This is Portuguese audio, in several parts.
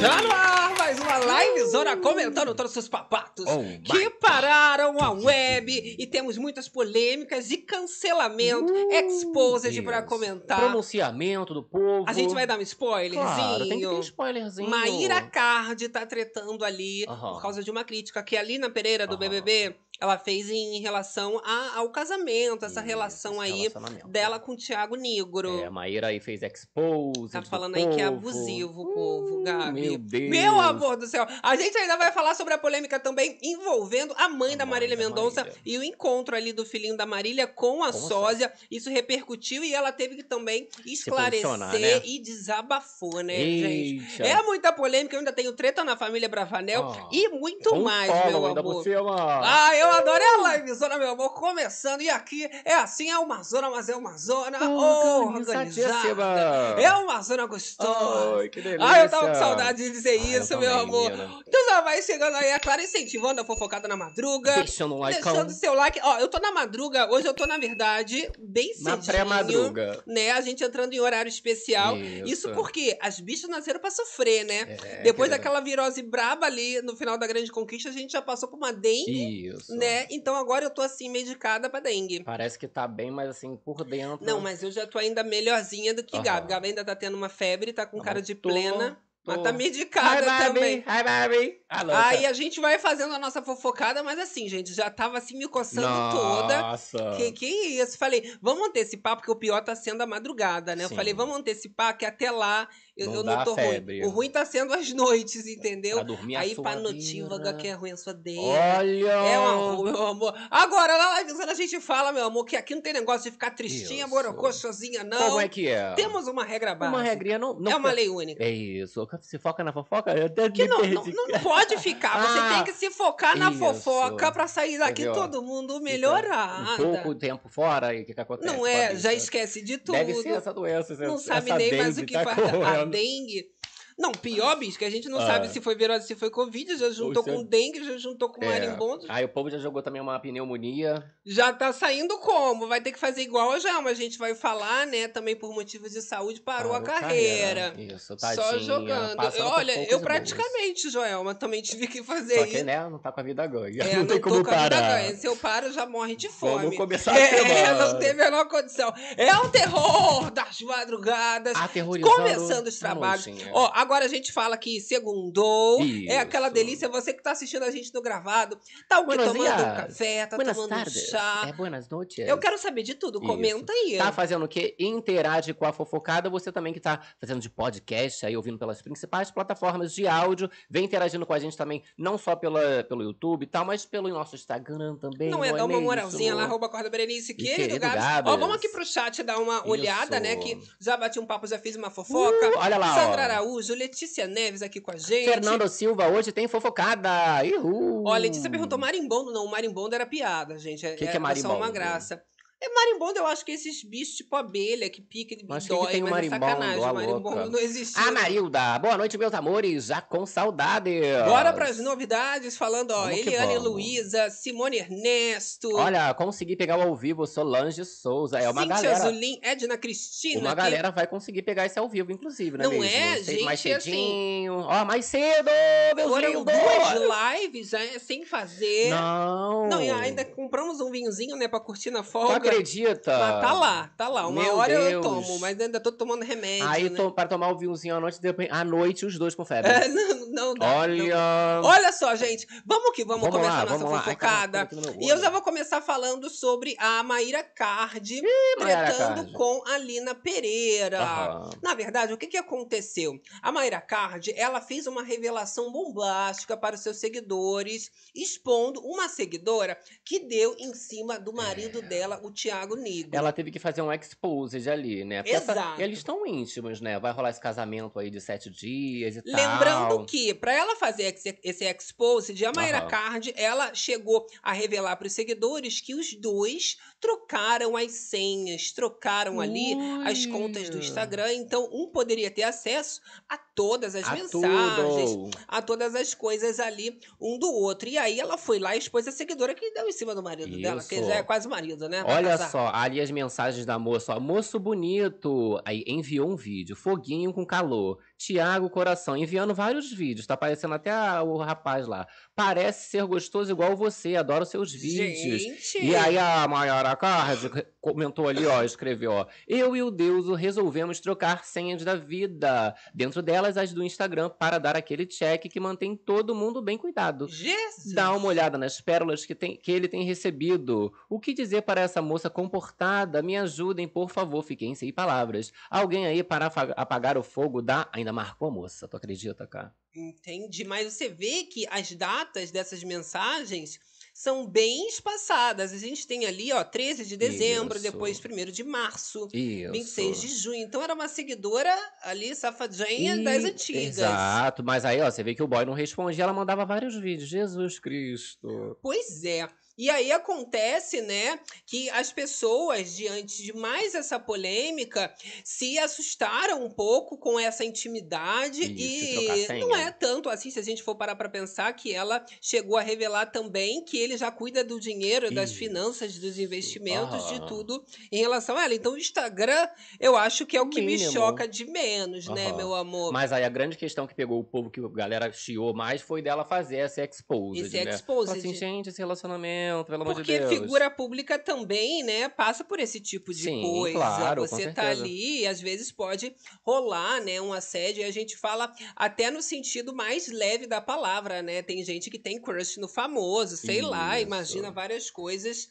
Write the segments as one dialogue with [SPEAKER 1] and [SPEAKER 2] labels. [SPEAKER 1] Tá no ar mais uma livezona comentando todos os papatos
[SPEAKER 2] Oh my
[SPEAKER 1] que pararam a web e temos muitas polêmicas e cancelamento, exposed
[SPEAKER 2] Uh, Deus.
[SPEAKER 1] pra comentar.
[SPEAKER 2] Pronunciamento do povo.
[SPEAKER 1] A gente vai dar um spoilerzinho.
[SPEAKER 2] Claro, tem que ter um spoilerzinho.
[SPEAKER 1] Maíra Cardi tá tretando ali
[SPEAKER 2] Aham.
[SPEAKER 1] por causa de uma crítica que a Lina Pereira do
[SPEAKER 2] Aham.
[SPEAKER 1] BBB ela fez em relação a- ao casamento, essa
[SPEAKER 2] Isso,
[SPEAKER 1] relação
[SPEAKER 2] esse
[SPEAKER 1] aí
[SPEAKER 2] relacionamento.
[SPEAKER 1] dela com o Thiago Negro.
[SPEAKER 2] É, a Maíra aí fez expose.
[SPEAKER 1] Tá
[SPEAKER 2] do
[SPEAKER 1] falando aí que é
[SPEAKER 2] povo.
[SPEAKER 1] abusivo o povo, Gabi.
[SPEAKER 2] Meu Deus.
[SPEAKER 1] Meu amor do céu! A gente ainda vai falar sobre a polêmica também envolvendo a mãe
[SPEAKER 2] A
[SPEAKER 1] da
[SPEAKER 2] mãe
[SPEAKER 1] Marília
[SPEAKER 2] da
[SPEAKER 1] Mendonça
[SPEAKER 2] Marília.
[SPEAKER 1] e o encontro ali do filhinho da Marília com a
[SPEAKER 2] Com a
[SPEAKER 1] sósia. Isso repercutiu e ela teve que também
[SPEAKER 2] posicionar,
[SPEAKER 1] esclarecer
[SPEAKER 2] né?
[SPEAKER 1] e desabafou, né, gente?
[SPEAKER 2] Eita.
[SPEAKER 1] É muita polêmica, eu ainda tenho treta na família Bravanel
[SPEAKER 2] Ah,
[SPEAKER 1] e muito
[SPEAKER 2] Um
[SPEAKER 1] mais,
[SPEAKER 2] follow
[SPEAKER 1] meu
[SPEAKER 2] ainda
[SPEAKER 1] amor.
[SPEAKER 2] por cima.
[SPEAKER 1] Ah, eu
[SPEAKER 2] Uh!
[SPEAKER 1] adorei a livezona, meu amor, começando. E aqui é assim, é uma zona, mas é uma zona organizada. É uma zona gostosa.
[SPEAKER 2] Ai, que delícia.
[SPEAKER 1] Ah, eu tava com saudade de dizer
[SPEAKER 2] Ah, eu
[SPEAKER 1] isso, meu
[SPEAKER 2] também,
[SPEAKER 1] amor.
[SPEAKER 2] menina.
[SPEAKER 1] Então já vai chegando aí, a Clara incentivando a fofocada na madruga.
[SPEAKER 2] Deixando um like.
[SPEAKER 1] Deixando seu like. Ó, eu tô na madruga, hoje eu tô, na verdade, bem cedinho.
[SPEAKER 2] Na pré-madruga.
[SPEAKER 1] Né, a gente entrando em horário especial. Isso porque as bichas nasceram pra sofrer, né?
[SPEAKER 2] É,
[SPEAKER 1] Depois
[SPEAKER 2] querida.
[SPEAKER 1] daquela virose braba ali no final da Grande Conquista, a gente já passou por uma dengue,
[SPEAKER 2] Isso.
[SPEAKER 1] né? Então agora eu tô assim, medicada pra dengue.
[SPEAKER 2] Parece que tá bem, mas assim, por dentro.
[SPEAKER 1] Não, mas eu já tô ainda melhorzinha do que
[SPEAKER 2] Aham.
[SPEAKER 1] Gabi. Gabi ainda tá tendo uma febre, tá com
[SPEAKER 2] Não,
[SPEAKER 1] cara
[SPEAKER 2] mas
[SPEAKER 1] de
[SPEAKER 2] tô-
[SPEAKER 1] plena. Mas
[SPEAKER 2] tô-
[SPEAKER 1] tá medicada também.
[SPEAKER 2] Hi, Barbie. tá A louca.
[SPEAKER 1] Aí a gente vai fazendo a nossa fofocada, mas assim, gente, já tava assim me coçando toda.
[SPEAKER 2] Nossa.
[SPEAKER 1] Que, que isso? Falei, vamos antecipar, porque o pior tá sendo a madrugada, né? Eu
[SPEAKER 2] Sim.
[SPEAKER 1] falei, vamos antecipar, que até lá eu eu
[SPEAKER 2] Não
[SPEAKER 1] não,
[SPEAKER 2] dá
[SPEAKER 1] tô
[SPEAKER 2] febre. né?"
[SPEAKER 1] ruim. O ruim tá sendo as noites, entendeu?
[SPEAKER 2] Pra dormir a
[SPEAKER 1] Aí pra
[SPEAKER 2] sua
[SPEAKER 1] notívaga
[SPEAKER 2] vida.
[SPEAKER 1] que é ruim a sua dele.
[SPEAKER 2] Olha.
[SPEAKER 1] É uma rua, meu amor. Agora, lá lá dizendo, a gente fala, meu amor, que aqui não tem negócio de ficar tristinha,
[SPEAKER 2] Isso.
[SPEAKER 1] borocô, sozinha, não.
[SPEAKER 2] Como é que é?
[SPEAKER 1] Temos uma regra básica.
[SPEAKER 2] uma regrinha não, não
[SPEAKER 1] é uma
[SPEAKER 2] fica-
[SPEAKER 1] lei única.
[SPEAKER 2] É isso. Se foca na fofoca, eu até
[SPEAKER 1] Que
[SPEAKER 2] me
[SPEAKER 1] não, não,
[SPEAKER 2] perdi. um
[SPEAKER 1] não pode ficar. Você
[SPEAKER 2] Ah,
[SPEAKER 1] tem que se focar na
[SPEAKER 2] isso.
[SPEAKER 1] fofoca pra sair daqui
[SPEAKER 2] Entendeu?
[SPEAKER 1] todo mundo
[SPEAKER 2] Fica
[SPEAKER 1] melhorado.
[SPEAKER 2] Um pouco tempo fora e o que, que acontece? com
[SPEAKER 1] Não
[SPEAKER 2] a
[SPEAKER 1] é,
[SPEAKER 2] bicha?
[SPEAKER 1] já esquece de tudo.
[SPEAKER 2] Deve ser essa doença. Essa,
[SPEAKER 1] não sabe
[SPEAKER 2] essa
[SPEAKER 1] nem mais o
[SPEAKER 2] dengue
[SPEAKER 1] que
[SPEAKER 2] tá
[SPEAKER 1] passa. A
[SPEAKER 2] correndo.
[SPEAKER 1] dengue. Não, pior, bicho, que a gente não
[SPEAKER 2] Ah.
[SPEAKER 1] sabe se foi virose, se foi Covid, já juntou
[SPEAKER 2] Você-
[SPEAKER 1] com dengue, já juntou com
[SPEAKER 2] É.
[SPEAKER 1] marimbondo.
[SPEAKER 2] Aí o povo já jogou também uma pneumonia.
[SPEAKER 1] Já tá saindo como? Vai ter que fazer igual a Gelma. A gente vai falar, né? Também por motivos de saúde, parou a carreira.
[SPEAKER 2] Isso, tadinha.
[SPEAKER 1] Só jogando.
[SPEAKER 2] passando por
[SPEAKER 1] Olha,
[SPEAKER 2] poucos
[SPEAKER 1] eu
[SPEAKER 2] e
[SPEAKER 1] praticamente, Joelma, também tive que
[SPEAKER 2] boas.
[SPEAKER 1] fazer
[SPEAKER 2] Só que,
[SPEAKER 1] isso.
[SPEAKER 2] né, não tá com a vida
[SPEAKER 1] É,
[SPEAKER 2] ganha. não tem
[SPEAKER 1] tô
[SPEAKER 2] como
[SPEAKER 1] com a vida
[SPEAKER 2] parar.
[SPEAKER 1] ganha. Se eu paro, já morre de
[SPEAKER 2] Vamos
[SPEAKER 1] fome.
[SPEAKER 2] começar a
[SPEAKER 1] É,
[SPEAKER 2] semana.
[SPEAKER 1] não tem a menor condição. É o terror das madrugadas.
[SPEAKER 2] Ah, Aterrorizando
[SPEAKER 1] Começando os
[SPEAKER 2] a
[SPEAKER 1] trabalhos.
[SPEAKER 2] noitinha.
[SPEAKER 1] Ó, agora a gente fala que segundou. É aquela
[SPEAKER 2] Isso.
[SPEAKER 1] delícia. Você que tá assistindo a gente no gravado, tá o que
[SPEAKER 2] Buenos
[SPEAKER 1] tomando um
[SPEAKER 2] dias.
[SPEAKER 1] café, tá
[SPEAKER 2] Buenas
[SPEAKER 1] tomando
[SPEAKER 2] tardes.
[SPEAKER 1] um chá.
[SPEAKER 2] É, buenas noites.
[SPEAKER 1] Eu quero saber de tudo.
[SPEAKER 2] Isso.
[SPEAKER 1] Comenta aí.
[SPEAKER 2] Tá fazendo o quê? Interage com a fofocada. Você também que tá fazendo de podcast, aí ouvindo pelas principais plataformas de áudio. Vem interagindo com a gente também, não só pela, pelo YouTube e tal, mas pelo nosso Instagram também.
[SPEAKER 1] Não é? Dá uma
[SPEAKER 2] isso?
[SPEAKER 1] moralzinha lá, arroba Corda Berenice, querido
[SPEAKER 2] querido
[SPEAKER 1] Gabs. Ó,
[SPEAKER 2] Gabs.
[SPEAKER 1] vamos aqui pro chat dar uma olhada,
[SPEAKER 2] Isso.
[SPEAKER 1] né? Que já bati um papo, já fiz uma fofoca.
[SPEAKER 2] Uh, olha lá,
[SPEAKER 1] Sandra
[SPEAKER 2] ó.
[SPEAKER 1] Araújo, Letícia Neves aqui com a gente.
[SPEAKER 2] Fernando Silva, hoje tem fofocada. Ihu!
[SPEAKER 1] Ó, a Letícia perguntou marimbondo. Não, o marimbondo era piada, gente.
[SPEAKER 2] Hum. Que que é
[SPEAKER 1] era só uma
[SPEAKER 2] marimbondo?
[SPEAKER 1] graça. É marimbondo, eu acho que esses bichos tipo abelha, que pica e
[SPEAKER 2] Mas que
[SPEAKER 1] dói,
[SPEAKER 2] que tem o
[SPEAKER 1] mas
[SPEAKER 2] marimbondo, Ah,
[SPEAKER 1] é sacanagem.
[SPEAKER 2] a
[SPEAKER 1] O marimbondo
[SPEAKER 2] louca?
[SPEAKER 1] não existiu.
[SPEAKER 2] Amarilda, boa noite, meus amores. Já com saudade.
[SPEAKER 1] Bora pras novidades, falando, ó,
[SPEAKER 2] Vamos que
[SPEAKER 1] Eliane
[SPEAKER 2] vamos.
[SPEAKER 1] Luísa, Simone Ernesto.
[SPEAKER 2] Olha, consegui pegar o ao vivo Solange Souza. É uma
[SPEAKER 1] Cíntia
[SPEAKER 2] galera.
[SPEAKER 1] Zulin, Edna Cristina.
[SPEAKER 2] Uma
[SPEAKER 1] que-
[SPEAKER 2] galera vai conseguir pegar esse ao vivo, inclusive, né?
[SPEAKER 1] Não
[SPEAKER 2] mesmo?
[SPEAKER 1] é,
[SPEAKER 2] Vocês Mais
[SPEAKER 1] gente, assim-
[SPEAKER 2] cedinho. Ó, mais cedo, meus
[SPEAKER 1] Foram
[SPEAKER 2] lindos!
[SPEAKER 1] duas lives né, sem fazer.
[SPEAKER 2] Não.
[SPEAKER 1] Não, e ainda compramos um vinhozinho, né, pra curtir na
[SPEAKER 2] Tu
[SPEAKER 1] folga.
[SPEAKER 2] acredita?
[SPEAKER 1] Mas tá lá, tá lá. Uma
[SPEAKER 2] Meu
[SPEAKER 1] hora eu
[SPEAKER 2] Deus.
[SPEAKER 1] tomo, mas ainda tô tomando remédio,
[SPEAKER 2] Aí,
[SPEAKER 1] né?
[SPEAKER 2] to- para tomar o vinhozinho à noite, depois, à noite os dois com febre.
[SPEAKER 1] É, não, não dá. não.
[SPEAKER 2] Olha.
[SPEAKER 1] Olha só, gente. Vamos que vamos, começar
[SPEAKER 2] lá,
[SPEAKER 1] nossa
[SPEAKER 2] vamos lá. Ai,
[SPEAKER 1] fofocada.
[SPEAKER 2] caraca, aqui no meu
[SPEAKER 1] E eu
[SPEAKER 2] olho.
[SPEAKER 1] já vou começar falando sobre a Maíra Cardi
[SPEAKER 2] Maíra
[SPEAKER 1] tretando
[SPEAKER 2] Cardi.
[SPEAKER 1] com a Lina Pereira.
[SPEAKER 2] Aham.
[SPEAKER 1] Na verdade, o que, que aconteceu? A Mayra Card, ela fez uma revelação bombástica para os seus seguidores, expondo uma seguidora que deu em cima do marido
[SPEAKER 2] É.
[SPEAKER 1] dela, o Thiago Nigro.
[SPEAKER 2] Ela teve que fazer um exposed ali, né? Porque essa-
[SPEAKER 1] Exato.
[SPEAKER 2] eles estão íntimos, né? Vai rolar esse casamento aí de sete dias e
[SPEAKER 1] Lembrando
[SPEAKER 2] tal.
[SPEAKER 1] que, para ela fazer ex- esse expose de a Mayra
[SPEAKER 2] Aham.
[SPEAKER 1] Card, ela chegou a revelar para os seguidores que os dois trocaram as senhas, trocaram ali as contas do
[SPEAKER 2] Olha.
[SPEAKER 1] Instagram. Então, um poderia ter acesso a todas as
[SPEAKER 2] A
[SPEAKER 1] mensagens, né,
[SPEAKER 2] tudo.
[SPEAKER 1] a todas as coisas ali um do outro. E aí ela foi lá e expôs a seguidora que deu em cima do marido dela, que
[SPEAKER 2] Isso.
[SPEAKER 1] já é quase marido, né? Vai
[SPEAKER 2] Olha
[SPEAKER 1] casar.
[SPEAKER 2] só, ali as mensagens da moça, ó, moço bonito. Aí enviou um vídeo, foguinho com calor. Tiago Coração, enviando vários vídeos. Tá aparecendo até a- o rapaz lá. Parece ser gostoso igual você, adoro seus vídeos.
[SPEAKER 1] Gente!
[SPEAKER 2] E aí a Mayara Card comentou ali, ó, escreveu, ó. Eu e o Deuso resolvemos trocar senhas da vida. Dentro delas, as do Instagram, para dar aquele check que mantém todo mundo bem cuidado.
[SPEAKER 1] Jesus!
[SPEAKER 2] Dá uma olhada nas pérolas que, tem- que ele tem recebido. O que dizer para essa moça comportada? Me ajudem, por favor, fiquem sem palavras. Alguém aí para afa- apagar o fogo da. Ainda marcou a moça, tu acredita, cara?
[SPEAKER 1] Entendi, mas você vê que as datas dessas mensagens são bem espaçadas. A gente tem ali, ó, 13 de dezembro,
[SPEAKER 2] Isso.
[SPEAKER 1] depois 1 de março,
[SPEAKER 2] Isso.
[SPEAKER 1] 26 de junho. Então era uma seguidora ali, safadinha das
[SPEAKER 2] E-
[SPEAKER 1] antigas.
[SPEAKER 2] Exato, mas aí, ó, você vê que o boy não respondia, ela mandava vários vídeos. Jesus Cristo.
[SPEAKER 1] Pois é. E aí acontece, né, que as pessoas, diante de mais essa polêmica, se assustaram um pouco com essa intimidade
[SPEAKER 2] Isso, trocar
[SPEAKER 1] e
[SPEAKER 2] senha.
[SPEAKER 1] não é tanto assim, se a gente for parar para pensar que ela chegou a revelar também que ele já cuida do dinheiro, das
[SPEAKER 2] Isso.
[SPEAKER 1] finanças, dos investimentos, de
[SPEAKER 2] Aham.
[SPEAKER 1] tudo em relação a ela. Então o Instagram, eu acho que é o que
[SPEAKER 2] Mínimo.
[SPEAKER 1] me choca de menos, né,
[SPEAKER 2] Aham.
[SPEAKER 1] meu amor?
[SPEAKER 2] Mas aí a grande questão que pegou o povo que a galera chiou mais foi dela fazer essa exposed,
[SPEAKER 1] Esse
[SPEAKER 2] né? Fala
[SPEAKER 1] exposed.
[SPEAKER 2] assim, gente, esse relacionamento, pelo amor de
[SPEAKER 1] Porque
[SPEAKER 2] Deus.
[SPEAKER 1] figura pública também, né, passa por esse tipo de
[SPEAKER 2] Sim,
[SPEAKER 1] coisa.
[SPEAKER 2] claro, com
[SPEAKER 1] Você tá
[SPEAKER 2] certeza.
[SPEAKER 1] ali e às vezes pode rolar, né, um assédio. E a gente fala até no sentido mais leve da palavra, né? Tem gente que tem crush no famoso, sei lá,
[SPEAKER 2] Isso.
[SPEAKER 1] imagina várias coisas.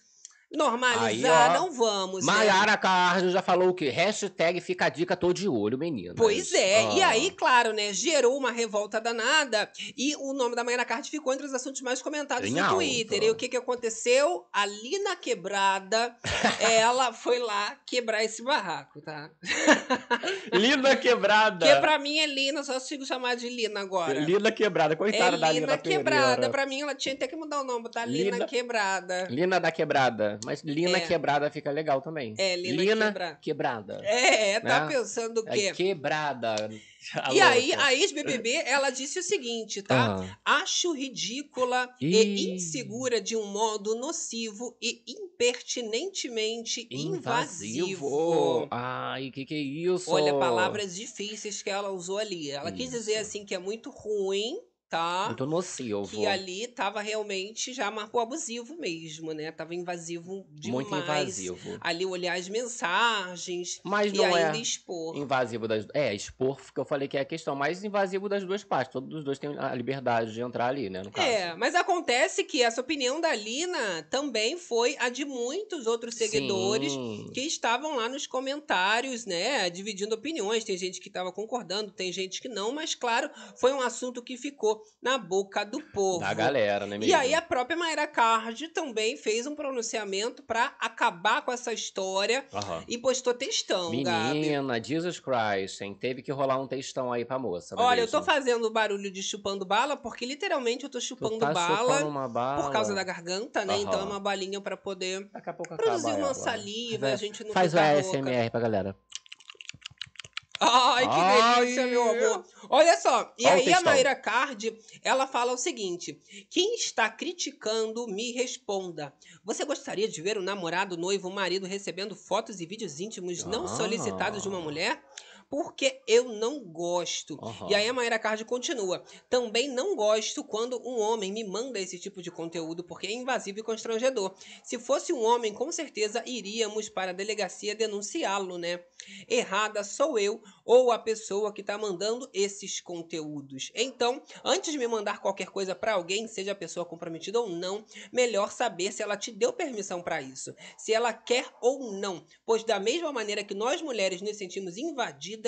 [SPEAKER 1] Normalizar
[SPEAKER 2] Aí, é ó,
[SPEAKER 1] não vamos, né?
[SPEAKER 2] Maiara Carlos já falou o quê? Hashtag fica a dica, tô de olho, menina.
[SPEAKER 1] Pois é, e aí, claro, né, gerou uma revolta danada e o nome da Mayra Cardi ficou entre os assuntos mais comentados
[SPEAKER 2] Em
[SPEAKER 1] no
[SPEAKER 2] alta.
[SPEAKER 1] Twitter. E o que que aconteceu? Ali na quebrada, ela foi lá quebrar esse barraco, tá?
[SPEAKER 2] Lina Quebrada.
[SPEAKER 1] Que pra mim é Lina, só consigo chamar de Lina agora.
[SPEAKER 2] Lina Quebrada, coitada
[SPEAKER 1] é
[SPEAKER 2] da
[SPEAKER 1] Lina
[SPEAKER 2] Lina
[SPEAKER 1] Quebrada.
[SPEAKER 2] Pereira.
[SPEAKER 1] Pra mim, ela tinha até que mudar o nome, tá? Lina,
[SPEAKER 2] Lina-
[SPEAKER 1] Quebrada.
[SPEAKER 2] Lina da Quebrada. Mas Lina
[SPEAKER 1] É.
[SPEAKER 2] Quebrada fica legal também.
[SPEAKER 1] É, Lina, Quebrada.
[SPEAKER 2] Quebrada.
[SPEAKER 1] É, tá
[SPEAKER 2] Né?
[SPEAKER 1] pensando o
[SPEAKER 2] É
[SPEAKER 1] quê?
[SPEAKER 2] quebrada. A
[SPEAKER 1] E aí,
[SPEAKER 2] louca.
[SPEAKER 1] a ex-BBB, ela disse o seguinte, tá? É
[SPEAKER 2] Ah,
[SPEAKER 1] Acho ridícula
[SPEAKER 2] Ih.
[SPEAKER 1] e insegura de um modo nocivo e impertinentemente invasivo.
[SPEAKER 2] invasivo. Ai, que que é isso?
[SPEAKER 1] Olha, palavras difíceis que ela usou ali. Ela quis dizer
[SPEAKER 2] Isso.
[SPEAKER 1] assim que é muito ruim, tá?
[SPEAKER 2] Muito nocivo.
[SPEAKER 1] que ali tava realmente já marcou abusivo mesmo, né? Tava invasivo é demais.
[SPEAKER 2] Muito invasivo.
[SPEAKER 1] Ali olhar as mensagens
[SPEAKER 2] Mas
[SPEAKER 1] e
[SPEAKER 2] não é.
[SPEAKER 1] ainda expor.
[SPEAKER 2] Invasivo das. É, expor, que eu falei que é a questão mais invasivo das duas partes. Todos os dois têm a liberdade de entrar ali, né? No caso.
[SPEAKER 1] É, mas acontece que essa opinião da Lina também foi a de muitos outros seguidores
[SPEAKER 2] Sim.
[SPEAKER 1] que estavam lá nos comentários, né, dividindo opiniões. Tem gente que estava concordando, tem gente que não, mas claro, foi um assunto que ficou na boca do povo.
[SPEAKER 2] Da galera, né,
[SPEAKER 1] E
[SPEAKER 2] mesmo?
[SPEAKER 1] aí a própria Mayra Card também fez um pronunciamento pra acabar com essa história
[SPEAKER 2] Aham.
[SPEAKER 1] e postou textão, Gabi.
[SPEAKER 2] Menina, Jesus Christ, hein? Teve que rolar um textão aí pra moça. né,
[SPEAKER 1] Olha, eu tô
[SPEAKER 2] mesmo?
[SPEAKER 1] fazendo barulho de chupando bala porque literalmente eu tô chupando
[SPEAKER 2] Tu tá
[SPEAKER 1] bala
[SPEAKER 2] chupando uma bala.
[SPEAKER 1] por causa da garganta, né? Então é
[SPEAKER 2] Aham.
[SPEAKER 1] uma balinha pra poder
[SPEAKER 2] Daqui a pouco acaba
[SPEAKER 1] produzir uma
[SPEAKER 2] ela.
[SPEAKER 1] saliva,
[SPEAKER 2] Vai-
[SPEAKER 1] a gente não
[SPEAKER 2] Faz o
[SPEAKER 1] ficar louca.
[SPEAKER 2] ASMR pra galera.
[SPEAKER 1] Ai, que delícia,
[SPEAKER 2] Ai.
[SPEAKER 1] meu amor. Olha só, e
[SPEAKER 2] Olha o
[SPEAKER 1] aí a
[SPEAKER 2] textão.
[SPEAKER 1] Mayra Card, ela fala o seguinte: quem está criticando, me responda. Você gostaria de ver o namorado, noivo, marido recebendo fotos e vídeos íntimos não
[SPEAKER 2] Ah.
[SPEAKER 1] solicitados de uma mulher? Porque eu não gosto.
[SPEAKER 2] Aham.
[SPEAKER 1] E aí a Mayra Card continua. Também não gosto quando um homem me manda esse tipo de conteúdo, porque é invasivo e constrangedor. Se fosse um homem, com certeza iríamos para a delegacia denunciá-lo, né? Errada sou eu ou a pessoa que tá mandando esses conteúdos. Então, antes de me mandar qualquer coisa para alguém, seja a pessoa comprometida ou não, melhor saber se ela te deu permissão para isso, se ela quer ou não, pois da mesma maneira que nós mulheres nos sentimos invadidas,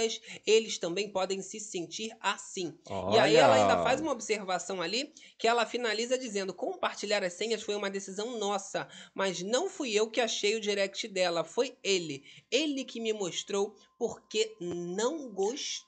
[SPEAKER 1] eles também podem se sentir assim. E aí ela
[SPEAKER 2] Olha.
[SPEAKER 1] ainda faz um uma observação ali que ela finaliza dizendo: compartilhar as senhas foi uma decisão nossa, mas não fui eu que achei o direct dela, foi ele. Ele que me mostrou porque não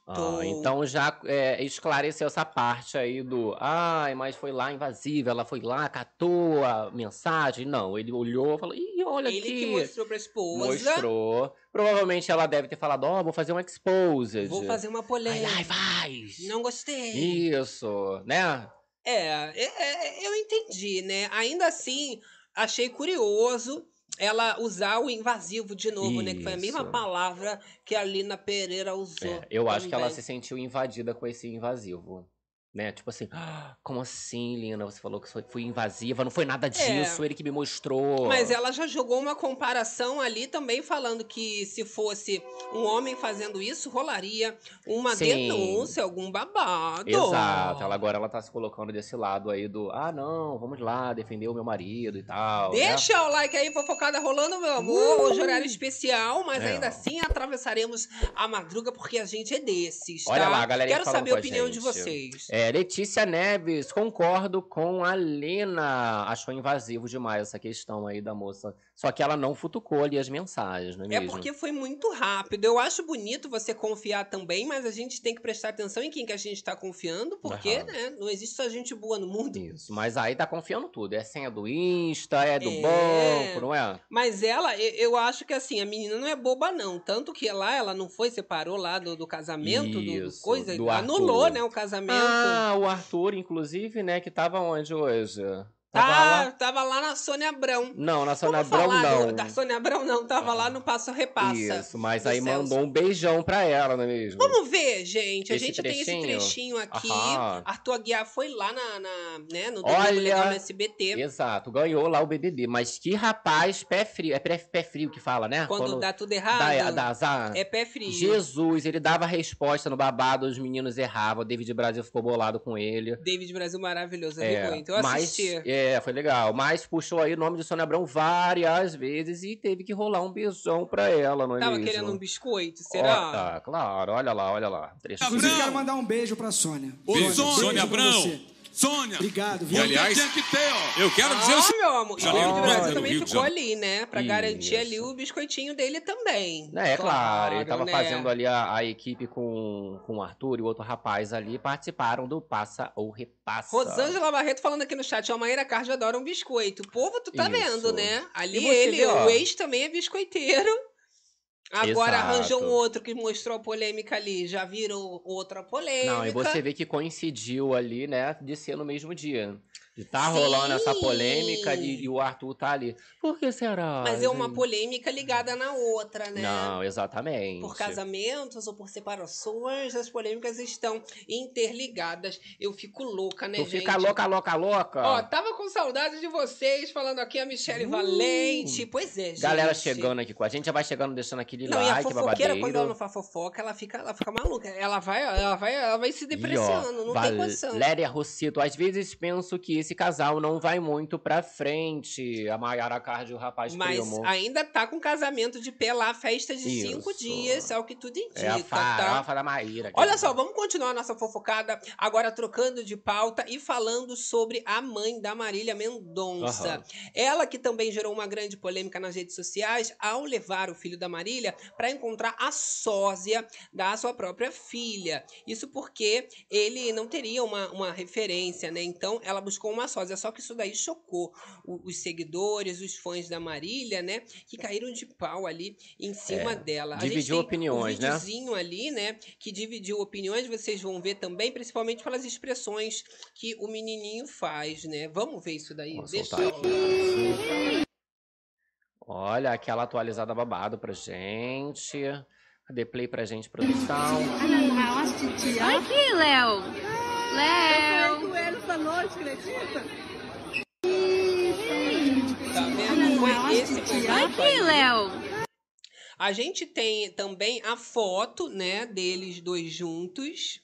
[SPEAKER 1] gostou.
[SPEAKER 2] Ah, então já é, esclareceu essa parte aí do ai, mas foi lá invasiva, ela foi lá, catou a mensagem. Não, ele olhou e falou, ih, olha
[SPEAKER 1] ele que
[SPEAKER 2] aqui.
[SPEAKER 1] mostrou pra esposa.
[SPEAKER 2] Mostrou. Provavelmente ela deve ter falado, ó, vou fazer um exposed.
[SPEAKER 1] Vou fazer uma
[SPEAKER 2] Ai,
[SPEAKER 1] polêmica.
[SPEAKER 2] ai, faz.
[SPEAKER 1] Não é. gostei.
[SPEAKER 2] Isso, né?
[SPEAKER 1] É, é, é, eu entendi, né? Ainda assim, achei curioso ela usar o invasivo de novo, né? Que foi a
[SPEAKER 2] Isso.
[SPEAKER 1] mesma palavra que a Lina Pereira usou.
[SPEAKER 2] É, eu acho que ela
[SPEAKER 1] também.
[SPEAKER 2] se sentiu invadida com esse invasivo. Né? Tipo assim, "Ah, como assim, Lina? Você falou que foi- fui invasiva, não foi nada disso, ele que me mostrou.
[SPEAKER 1] É. Mas ela já jogou uma comparação ali também falando que se fosse um homem fazendo isso, rolaria uma
[SPEAKER 2] Sim.
[SPEAKER 1] denúncia, algum babado.
[SPEAKER 2] Exato, ela agora ela tá se colocando desse lado aí do, ah, não, vamos lá, defender o meu marido e tal. né?
[SPEAKER 1] Deixa o like aí, fofocada rolando, meu amor. Hoje é horário especial, mas
[SPEAKER 2] Uh! É.
[SPEAKER 1] ainda assim atravessaremos a madruga porque a gente é desses,
[SPEAKER 2] Olha
[SPEAKER 1] tá?
[SPEAKER 2] lá, a galerinha
[SPEAKER 1] Quero
[SPEAKER 2] falando
[SPEAKER 1] saber
[SPEAKER 2] com
[SPEAKER 1] a
[SPEAKER 2] a
[SPEAKER 1] opinião de
[SPEAKER 2] gente.
[SPEAKER 1] vocês.
[SPEAKER 2] É, Letícia Neves, concordo com a Lena. Achou invasivo demais essa questão aí da moça. Só que ela não futucou ali as mensagens, não é,
[SPEAKER 1] É
[SPEAKER 2] mesmo?
[SPEAKER 1] porque foi muito rápido. Eu acho bonito você confiar também, mas a gente tem que prestar atenção em quem que a gente tá confiando, porque,
[SPEAKER 2] Aham.
[SPEAKER 1] né, não existe só gente boa no mundo.
[SPEAKER 2] Isso, mas aí tá confiando tudo. É senha do Insta, é do
[SPEAKER 1] É.
[SPEAKER 2] banco, não é?
[SPEAKER 1] Mas ela, e- eu acho que assim, a menina não é boba, não. Tanto que lá ela não foi, separou lá do, do casamento, do, do
[SPEAKER 2] Isso,
[SPEAKER 1] coisa,
[SPEAKER 2] do
[SPEAKER 1] anulou,
[SPEAKER 2] Arthur.
[SPEAKER 1] né, o casamento.
[SPEAKER 2] Ah, o Arthur, inclusive, né, que tava onde hoje? Tava
[SPEAKER 1] ah,
[SPEAKER 2] lá.
[SPEAKER 1] tava lá na Sônia Abrão.
[SPEAKER 2] Não, na Sônia
[SPEAKER 1] Vamos
[SPEAKER 2] Abrão
[SPEAKER 1] falar do-
[SPEAKER 2] não.
[SPEAKER 1] da Sônia Abrão, não. Tava
[SPEAKER 2] Ah.
[SPEAKER 1] lá no Passo Repassa.
[SPEAKER 2] Isso, mas
[SPEAKER 1] do
[SPEAKER 2] aí
[SPEAKER 1] Celso.
[SPEAKER 2] mandou um beijão pra ela, não é mesmo?
[SPEAKER 1] Vamos ver, gente. A
[SPEAKER 2] Esse
[SPEAKER 1] gente tem esse
[SPEAKER 2] trechinho?
[SPEAKER 1] trechinho aqui.
[SPEAKER 2] Aham.
[SPEAKER 1] Arthur Aguiar foi lá na, na, né, no
[SPEAKER 2] Olha!
[SPEAKER 1] Domingo Legal no SBT.
[SPEAKER 2] Exato, ganhou lá o BBB. Mas que rapaz pé frio. É pé, pé frio que fala, né?
[SPEAKER 1] Quando, dá tudo errado,
[SPEAKER 2] dá, dá azar.
[SPEAKER 1] é pé frio.
[SPEAKER 2] Jesus, ele dava resposta no babado, os meninos erravam. O David Brasil ficou bolado com ele.
[SPEAKER 1] David Brasil maravilhoso, eu
[SPEAKER 2] É,
[SPEAKER 1] ri muito. então Eu
[SPEAKER 2] mas,
[SPEAKER 1] assisti.
[SPEAKER 2] é, foi legal. Mas puxou aí o nome de Sônia Abrão várias vezes e teve que rolar um beijão pra ela, não é
[SPEAKER 1] Tava
[SPEAKER 2] mesmo?
[SPEAKER 1] querendo um biscoito,
[SPEAKER 2] Ó,
[SPEAKER 1] será?
[SPEAKER 2] tá, claro, olha lá, olha lá. Trechinho.
[SPEAKER 3] Abrão.
[SPEAKER 4] Inclusive, quero mandar um beijo pra Sônia.
[SPEAKER 3] Ô,
[SPEAKER 4] beijo,
[SPEAKER 3] Sônia,
[SPEAKER 4] beijo pra
[SPEAKER 5] Abrão.
[SPEAKER 4] você.
[SPEAKER 5] Sônia.
[SPEAKER 4] Obrigado,
[SPEAKER 5] E
[SPEAKER 4] viu?
[SPEAKER 5] aliás,
[SPEAKER 3] tinha que ter, ó.
[SPEAKER 5] eu quero dizer o
[SPEAKER 1] ah,
[SPEAKER 5] seguinte.
[SPEAKER 1] meu amor. E o
[SPEAKER 5] Janeiro do
[SPEAKER 1] David Brasil
[SPEAKER 5] Brasil,
[SPEAKER 1] também
[SPEAKER 5] Rio de
[SPEAKER 1] ficou
[SPEAKER 5] Janeiro.
[SPEAKER 1] ali, né? Pra garantir
[SPEAKER 2] Isso.
[SPEAKER 1] ali o biscoitinho dele também.
[SPEAKER 2] É, é claro, ele tava
[SPEAKER 1] né?
[SPEAKER 2] fazendo ali a, a equipe com, com o Arthur e o outro rapaz ali, participaram do Passa ou Repassa. Tá.
[SPEAKER 1] Rosângela Barreto falando aqui no chat, ó, Maíra Cardi adora um biscoito. O povo, tu tá
[SPEAKER 2] Isso.
[SPEAKER 1] vendo, né? Ali
[SPEAKER 2] E você
[SPEAKER 1] ele,
[SPEAKER 2] vê, ó.
[SPEAKER 1] o ex também é biscoiteiro. Agora
[SPEAKER 2] Exato.
[SPEAKER 1] arranjou um outro que mostrou a polêmica ali. Já virou outra polêmica.
[SPEAKER 2] Não, e você vê que coincidiu ali, né, de ser no mesmo dia. De tá
[SPEAKER 1] Sim.
[SPEAKER 2] rolando essa polêmica de- e o Arthur tá ali. Por que será?
[SPEAKER 1] Mas é uma
[SPEAKER 2] gente?
[SPEAKER 1] polêmica ligada na outra, né?
[SPEAKER 2] Não, exatamente.
[SPEAKER 1] Por casamentos ou por separações, as polêmicas estão interligadas. Eu fico louca, né,
[SPEAKER 2] Tu
[SPEAKER 1] gente?
[SPEAKER 2] fica louca, louca, louca.
[SPEAKER 1] Ó, tava com saudade de vocês, falando aqui a Michelle
[SPEAKER 2] Uh!
[SPEAKER 1] Valente. Pois é, gente.
[SPEAKER 2] Galera chegando aqui com a gente, já vai chegando, deixando aquele
[SPEAKER 1] Não, e a
[SPEAKER 2] like,
[SPEAKER 1] fofoqueira, quando ela não
[SPEAKER 2] babadeiro.
[SPEAKER 1] faz fofoca, ela fica, ela fica maluca. Ela vai, ela vai, ela vai se depreciando, não tem condição.
[SPEAKER 2] Léria Rossito, às vezes penso que esse casal não vai muito pra frente. A Mayara Cardi e o rapaz É
[SPEAKER 1] Mas
[SPEAKER 2] primo.
[SPEAKER 1] ainda tá com casamento de pé lá, festa de cinco
[SPEAKER 2] Isso.
[SPEAKER 1] dias, é o que tudo indica,
[SPEAKER 2] É
[SPEAKER 1] tá?
[SPEAKER 2] a farofa da Maíra. é
[SPEAKER 1] Olha só, vamos continuar a nossa fofocada, agora trocando de pauta e falando sobre a mãe da Marília Mendonça.
[SPEAKER 2] Aham.
[SPEAKER 1] Ela que também gerou uma grande polêmica nas redes sociais ao levar o filho da Marília para encontrar a sósia da sua própria filha. Isso porque ele não teria uma, uma referência, né? Então ela buscou uma sósia, só que isso daí chocou o- os seguidores, os fãs da Marília, né? Que caíram de pau ali em cima
[SPEAKER 2] É,
[SPEAKER 1] dela.
[SPEAKER 2] dividiu opiniões, né?
[SPEAKER 1] um videozinho ali, né? Que dividiu opiniões, vocês vão ver também, principalmente pelas expressões que o menininho faz, né? Vamos ver isso daí.
[SPEAKER 2] Vou
[SPEAKER 1] Deixa
[SPEAKER 2] soltar
[SPEAKER 1] eu lá.
[SPEAKER 2] Olha aquela atualizada babado pra gente. Cadê play pra gente, produção?
[SPEAKER 6] Olha aqui, Léo. Léo.
[SPEAKER 1] Tá vendo? Foi esse
[SPEAKER 6] Olha
[SPEAKER 1] momento.
[SPEAKER 6] aqui,
[SPEAKER 1] aí.
[SPEAKER 6] Léo.
[SPEAKER 1] A gente tem também a foto, né? Deles dois juntos.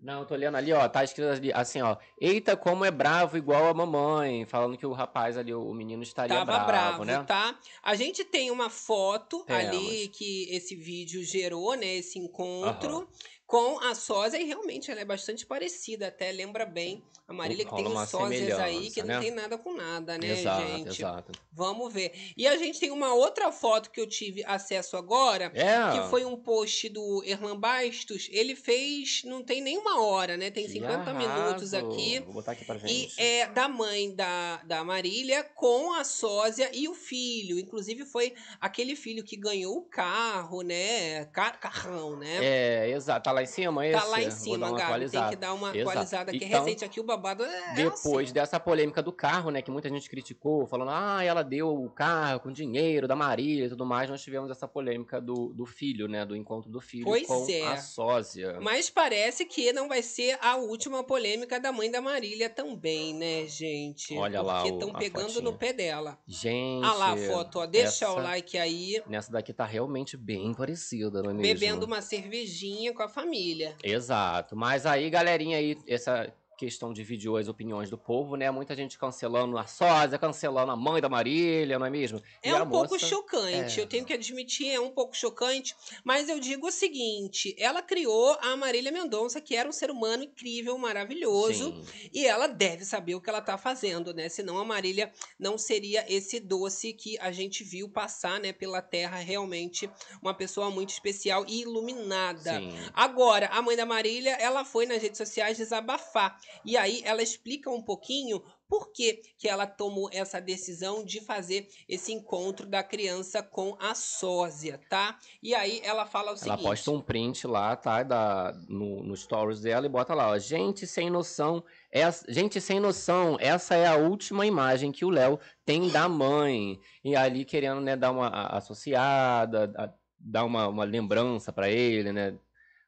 [SPEAKER 2] Não, eu tô olhando ali, ó. Tá escrito ali, assim, ó. Eita, como é bravo igual a mamãe. Falando que o rapaz ali, o menino estaria
[SPEAKER 1] Tava bravo,
[SPEAKER 2] bravo, né?
[SPEAKER 1] tá? A gente tem uma foto
[SPEAKER 2] Temos.
[SPEAKER 1] ali que esse vídeo gerou, né? Esse encontro com a sósia. E realmente ela é bastante parecida, até lembra bem a Marília, que
[SPEAKER 2] Rola
[SPEAKER 1] tem
[SPEAKER 2] uma
[SPEAKER 1] uns sósias aí que
[SPEAKER 2] semelhança,
[SPEAKER 1] não
[SPEAKER 2] né?
[SPEAKER 1] tem nada com nada, né,
[SPEAKER 2] exato,
[SPEAKER 1] gente?
[SPEAKER 2] exato.
[SPEAKER 1] Vamos ver. E a gente tem uma outra foto que eu tive acesso agora,
[SPEAKER 2] É.
[SPEAKER 1] que foi um post do Erlan Bastos. Ele fez, não tem nenhuma hora, né? Tem
[SPEAKER 2] Que
[SPEAKER 1] 50
[SPEAKER 2] arraso.
[SPEAKER 1] minutos aqui.
[SPEAKER 2] Vou botar aqui pra
[SPEAKER 1] E
[SPEAKER 2] gente.
[SPEAKER 1] é da mãe da, da Marília com a sósia e o filho. Inclusive, foi aquele filho que ganhou o carro, né? Car- carrão, né?
[SPEAKER 2] É, exato. Tá lá em cima esse?
[SPEAKER 1] Tá lá em
[SPEAKER 2] Vou dar
[SPEAKER 1] cima,
[SPEAKER 2] uma
[SPEAKER 1] Gabi. Tem
[SPEAKER 2] atualizada.
[SPEAKER 1] que dar uma
[SPEAKER 2] Exato.
[SPEAKER 1] atualizada aqui.
[SPEAKER 2] Então,
[SPEAKER 1] Recente aqui o babado é é
[SPEAKER 2] Depois dessa polêmica do carro, né, que muita gente criticou, falando, ah, ela deu o carro com dinheiro da Marília e tudo mais, nós tivemos essa polêmica do, do filho, né, do encontro do filho
[SPEAKER 1] Pois
[SPEAKER 2] com
[SPEAKER 1] é.
[SPEAKER 2] a sósia.
[SPEAKER 1] assim. Mas parece que não vai ser a última polêmica da mãe da Marília também, né, gente?
[SPEAKER 2] Olha lá
[SPEAKER 1] Porque
[SPEAKER 2] o-
[SPEAKER 1] estão
[SPEAKER 2] a
[SPEAKER 1] pegando no
[SPEAKER 2] fotinha.
[SPEAKER 1] pé dela.
[SPEAKER 2] Gente,
[SPEAKER 1] Ah lá a foto, ó. Deixa o
[SPEAKER 2] essa-
[SPEAKER 1] like aí.
[SPEAKER 2] nessa daqui tá realmente bem parecida, não é mesmo?
[SPEAKER 1] Bebendo uma cervejinha com a família.
[SPEAKER 2] Exato. Mas aí, galerinha, aí, essa questão dividiu as opiniões do povo, né? Muita gente cancelando a sósia, cancelando a mãe da Marília, não é mesmo?
[SPEAKER 1] É
[SPEAKER 2] E
[SPEAKER 1] um
[SPEAKER 2] a
[SPEAKER 1] pouco
[SPEAKER 2] moça-
[SPEAKER 1] chocante,
[SPEAKER 2] é.
[SPEAKER 1] eu tenho que admitir, é um pouco chocante, mas eu digo o seguinte: ela criou a Marília Mendonça, que era um ser humano incrível, maravilhoso,
[SPEAKER 2] Sim.
[SPEAKER 1] e ela deve saber o que ela tá fazendo, né? Senão a Marília não seria esse doce que a gente viu passar, né, pela terra, realmente uma pessoa muito especial e iluminada.
[SPEAKER 2] Sim.
[SPEAKER 1] Agora, a mãe da Marília, ela foi nas redes sociais desabafar. E aí ela explica um pouquinho por que, que ela tomou essa decisão de fazer esse encontro da criança com a sósia, tá? E aí ela fala o
[SPEAKER 2] Ela
[SPEAKER 1] seguinte.
[SPEAKER 2] posta um print lá, tá? Da, no, no stories dela e bota lá, ó. Gente sem noção. Essa, gente sem noção, essa é a última imagem que o Léo tem da mãe. E ali querendo, né, dar uma a- associada, a- dar uma, uma lembrança pra ele, né?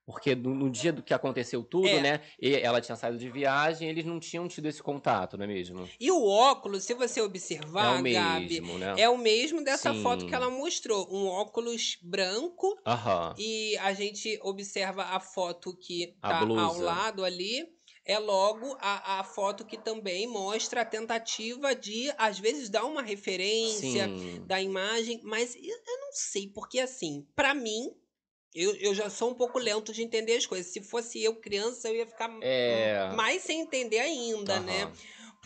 [SPEAKER 2] Porque no, no dia do que aconteceu tudo,
[SPEAKER 1] É.
[SPEAKER 2] né? e ela tinha saído de viagem, eles não tinham tido esse contato, não é mesmo?
[SPEAKER 1] E o óculos, se você
[SPEAKER 2] é
[SPEAKER 1] observar,
[SPEAKER 2] o
[SPEAKER 1] Gabi,
[SPEAKER 2] mesmo, né?
[SPEAKER 1] é o mesmo dessa
[SPEAKER 2] Sim.
[SPEAKER 1] foto que ela mostrou. Um óculos branco
[SPEAKER 2] Aham.
[SPEAKER 1] E a gente observa a foto que
[SPEAKER 2] A
[SPEAKER 1] tá ao
[SPEAKER 2] blusa.
[SPEAKER 1] lado ali. É logo a, a foto que também mostra a tentativa de, às vezes, dar uma referência
[SPEAKER 2] Sim.
[SPEAKER 1] da imagem. Mas eu eu não sei, porque assim, pra mim, eu, eu já sou um pouco lento de entender as coisas. Se fosse eu criança, eu ia ficar
[SPEAKER 2] É.
[SPEAKER 1] mais sem entender ainda, né?
[SPEAKER 2] aham.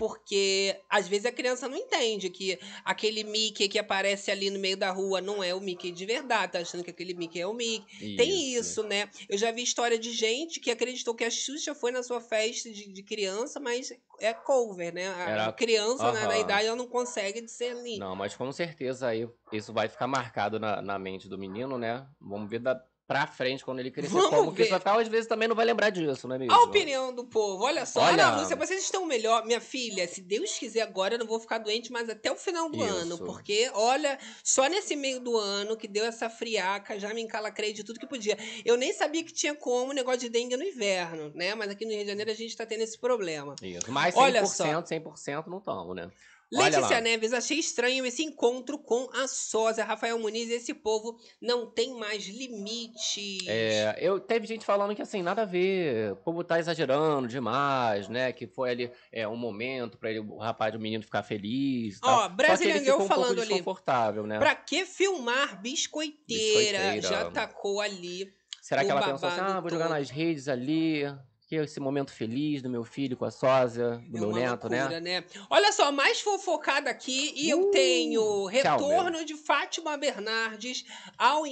[SPEAKER 1] Porque às vezes a criança não entende que aquele Mickey que aparece ali no meio da rua não é o Mickey de verdade, tá achando que aquele Mickey é o Mickey. Tem isso, né? Eu já vi história de gente que acreditou que a Xuxa foi na sua festa de, de criança, mas é cover, né? A
[SPEAKER 2] Era-
[SPEAKER 1] criança né, na, na
[SPEAKER 2] Aham.
[SPEAKER 1] idade ela não consegue discernir.
[SPEAKER 2] Não, mas com certeza aí isso vai ficar marcado na, na mente do menino, né? Vamos ver da, pra frente quando ele crescer.
[SPEAKER 1] Vamos
[SPEAKER 2] como que
[SPEAKER 1] ver.
[SPEAKER 2] isso vai ficar, às vezes também não vai lembrar disso, não é mesmo?
[SPEAKER 1] A opinião do povo, olha só.
[SPEAKER 2] Olha-
[SPEAKER 1] Ana Lúcia, vocês estão melhor. Minha filha, se Deus quiser agora, eu não vou ficar doente mais até o final do
[SPEAKER 2] Isso.
[SPEAKER 1] ano. Porque, olha, só nesse meio do ano que deu essa friaca, já me encalacrei de tudo que podia. Eu nem sabia que tinha como o negócio de dengue no inverno, né? Mas aqui no Rio de Janeiro a gente tá tendo esse problema.
[SPEAKER 2] Isso. Mas 100%,
[SPEAKER 1] Olha só.
[SPEAKER 2] 100% não tomo, né? Olha
[SPEAKER 1] Letícia
[SPEAKER 2] lá.
[SPEAKER 1] Neves, achei estranho esse encontro com a Sosa. Rafael Muniz, esse povo não tem mais limites.
[SPEAKER 2] É, eu, teve gente falando que assim, nada a ver, o povo tá exagerando demais, né? Que foi ali é, um momento pra ele, o rapaz, o menino ficar feliz. e tal.
[SPEAKER 1] Ó,
[SPEAKER 2] Só que ele
[SPEAKER 1] Brasilian
[SPEAKER 2] ficou
[SPEAKER 1] Girl
[SPEAKER 2] um pouco
[SPEAKER 1] falando ali.
[SPEAKER 2] desconfortável, né?
[SPEAKER 1] Pra que filmar biscoiteira?
[SPEAKER 2] Biscoiteira.
[SPEAKER 1] Já tacou ali.
[SPEAKER 2] Será
[SPEAKER 1] o
[SPEAKER 2] que ela pensou assim,
[SPEAKER 1] babado
[SPEAKER 2] ah, vou jogar
[SPEAKER 1] todo.
[SPEAKER 2] nas redes ali, que é esse momento feliz do meu filho com a sósia, do
[SPEAKER 1] É
[SPEAKER 2] meu
[SPEAKER 1] uma
[SPEAKER 2] neto, né?
[SPEAKER 1] loucura, né? Olha só, mais fofocada aqui e eu
[SPEAKER 2] Uh,
[SPEAKER 1] tenho
[SPEAKER 2] tchau, meu.
[SPEAKER 1] retorno de Fátima Bernardes ao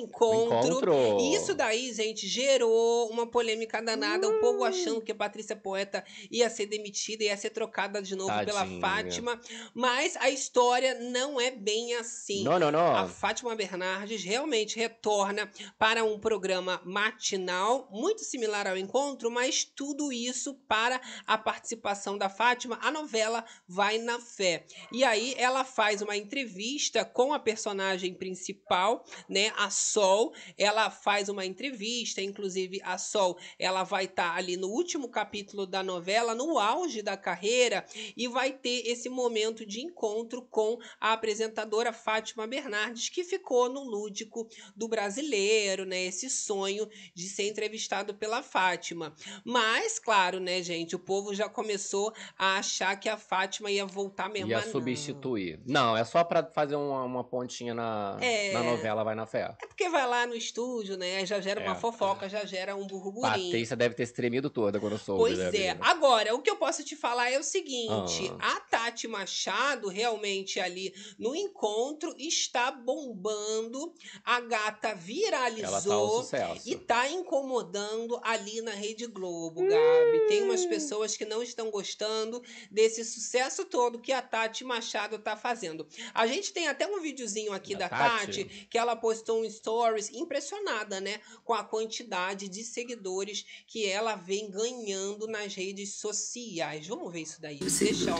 [SPEAKER 2] Encontro.
[SPEAKER 1] E isso daí, gente, gerou uma polêmica danada. O
[SPEAKER 2] Uh.
[SPEAKER 1] povo achando que a Patrícia Poeta ia ser demitida, ia ser trocada de novo pela
[SPEAKER 2] Tadinha.
[SPEAKER 1] Fátima. Mas a história não é bem assim.
[SPEAKER 2] Não, não, não.
[SPEAKER 1] A Fátima Bernardes realmente retorna para um programa matinal, muito similar ao encontro, mas tudo isso para a participação da Fátima, a novela Vai na Fé. E aí ela faz uma entrevista com a personagem principal, né, a Sol. Ela faz uma entrevista, inclusive a Sol, ela vai estar ali no último capítulo da novela, no auge da carreira, e vai ter esse momento de encontro com a apresentadora Fátima Bernardes, que ficou no lúdico do brasileiro, né? Esse sonho de ser entrevistado pela Fátima. Mas, claro, né, gente, o povo já começou a achar que a Fátima ia voltar mesmo.
[SPEAKER 2] Ia
[SPEAKER 1] mas não.
[SPEAKER 2] é substituir. Não, é só pra fazer uma, uma pontinha na,
[SPEAKER 1] É.
[SPEAKER 2] na novela Vai na Fé.
[SPEAKER 1] É porque vai lá no estúdio, né? Já gera uma
[SPEAKER 2] É.
[SPEAKER 1] fofoca, já gera um burburinho.
[SPEAKER 2] Patrícia deve ter se tremido toda quando soube,
[SPEAKER 1] Pois
[SPEAKER 2] né,
[SPEAKER 1] é.
[SPEAKER 2] menina?
[SPEAKER 1] Agora, o que eu posso te falar é o seguinte:
[SPEAKER 2] Ah.
[SPEAKER 1] a Tati Machado, realmente ali no encontro, está bombando. A gata
[SPEAKER 2] Ela tá um
[SPEAKER 1] viralizou
[SPEAKER 2] sucesso.
[SPEAKER 1] e tá incomodando ali na Rede Globo. Gabi. Tem umas pessoas que não estão gostando desse sucesso todo que a Tati Machado tá fazendo. A gente tem até um videozinho aqui da,
[SPEAKER 2] Da
[SPEAKER 1] Tati.
[SPEAKER 2] Tati?
[SPEAKER 1] que ela postou um stories impressionada, né, com a quantidade de seguidores que ela vem ganhando nas redes sociais. Vamos ver isso daí. Deixa eu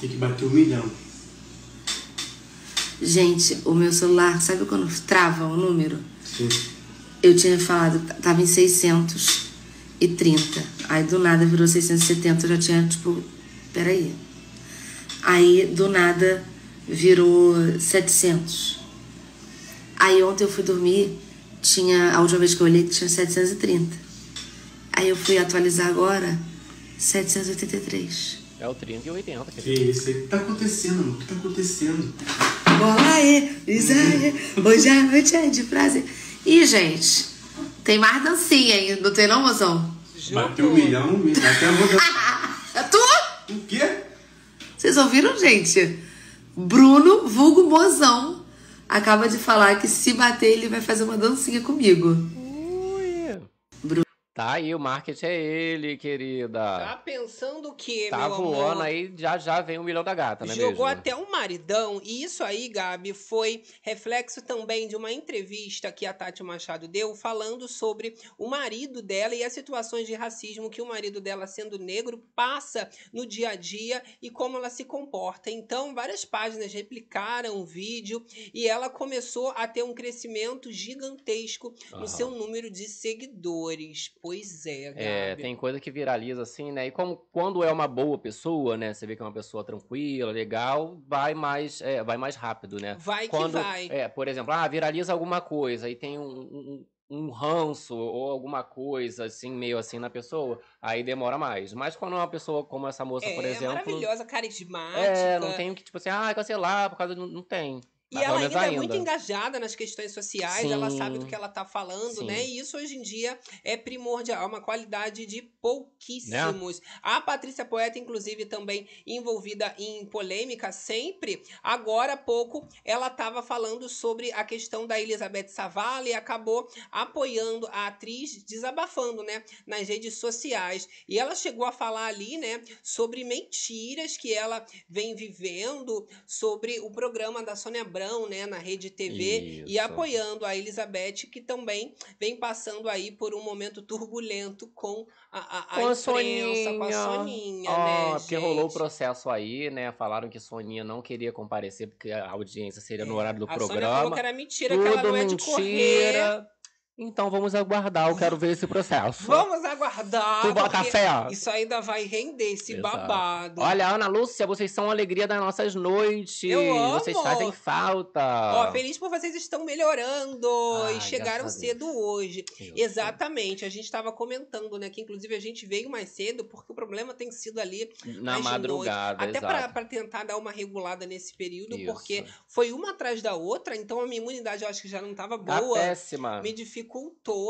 [SPEAKER 3] Tem que bater um milhão.
[SPEAKER 5] Gente, o meu celular, sabe quando trava o número?
[SPEAKER 3] Sim.
[SPEAKER 5] Eu tinha falado, t- tava em 630. Aí do nada virou 670, eu já tinha, tipo, peraí. Aí do nada virou 700. Aí ontem eu fui dormir, tinha, a última vez que eu olhei tinha 730. Aí eu fui atualizar agora, 783.
[SPEAKER 2] É o 30 e o 80,
[SPEAKER 3] Que
[SPEAKER 2] querido.
[SPEAKER 3] isso? O que tá acontecendo, mano? O que tá acontecendo?
[SPEAKER 5] Bola aí, Isaia, hoje à noite é de prazer. Ih, gente, tem mais dancinha ainda, não tem não, mozão?
[SPEAKER 3] Bater um milhão, um milhão. Até vou dar.
[SPEAKER 5] É tu?
[SPEAKER 3] O quê?
[SPEAKER 5] Vocês ouviram, gente? Bruno, vulgo mozão, acaba de falar que se bater ele vai fazer uma dancinha comigo.
[SPEAKER 2] Tá aí, o marketing é ele, querida.
[SPEAKER 1] Tá pensando o quê,
[SPEAKER 2] Tá
[SPEAKER 1] meu
[SPEAKER 2] voando
[SPEAKER 1] amor?
[SPEAKER 2] aí, já já vem o milhão da gata, né
[SPEAKER 1] Jogou
[SPEAKER 2] mesmo?
[SPEAKER 1] até um maridão, e isso aí, Gabi, foi reflexo também de uma entrevista que a Tati Machado deu falando sobre o marido dela e as situações de racismo que o marido dela, sendo negro, passa no dia a dia e como ela se comporta. Então, várias páginas replicaram o vídeo e ela começou a ter um crescimento gigantesco no
[SPEAKER 2] Aham.
[SPEAKER 1] seu número de seguidores. Pois é, Gabi.
[SPEAKER 2] É, tem coisa que viraliza assim, né? E como quando é uma boa pessoa, né? Você vê que é uma pessoa tranquila, legal, vai mais, é, vai mais rápido, né?
[SPEAKER 1] Vai que
[SPEAKER 2] quando,
[SPEAKER 1] vai.
[SPEAKER 2] É, por exemplo, ah, viraliza alguma coisa e tem um, um, um ranço ou alguma coisa assim, meio assim na pessoa, aí demora mais. Mas quando é uma pessoa como essa moça,
[SPEAKER 1] É,
[SPEAKER 2] por exemplo.
[SPEAKER 1] maravilhosa, carismática.
[SPEAKER 2] É, não tem o que, tipo assim, ah, cancelar por causa de. Não tem.
[SPEAKER 1] E
[SPEAKER 2] Mas
[SPEAKER 1] ela
[SPEAKER 2] pelo menos
[SPEAKER 1] ainda, é
[SPEAKER 2] ainda.
[SPEAKER 1] muito engajada nas questões sociais, ela
[SPEAKER 2] Sim.
[SPEAKER 1] sabe do que ela tá falando,
[SPEAKER 2] Sim.
[SPEAKER 1] né? E isso hoje em dia é primordial, é uma qualidade de
[SPEAKER 2] Né?
[SPEAKER 1] pouquíssimos. A Patrícia Poeta, inclusive, também envolvida em polêmica sempre. Agora há pouco ela estava falando sobre a questão da Elizabeth Savala e acabou apoiando a atriz, desabafando, né? Nas redes sociais. E ela chegou a falar ali, né, sobre mentiras que ela vem vivendo sobre o programa da Sônia Abrão, né, na Rede TV e
[SPEAKER 2] Isso.
[SPEAKER 1] apoiando a Elizabeth, que também vem passando aí por um momento turbulento com a, a, a
[SPEAKER 2] Com a
[SPEAKER 1] imprensa, com a
[SPEAKER 2] Soninha.
[SPEAKER 1] Soninha,
[SPEAKER 2] Ah,
[SPEAKER 1] né,
[SPEAKER 2] porque rolou o
[SPEAKER 1] gente?
[SPEAKER 2] processo aí, né? Falaram que Soninha não queria comparecer porque a audiência
[SPEAKER 1] É,
[SPEAKER 2] seria no horário do
[SPEAKER 1] a Sônia falou
[SPEAKER 2] programa.
[SPEAKER 1] que era mentira, que ela não é de correr.
[SPEAKER 2] mentira. Então vamos aguardar, eu quero ver esse processo.
[SPEAKER 1] Vamos aguardar,
[SPEAKER 2] Tu bota
[SPEAKER 1] porque
[SPEAKER 2] fé.
[SPEAKER 1] isso ainda vai render esse
[SPEAKER 2] Exato.
[SPEAKER 1] babado.
[SPEAKER 2] Olha, Ana Lúcia, vocês são a alegria das nossas noites.
[SPEAKER 1] Eu amo.
[SPEAKER 2] Vocês fazem falta.
[SPEAKER 1] Ó, feliz por vocês estão melhorando e
[SPEAKER 2] Ah. Ai,
[SPEAKER 1] chegaram
[SPEAKER 2] graças a
[SPEAKER 1] cedo hoje.
[SPEAKER 2] Isso.
[SPEAKER 1] Exatamente, a gente estava comentando, né, que inclusive a gente veio mais cedo porque o problema tem sido ali
[SPEAKER 2] Na
[SPEAKER 1] mais de
[SPEAKER 2] madrugada,
[SPEAKER 1] noite. Até
[SPEAKER 2] exato.
[SPEAKER 1] para tentar dar uma regulada nesse período,
[SPEAKER 2] Ah, Isso.
[SPEAKER 1] porque foi uma atrás da outra, então a minha imunidade eu acho que já não estava
[SPEAKER 2] Tá
[SPEAKER 1] boa.
[SPEAKER 2] péssima.
[SPEAKER 1] Me dificultou,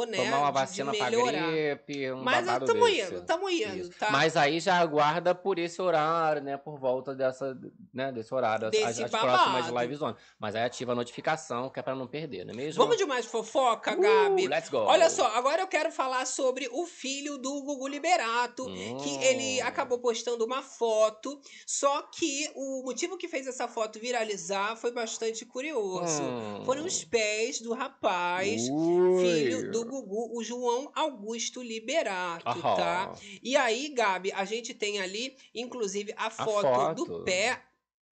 [SPEAKER 1] né,
[SPEAKER 2] Tomar uma
[SPEAKER 1] de- de
[SPEAKER 2] vacina pra
[SPEAKER 1] melhorar.
[SPEAKER 2] gripe, um
[SPEAKER 1] Mas
[SPEAKER 2] babado
[SPEAKER 1] estamos
[SPEAKER 2] desse.
[SPEAKER 1] indo, estamos indo,
[SPEAKER 2] Isso.
[SPEAKER 1] tá?
[SPEAKER 2] Mas aí já aguarda por esse horário, né? Por volta dessa, né, desse horário, as-
[SPEAKER 1] Desse
[SPEAKER 2] as, as próximas
[SPEAKER 1] babado.
[SPEAKER 2] lives on. Mas aí ativa a notificação, que é pra não perder, não é mesmo?
[SPEAKER 1] Vamos de mais fofoca,
[SPEAKER 2] Uh,
[SPEAKER 1] Gabi?
[SPEAKER 2] Let's go.
[SPEAKER 1] Olha só, agora eu quero falar sobre o filho do Gugu Liberato, que
[SPEAKER 2] Hum.
[SPEAKER 1] ele acabou postando uma foto, só que o motivo que fez essa foto viralizar foi bastante curioso.
[SPEAKER 2] Hum.
[SPEAKER 1] assim, Foram os pés do rapaz,
[SPEAKER 2] Ui.
[SPEAKER 1] filho do Gugu, o João Augusto Liberato,
[SPEAKER 2] Ahá.
[SPEAKER 1] tá? E aí, Gabi, a gente tem ali, inclusive, a foto, do
[SPEAKER 2] foto.
[SPEAKER 1] pé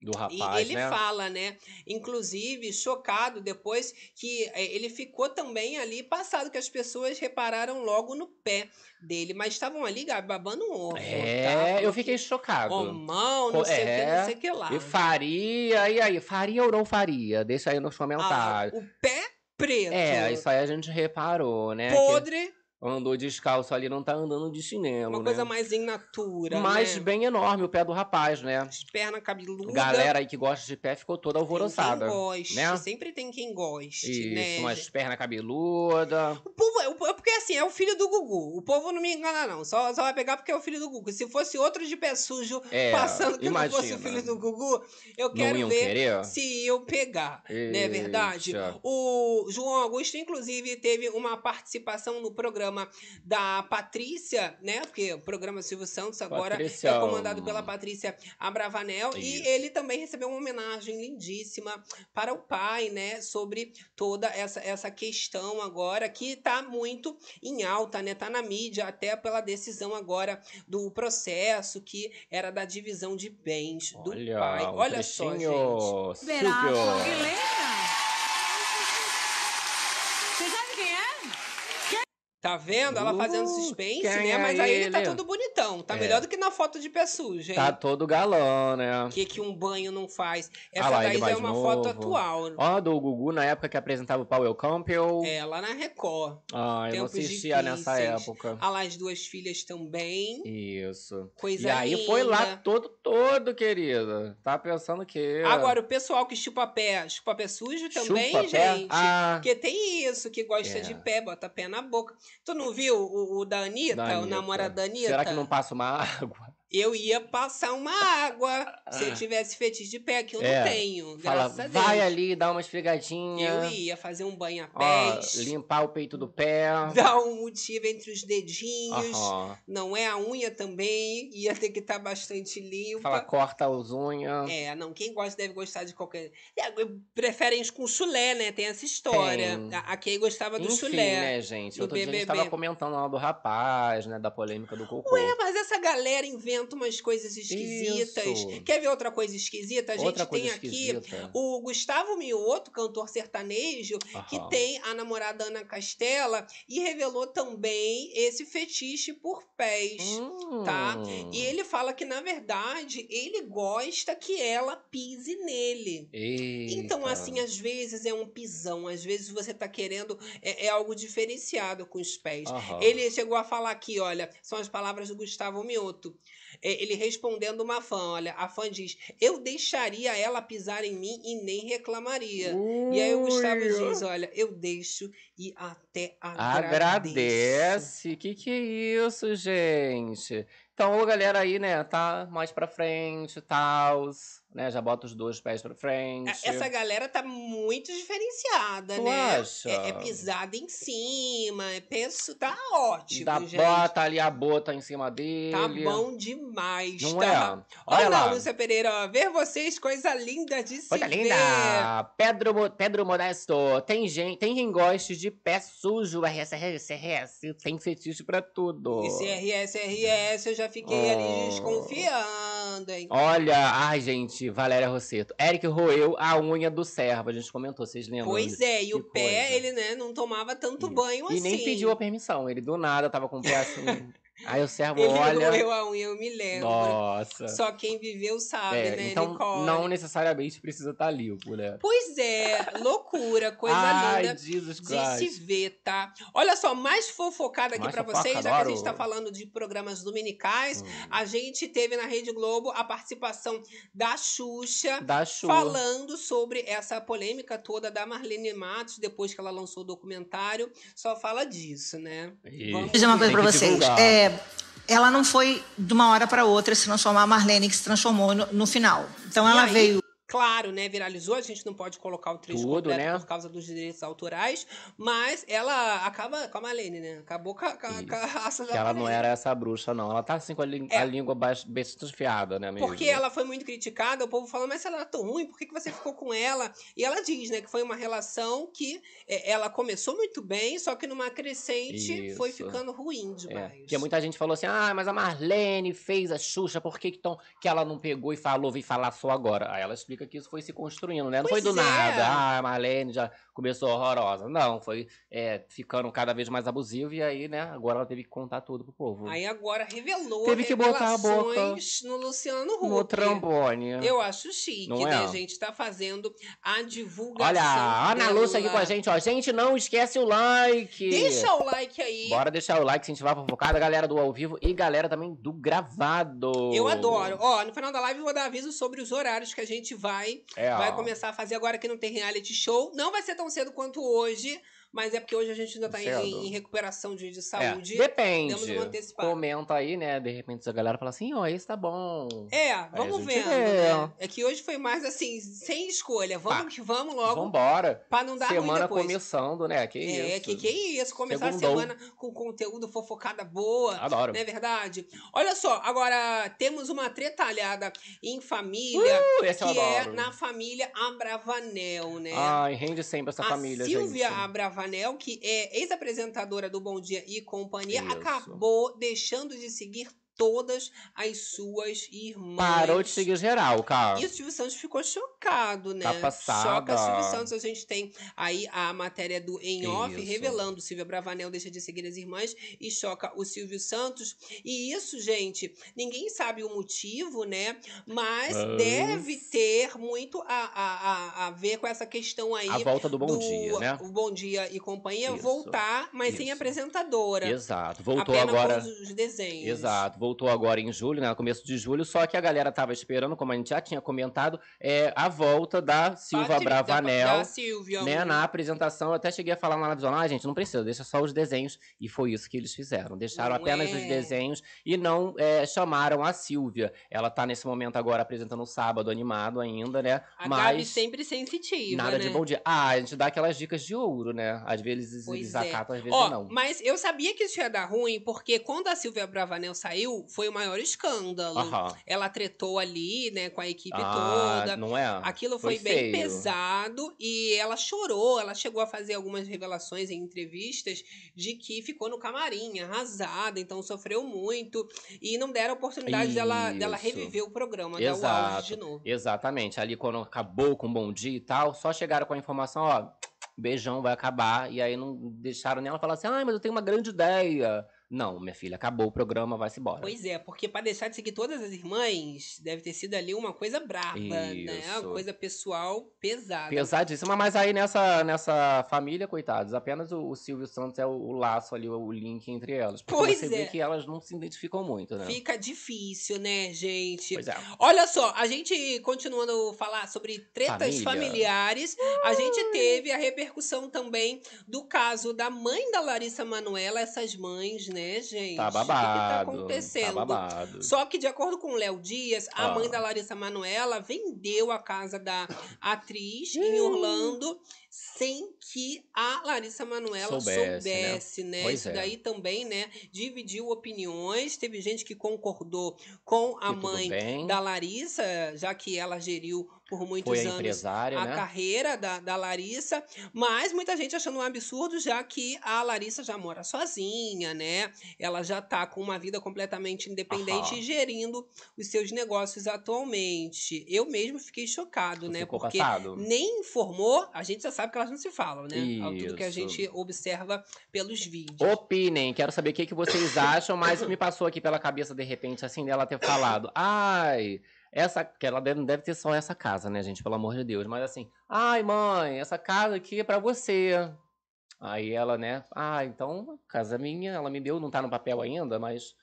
[SPEAKER 2] Do
[SPEAKER 1] e
[SPEAKER 2] rapaz,
[SPEAKER 1] ele
[SPEAKER 2] né?
[SPEAKER 1] fala, né? Inclusive, chocado depois que eh, ele ficou também ali passado, que as pessoas repararam logo no pé dele. Mas estavam ali, Gabi, babando um ovo.
[SPEAKER 2] É,
[SPEAKER 1] tá?
[SPEAKER 2] eu fiquei chocado.
[SPEAKER 1] Homão, não
[SPEAKER 2] Co-
[SPEAKER 1] sei o que, não
[SPEAKER 2] é,
[SPEAKER 1] sei o que lá.
[SPEAKER 2] E faria, e aí? Faria ou não faria? Deixa aí nos
[SPEAKER 1] Ah,
[SPEAKER 2] comentários.
[SPEAKER 1] o pé preto.
[SPEAKER 2] é, isso aí a gente reparou, né? Que
[SPEAKER 1] Podre,
[SPEAKER 2] andou descalço ali, não tá andando de chinelo,
[SPEAKER 1] uma
[SPEAKER 2] né?
[SPEAKER 1] coisa mais in natura.
[SPEAKER 2] Mas
[SPEAKER 1] né?
[SPEAKER 2] bem enorme o pé do rapaz, né?
[SPEAKER 1] As pernas cabeludas.
[SPEAKER 2] Galera aí que gosta de pé ficou toda
[SPEAKER 1] tem quem
[SPEAKER 2] alvoroçada.
[SPEAKER 1] goste,
[SPEAKER 2] né?
[SPEAKER 1] Sempre tem quem goste,
[SPEAKER 2] Isso,
[SPEAKER 1] né? gente?
[SPEAKER 2] umas pernas cabeludas.
[SPEAKER 1] O povo, é- o po- porque assim, é o filho do Gugu. O povo não me engana, não. Só, só vai pegar porque é o filho do Gugu. Se fosse outro de pé sujo
[SPEAKER 2] É,
[SPEAKER 1] passando que
[SPEAKER 2] imagina.
[SPEAKER 1] não fosse o filho do Gugu, eu
[SPEAKER 2] não
[SPEAKER 1] quero
[SPEAKER 2] iam
[SPEAKER 1] ver
[SPEAKER 2] querer. tá?
[SPEAKER 1] se eu pegar. Não é verdade?
[SPEAKER 2] Eita.
[SPEAKER 1] O João Augusto, inclusive, teve uma participação no programa programa da Patrícia, né? Porque o programa Silvio Santos agora
[SPEAKER 2] Patrícia, um
[SPEAKER 1] é comandado pela Patrícia Abravanel.
[SPEAKER 2] Isso.
[SPEAKER 1] E ele também recebeu uma homenagem lindíssima para o pai, né? Sobre toda essa, essa questão agora que tá muito em alta, né? Tá na mídia, até pela decisão agora do processo que era da divisão de bens do
[SPEAKER 2] Olha,
[SPEAKER 1] pai.
[SPEAKER 2] um
[SPEAKER 1] Olha só, gente.
[SPEAKER 2] trechinho.
[SPEAKER 7] Liberato
[SPEAKER 2] Silvio.
[SPEAKER 7] Aguilera. Você sabe quem é?
[SPEAKER 1] Tá vendo? Ela fazendo
[SPEAKER 2] Uh,
[SPEAKER 1] suspense,
[SPEAKER 2] quem
[SPEAKER 1] né?
[SPEAKER 2] é
[SPEAKER 1] Mas aí ele, tá
[SPEAKER 2] ele?
[SPEAKER 1] todo bonitão. Tá
[SPEAKER 2] É.
[SPEAKER 1] melhor do que na foto de pessoa, gente.
[SPEAKER 2] Tá todo galã, né?
[SPEAKER 1] O que, que um banho não faz? Essa
[SPEAKER 2] Ah lá,
[SPEAKER 1] daí
[SPEAKER 2] ele
[SPEAKER 1] já
[SPEAKER 2] vai
[SPEAKER 1] é
[SPEAKER 2] de
[SPEAKER 1] uma
[SPEAKER 2] novo.
[SPEAKER 1] foto atual.
[SPEAKER 2] Ó, do Gugu na época que apresentava o Powell Campbell.
[SPEAKER 1] É, lá na Record.
[SPEAKER 2] ah, eu não
[SPEAKER 1] tempos
[SPEAKER 2] assistia nessa
[SPEAKER 1] difíceis.
[SPEAKER 2] época.
[SPEAKER 1] Ah lá, as duas filhas também.
[SPEAKER 2] Isso.
[SPEAKER 1] Coisa
[SPEAKER 2] e aí
[SPEAKER 1] linda.
[SPEAKER 2] foi lá todo, todo, querida. Tá pensando que.
[SPEAKER 1] Agora, o pessoal que chupa pé, chupa pé sujo também,
[SPEAKER 2] Chupa pé?
[SPEAKER 1] gente.
[SPEAKER 2] Ah,
[SPEAKER 1] Porque tem isso, que gosta
[SPEAKER 2] É.
[SPEAKER 1] de pé, bota pé na boca. Tu não viu o, o da Anitta,
[SPEAKER 2] Da
[SPEAKER 1] o
[SPEAKER 2] Anitta.
[SPEAKER 1] namorado da Anitta?
[SPEAKER 2] será que não passa uma água?
[SPEAKER 1] Eu ia passar uma água se eu
[SPEAKER 2] Ah.
[SPEAKER 1] tivesse fetiche de pé, que eu
[SPEAKER 2] É.
[SPEAKER 1] não tenho,
[SPEAKER 2] Fala,
[SPEAKER 1] graças a Deus.
[SPEAKER 2] vai ali, dá uma esfregadinha.
[SPEAKER 1] Eu ia fazer um banho a
[SPEAKER 2] Ó,
[SPEAKER 1] pés,
[SPEAKER 2] limpar o peito do pé.
[SPEAKER 1] dar um motivo entre os dedinhos,
[SPEAKER 2] Aham.
[SPEAKER 1] não é a unha também, ia ter que estar bastante limpa.
[SPEAKER 2] Fala, corta as unhas.
[SPEAKER 1] É, não, quem gosta deve gostar de qualquer. É, Preferem os com chulé, né? Tem essa história.
[SPEAKER 2] Tem.
[SPEAKER 1] A, a Kay gostava do
[SPEAKER 2] Enfim,
[SPEAKER 1] chulé.
[SPEAKER 2] né, gente?
[SPEAKER 1] do
[SPEAKER 2] Outro dia a gente
[SPEAKER 1] BBB.
[SPEAKER 2] tava comentando lá do rapaz, né? Da polêmica do cocô.
[SPEAKER 1] Ué, mas essa galera inventa umas coisas esquisitas.
[SPEAKER 2] Isso.
[SPEAKER 1] Quer ver outra coisa esquisita? A gente
[SPEAKER 2] Outra
[SPEAKER 1] tem
[SPEAKER 2] coisa
[SPEAKER 1] aqui
[SPEAKER 2] esquisita.
[SPEAKER 1] o Gustavo Mioto, cantor sertanejo, que
[SPEAKER 2] Aham.
[SPEAKER 1] tem a namorada Ana Castela e revelou também esse fetiche por pés.
[SPEAKER 2] Hum.
[SPEAKER 1] tá? E ele fala que, na verdade, ele gosta que ela pise nele. Então,
[SPEAKER 2] Eita.
[SPEAKER 1] assim, às vezes é um pisão, às vezes você tá querendo é, é algo diferenciado com os pés.
[SPEAKER 2] Aham.
[SPEAKER 1] Ele chegou a falar aqui, olha, são as palavras do Gustavo Mioto. É, ele respondendo uma fã, olha, a fã diz: Eu deixaria ela pisar em mim e nem reclamaria. E aí o Gustavo
[SPEAKER 2] Ui, ó.
[SPEAKER 1] diz: Olha, eu deixo e até agradeço.
[SPEAKER 2] Agradece. Que que é isso, gente? Então, a galera aí, né, tá mais pra frente, tal, né, já bota os dois pés pra frente.
[SPEAKER 1] A- É, Essa galera tá muito diferenciada,
[SPEAKER 2] Tu
[SPEAKER 1] né?
[SPEAKER 2] acha?
[SPEAKER 1] É, é pisada em cima, é penso, tá ótimo,
[SPEAKER 2] da
[SPEAKER 1] gente.
[SPEAKER 2] bota ali a bota em cima dele.
[SPEAKER 1] Tá bom demais,
[SPEAKER 2] Não
[SPEAKER 1] tá?
[SPEAKER 2] é? Olha
[SPEAKER 1] Ana
[SPEAKER 2] lá.
[SPEAKER 1] Lúcia Pereira, ó, ver vocês, coisa linda de se
[SPEAKER 2] Coisa
[SPEAKER 1] ver.
[SPEAKER 2] tá linda! Pedro, Mo- Pedro Modesto, tem, gente, tem quem goste de pé sujo, RS, RS, RS, tem fetiche pra tudo.
[SPEAKER 1] Esse RS, RS, eu já fiquei ali
[SPEAKER 2] Oh.
[SPEAKER 1] desconfiando, hein?
[SPEAKER 2] Olha, ai gente, Valéria Rosseto. Eric roeu a unha do servo, a gente comentou, vocês lembram?
[SPEAKER 1] Pois é, e
[SPEAKER 2] que
[SPEAKER 1] o pé,
[SPEAKER 2] coisa.
[SPEAKER 1] ele, né, não tomava tanto
[SPEAKER 2] Isso.
[SPEAKER 1] banho assim.
[SPEAKER 2] E nem pediu a permissão, ele do nada tava com o pé assim. aí o servo
[SPEAKER 1] Ele
[SPEAKER 2] olha.
[SPEAKER 1] roeu a unha, eu me lembro.
[SPEAKER 2] Nossa.
[SPEAKER 1] Só quem viveu sabe,
[SPEAKER 2] É,
[SPEAKER 1] né,
[SPEAKER 2] então,
[SPEAKER 1] Nicole?
[SPEAKER 2] não necessariamente precisa estar limpo, né?
[SPEAKER 1] Pois é, loucura, coisa
[SPEAKER 2] Ai,
[SPEAKER 1] linda.
[SPEAKER 2] Jesus
[SPEAKER 1] de se
[SPEAKER 2] Christ.
[SPEAKER 1] ver, tá? Olha só, mais fofocada aqui
[SPEAKER 2] Mais
[SPEAKER 1] pra
[SPEAKER 2] fofoca,
[SPEAKER 1] vocês, já que a
[SPEAKER 2] adoro.
[SPEAKER 1] gente tá falando de programas dominicais,
[SPEAKER 2] Hum.
[SPEAKER 1] a gente teve na Rede Globo a participação da Xuxa.
[SPEAKER 2] Da chuva.
[SPEAKER 1] Falando sobre essa polêmica toda da Marlene Matos, depois que ela lançou o documentário, só fala disso, né?
[SPEAKER 2] Vou
[SPEAKER 7] Vou dizer uma coisa pra vocês. É, ela não foi de uma hora pra outra se transformar a Marlene que se transformou no, no final. Então
[SPEAKER 1] E
[SPEAKER 7] ela
[SPEAKER 1] aí,
[SPEAKER 7] veio.
[SPEAKER 1] Claro, né? Viralizou, a gente não pode colocar o trecho
[SPEAKER 2] Tudo,
[SPEAKER 1] completo
[SPEAKER 2] né?
[SPEAKER 1] por causa dos direitos autorais, mas ela acaba com a Marlene, né? Acabou com a, com a,
[SPEAKER 2] Isso.
[SPEAKER 1] com a raça da
[SPEAKER 2] Que ela não é
[SPEAKER 1] Marlene.
[SPEAKER 2] era essa bruxa, não. Ela tá assim com a, lí-
[SPEAKER 1] É.
[SPEAKER 2] a língua baixa- bem desfiada, né, amiga?
[SPEAKER 1] Porque ela foi muito criticada, o povo falando, mas se ela era tão ruim, por que, que você ficou com ela? E ela diz, né, que foi uma relação que é, ela começou muito bem, só que numa crescente foi
[SPEAKER 2] Isso.
[SPEAKER 1] ficando ruim
[SPEAKER 2] É,
[SPEAKER 1] demais.
[SPEAKER 2] porque muita gente falou assim, ah, mas a Marlene fez a Xuxa, por que, que, tão- que ela não pegou e falou, vem falar só agora? Aí ela explica que isso foi se construindo, né? Não foi
[SPEAKER 1] Pois
[SPEAKER 2] do
[SPEAKER 1] é.
[SPEAKER 2] nada, ah, a Marlene já começou horrorosa. Não, foi é, ficando cada vez mais abusiva e aí, né, agora ela teve que contar tudo pro povo.
[SPEAKER 1] Aí agora revelou
[SPEAKER 2] Teve que botar a boca um
[SPEAKER 1] revelações no Luciano Huck.
[SPEAKER 2] no trambone.
[SPEAKER 1] é Eu acho chique,
[SPEAKER 2] É. Não
[SPEAKER 1] né,
[SPEAKER 2] é?
[SPEAKER 1] gente? Tá fazendo a divulgação.
[SPEAKER 2] Olha, a Ana
[SPEAKER 1] dela.
[SPEAKER 2] Lúcia aqui com a gente, ó. Gente, não esquece o like!
[SPEAKER 1] Deixa o like aí.
[SPEAKER 2] Bora deixar o like, incentivar a fofocada, galera do ao vivo e galera também do gravado.
[SPEAKER 1] Eu adoro. Ó, no final da live eu vou dar aviso sobre os horários que a gente vai
[SPEAKER 2] É, ó.
[SPEAKER 1] Vai começar a fazer agora que não tem reality show. Não vai ser tão cedo quanto hoje, Mas é porque hoje a gente ainda tá em,
[SPEAKER 2] Cedo.
[SPEAKER 1] em recuperação de, de
[SPEAKER 2] É,
[SPEAKER 1] saúde. Demos uma
[SPEAKER 2] Depende.
[SPEAKER 1] antecipada.
[SPEAKER 2] Comenta aí, né? De repente a galera fala assim, ó, esse tá bom.
[SPEAKER 1] É,
[SPEAKER 2] a
[SPEAKER 1] vamos
[SPEAKER 2] gente
[SPEAKER 1] vendo.
[SPEAKER 2] vê.
[SPEAKER 1] né? É que hoje foi mais assim, sem escolha. Vamos
[SPEAKER 2] Tá.
[SPEAKER 1] que vamos logo,
[SPEAKER 2] Vambora.
[SPEAKER 1] pra não dar ruim
[SPEAKER 2] Semana
[SPEAKER 1] depois.
[SPEAKER 2] começando, né? Que isso.
[SPEAKER 1] É, que que é isso? Começar
[SPEAKER 2] Segundou.
[SPEAKER 1] a semana com conteúdo fofocada boa.
[SPEAKER 2] Adoro.
[SPEAKER 1] Não é verdade? Olha só, agora temos uma tretalhada em família,
[SPEAKER 2] Uh, esse eu
[SPEAKER 1] que é
[SPEAKER 2] adoro.
[SPEAKER 1] na família Abravanel, né?
[SPEAKER 2] Ai, rende sempre essa
[SPEAKER 1] a
[SPEAKER 2] família,
[SPEAKER 1] Silvia
[SPEAKER 2] gente.
[SPEAKER 1] Abravanel, que é ex-apresentadora do Bom Dia e Companhia,
[SPEAKER 2] Isso.
[SPEAKER 1] acabou deixando de seguir todas as suas irmãs.
[SPEAKER 2] Parou de seguir geral, cara.
[SPEAKER 1] E o Silvio Santos ficou chocado, né?
[SPEAKER 2] Tá passada.
[SPEAKER 1] Choca o Silvio Santos. A gente tem aí a matéria do Em Off
[SPEAKER 2] Isso.
[SPEAKER 1] revelando. Silvia Bravanel deixa de seguir as irmãs e choca o Silvio Santos. E isso, gente, ninguém sabe o motivo, né? Mas
[SPEAKER 2] Mas-
[SPEAKER 1] deve ter muito a, a, a, a ver com essa questão aí.
[SPEAKER 2] A Ah, volta do bom
[SPEAKER 1] do-
[SPEAKER 2] dia, né?
[SPEAKER 1] O Bom Dia e Companhia
[SPEAKER 2] Isso.
[SPEAKER 1] voltar, mas sem
[SPEAKER 2] Isso.
[SPEAKER 1] apresentadora.
[SPEAKER 2] Exato. Voltou
[SPEAKER 1] apenas
[SPEAKER 2] agora.
[SPEAKER 1] com os desenhos.
[SPEAKER 2] Exato, voltou agora em julho, né? Começo de julho, só que a galera tava esperando, como a gente já tinha comentado, é, a volta da Silva
[SPEAKER 1] Patrícia Da,
[SPEAKER 2] Bravanel.
[SPEAKER 1] da Silvia.
[SPEAKER 2] Né, na apresentação, eu até cheguei a falar na televisão, ah, gente, não precisa, deixa só os desenhos. E foi isso que eles fizeram. Deixaram
[SPEAKER 1] Não
[SPEAKER 2] apenas
[SPEAKER 1] é?
[SPEAKER 2] os desenhos e não é, chamaram a Silvia. Ela tá nesse momento agora apresentando o sábado animado ainda, né?
[SPEAKER 1] A Gabi
[SPEAKER 2] Mas
[SPEAKER 1] sempre sensitiva,
[SPEAKER 2] nada
[SPEAKER 1] né?
[SPEAKER 2] de bom dia. Ah, a gente dá aquelas dicas de ouro, né? Às vezes
[SPEAKER 1] Pois
[SPEAKER 2] eles
[SPEAKER 1] é.
[SPEAKER 2] acatam, às vezes
[SPEAKER 1] Ó,
[SPEAKER 2] não.
[SPEAKER 1] mas eu sabia que isso ia dar ruim, porque quando a Silvia Bravanel saiu, foi o maior escândalo.
[SPEAKER 2] Aham.
[SPEAKER 1] Ela tretou ali, né, com a equipe
[SPEAKER 2] Ah,
[SPEAKER 1] toda.
[SPEAKER 2] não é?
[SPEAKER 1] Aquilo foi,
[SPEAKER 2] foi
[SPEAKER 1] bem
[SPEAKER 2] feio.
[SPEAKER 1] pesado e ela chorou. Ela chegou a fazer algumas revelações em entrevistas de que ficou no camarim, arrasada, então sofreu muito. E não deram a oportunidade dela, dela
[SPEAKER 2] Isso.
[SPEAKER 1] reviver o programa, dar o auge de
[SPEAKER 2] Exato.
[SPEAKER 1] novo.
[SPEAKER 2] Exatamente. Ali quando acabou com o bom dia e tal, só chegaram com a informação, ó, beijão vai acabar. E aí não deixaram nela falar assim, ai, mas eu tenho uma grande ideia. Não, minha filha, acabou o programa, vai-se embora.
[SPEAKER 1] Pois é, porque pra deixar de seguir todas as irmãs, deve ter sido ali uma coisa braba, né? Uma
[SPEAKER 2] Isso.
[SPEAKER 1] coisa pessoal pesada.
[SPEAKER 2] Pesadíssima, mas aí nessa, nessa família, coitados, apenas o, o Silvio Santos é o, o laço ali, o, o link entre elas. Porque
[SPEAKER 1] Pois
[SPEAKER 2] você
[SPEAKER 1] é.
[SPEAKER 2] vê que elas não se identificam muito, né?
[SPEAKER 1] Fica difícil, né, gente?
[SPEAKER 2] Pois é.
[SPEAKER 1] Olha só, a gente continuando a falar sobre tretas
[SPEAKER 2] Família.
[SPEAKER 1] familiares, a gente teve a repercussão também do caso da mãe da Larissa Manoela, essas mães, né, gente?
[SPEAKER 2] Tá
[SPEAKER 1] O
[SPEAKER 2] babado.
[SPEAKER 1] que que tá
[SPEAKER 2] tá
[SPEAKER 1] acontecendo?
[SPEAKER 2] babado.
[SPEAKER 1] Só que, de acordo com o Léo Dias, a
[SPEAKER 2] Ah.
[SPEAKER 1] mãe da Larissa Manoela vendeu a casa da atriz em Orlando sem que a Larissa Manoela soubesse,
[SPEAKER 2] Soubesse, né?
[SPEAKER 1] né?
[SPEAKER 2] Pois
[SPEAKER 1] Isso
[SPEAKER 2] é.
[SPEAKER 1] daí também, né? Dividiu opiniões. Teve gente que concordou com a
[SPEAKER 2] E Tipo, tudo
[SPEAKER 1] mãe
[SPEAKER 2] bem?
[SPEAKER 1] da Larissa, já que ela geriu por muitos
[SPEAKER 2] Foi a
[SPEAKER 1] anos
[SPEAKER 2] empresária,
[SPEAKER 1] a
[SPEAKER 2] né?
[SPEAKER 1] carreira da, da Larissa, mas muita gente achando um absurdo, já que a Larissa já mora sozinha, né? Ela já tá com uma vida completamente independente
[SPEAKER 2] Aham.
[SPEAKER 1] e gerindo os seus negócios atualmente. Eu mesmo fiquei chocado, né?
[SPEAKER 2] Ficou
[SPEAKER 1] Porque
[SPEAKER 2] passado?
[SPEAKER 1] nem informou, a gente já sabe que elas não se falam, né? Ao Tudo que a
[SPEAKER 2] Isso.
[SPEAKER 1] gente observa pelos vídeos.
[SPEAKER 2] Opinem, quero saber o que, que vocês acham, mas me passou aqui pela cabeça, de repente, assim, dela ter falado. Ai, essa. Que ela deve, deve ter só essa casa, né, gente? Pelo amor de Deus. Mas assim, ai, mãe, essa casa aqui é pra você. Aí ela, né? Ah, então, casa minha, ela me deu, não tá no papel ainda, mas